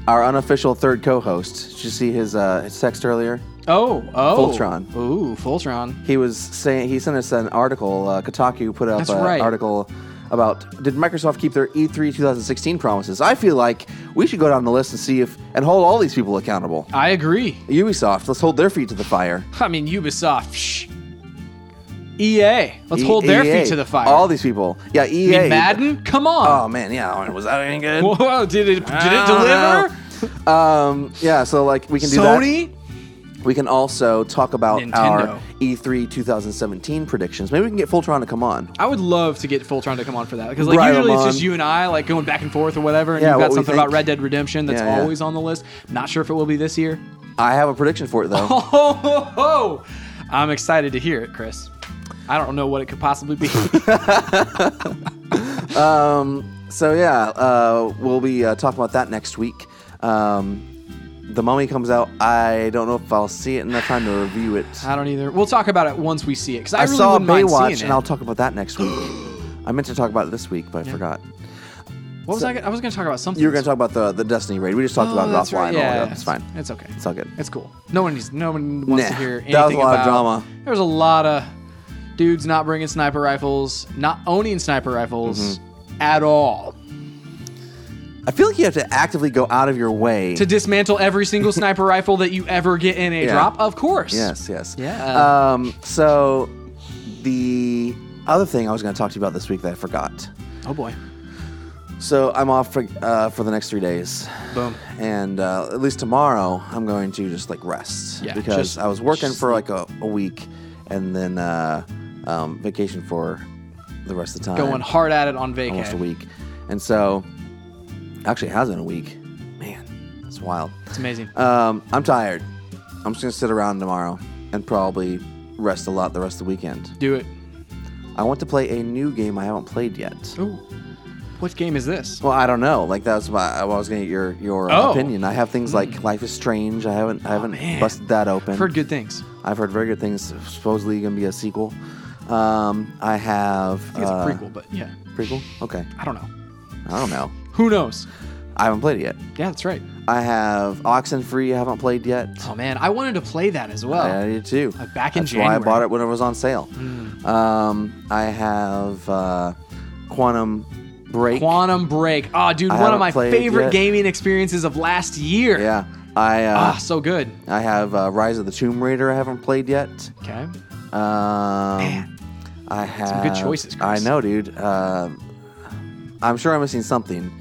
Our unofficial third co-host. Did you see his uh, his text earlier?
Oh oh.
Voltron.
Ooh, Voltron.
he was saying he sent us an article. Uh, Kotaku put up
That's
an
right.
article about did Microsoft keep their E E3 2016 promises? I feel like we should go down the list and see if and hold all these people accountable.
I agree.
Ubisoft, let's hold their feet to the fire.
I mean Ubisoft. Shh. EA. Let's hold their
EA,
feet to the fire.
E All E these people, yeah, EA,
I mean, Madden. Come on.
Oh man, yeah, was that any good?
Whoa! Did it did it
I don't
deliver?
know. Um, yeah, so like we can Ah. do that.
Sony.
We can also talk about
Nintendo.
our E E3 2017 predictions. Maybe we can get Fultron to come on.
I would love to get Voltron to come on for that because like
Right,
usually it's
Amon.
just you and I like going back and forth or whatever, and
Yeah,
you've
what
got
we
something
think.
about Red Dead Redemption that's
Yeah, yeah.
always on the list. Not sure if it will be this year.
I have a prediction for it though.
Ho ho ho! ho. Oh, I'm excited to hear it, Chris. I don't know what it could possibly be.
So yeah, uh, we'll be uh, talking about that next week. Um, the Mummy comes out. I don't know if I'll see it in enough time to review it.
I don't either. We'll talk about it once we see it because I,
I
really
saw
wouldn't mind
Baywatch,
seeing it.
and I'll talk about that next week. I meant to talk about it this week, but I forgot.
what was I? Gonna, I was going to talk about something.
You were going to talk about the the Destiny raid. We just talked about it offline.
Oh, Right.
earlier.
Yeah,
it's fine.
It's okay.
It's all good.
It's cool. No one needs. No one wants to
Nah,
hear anything
that was a lot of
about-
drama.
There was a lot of dudes not bringing sniper rifles, not owning sniper rifles
Mm-hmm.
at all.
I feel like you have to actively go out of your way.
To dismantle every single sniper rifle that you ever get in a
Yeah.
drop, of course.
yes, yes.
Yeah.
Um, so the other thing I was going to talk to you about this week that I forgot.
Oh boy.
So I'm off for uh, for the next three days.
Boom.
and uh, at least tomorrow I'm going to just like rest
Yeah,
because
just-
I was working
just
for like a, a week and then uh, um, vacation for the rest of the time.
Going hard at it on vacay.
almost a week, and so actually it has been a week. Man, that's wild.
It's amazing.
Um, I'm tired. I'm just gonna sit around tomorrow and probably rest a lot the rest of the weekend.
Do it.
I want to play a new game I haven't played yet.
Ooh. What game is this?
Well, I don't know. Like that's why I was gonna get your your uh,
Oh. Hmm.
opinion. I have things like Life is Strange. I haven't I haven't
man.
busted that open.
I've heard good things.
I've heard very good things. Supposedly gonna be a sequel. Um, I have
I think it's
uh,
a prequel, but yeah.
Prequel? Okay.
I don't know.
I don't know.
Who knows?
I haven't played it yet.
Yeah, that's right.
I have Oxenfree. I haven't played yet.
Oh man, I wanted to play that as well.
I did too.
Like, Oh. Uh, back in
That's why I
January. Hmm.
bought it when it was on sale. Um, I have uh, Quantum Break.
Quantum Break. Oh, dude,
I
one of
haven't
my
played
favorite
yet.
gaming experiences of last year.
yeah. I uh,
Ah, so good.
I have uh, Rise of the Tomb Raider. I haven't played yet.
Okay.
Um,
Man.
I have
good choices,
I
Chris.
know, dude. Um I'm sure I'm missing something.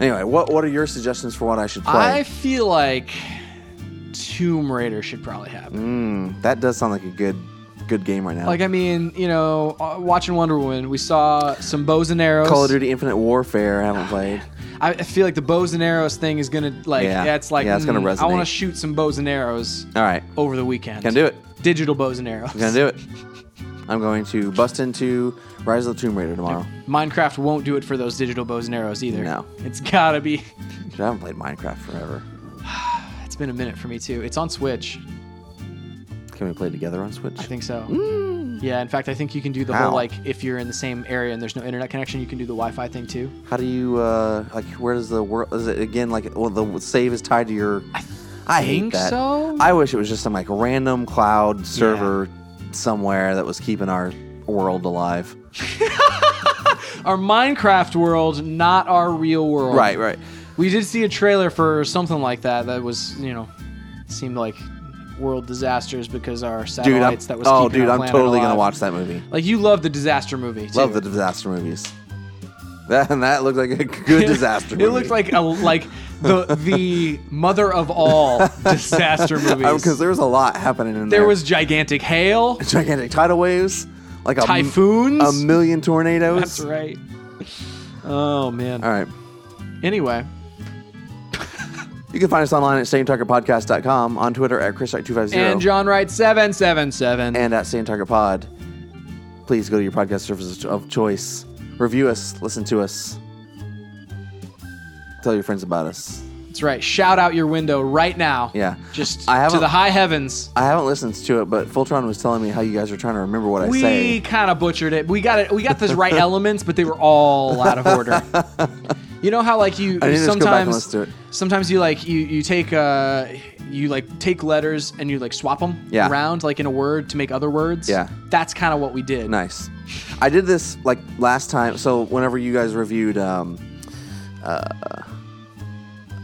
Anyway, what what are your suggestions for what I should play?
I feel like Tomb Raider should probably
Mm.
happen.
That does sound like a good good game right now.
Like, I mean, you know, uh, watching Wonder Woman, we saw some bows and arrows.
Call of Duty Infinite Warfare, I haven't
Ah,
played.
I I feel like the bows and arrows thing is gonna like
Yeah.
yeah, it's like mm,
Yeah, it's gonna
I want
resonate.
to shoot some bows and arrows
All right,
over the weekend.
Gonna do it.
Digital bows and arrows.
gonna do it. I'm going to bust into Rise of the Tomb Raider tomorrow.
Minecraft won't do it for those digital bows and arrows either.
No.
it's gotta be.
Dude, I haven't played Minecraft forever.
It's been a minute for me too. It's on Switch.
Can we play together on Switch?
I think so. Yeah, in fact, I think you can do the
Mm. How?
whole like if you're in the same area and there's no internet connection, you can do the Wi-Fi thing too.
How do you uh like? Where does the world? Is it again like? Well, the save is tied to your. I, hate
think
that.
so?
I wish it was just some like random cloud server somewhere that was keeping our world alive.
Our Minecraft world, not our real world.
Right, right.
We did see a trailer for something like that. That was, you know, seemed like world disasters because our
Dude, I'm,
satellites that was.
oh,
keeping
dude,
our
I'm
planet
totally
alive.
gonna watch that movie.
Like you love the disaster movie. Too.
Love the disaster movies. That and that looked like a good disaster. movie.
It looked like a like the the mother of all disaster movies.
because there was a lot happening in there.
there was gigantic hail,
gigantic tidal waves, like a m-
typhoons.
a million tornadoes.
That's right. Oh man.
All right.
Anyway,
You can find us online at SameTargetPodcast.com, on Twitter at ChrisWright250,
and John Wright seven seven seven.
and at Same Target Pod. Please go to your podcast services of choice. Review us, listen to us, tell your friends about us.
That's right. Shout out your window right now.
Yeah.
Just
I
to
haven't-
the high heavens.
I haven't listened to it, but Fultron was telling me how you guys are trying to remember what I
We
say.
kind of butchered it. We got it. We got the right elements, but they were all out of order. You know how like you
I need to just go back and
sometimes
listen to it.
sometimes you like you you take uh you like take letters and you like swap them
Yeah.
around like in a word to make other words.
Yeah.
that's kind of what we did.
Nice. I did this like last time. So whenever you guys reviewed, um, uh,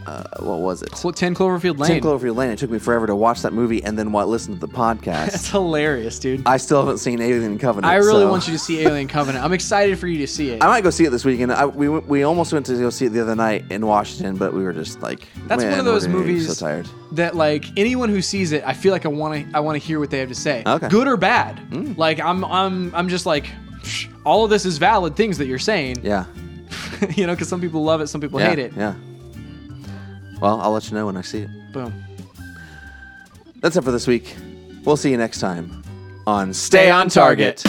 uh, what was it?
Cl- Ten Cloverfield Lane.
Tim Cloverfield Lane. It took me forever to watch that movie and then what listen to the podcast.
That's hilarious, dude. I,
I still haven't seen Alien Covenant.
really
so-
want you to see Alien Covenant. I'm excited for you to see it.
I might go see it this weekend. I, we went- we almost went to go see it the other night in Washington, but we were just like,
That's
"Man,
one of those
we're gonna be
movies
So tired.
that like anyone who sees it, I feel like I want to I want to hear what they have to say,
Okay. Mm.
good or bad. Like I'm I'm I'm just like "Psh, all of this is valid things that you're saying.
Yeah.
you know, because some people love it, some people
yeah.
hate it.
Yeah. Well, I'll let you know when I see it.
Boom.
That's it for this week. We'll see you next time on
Stay on target.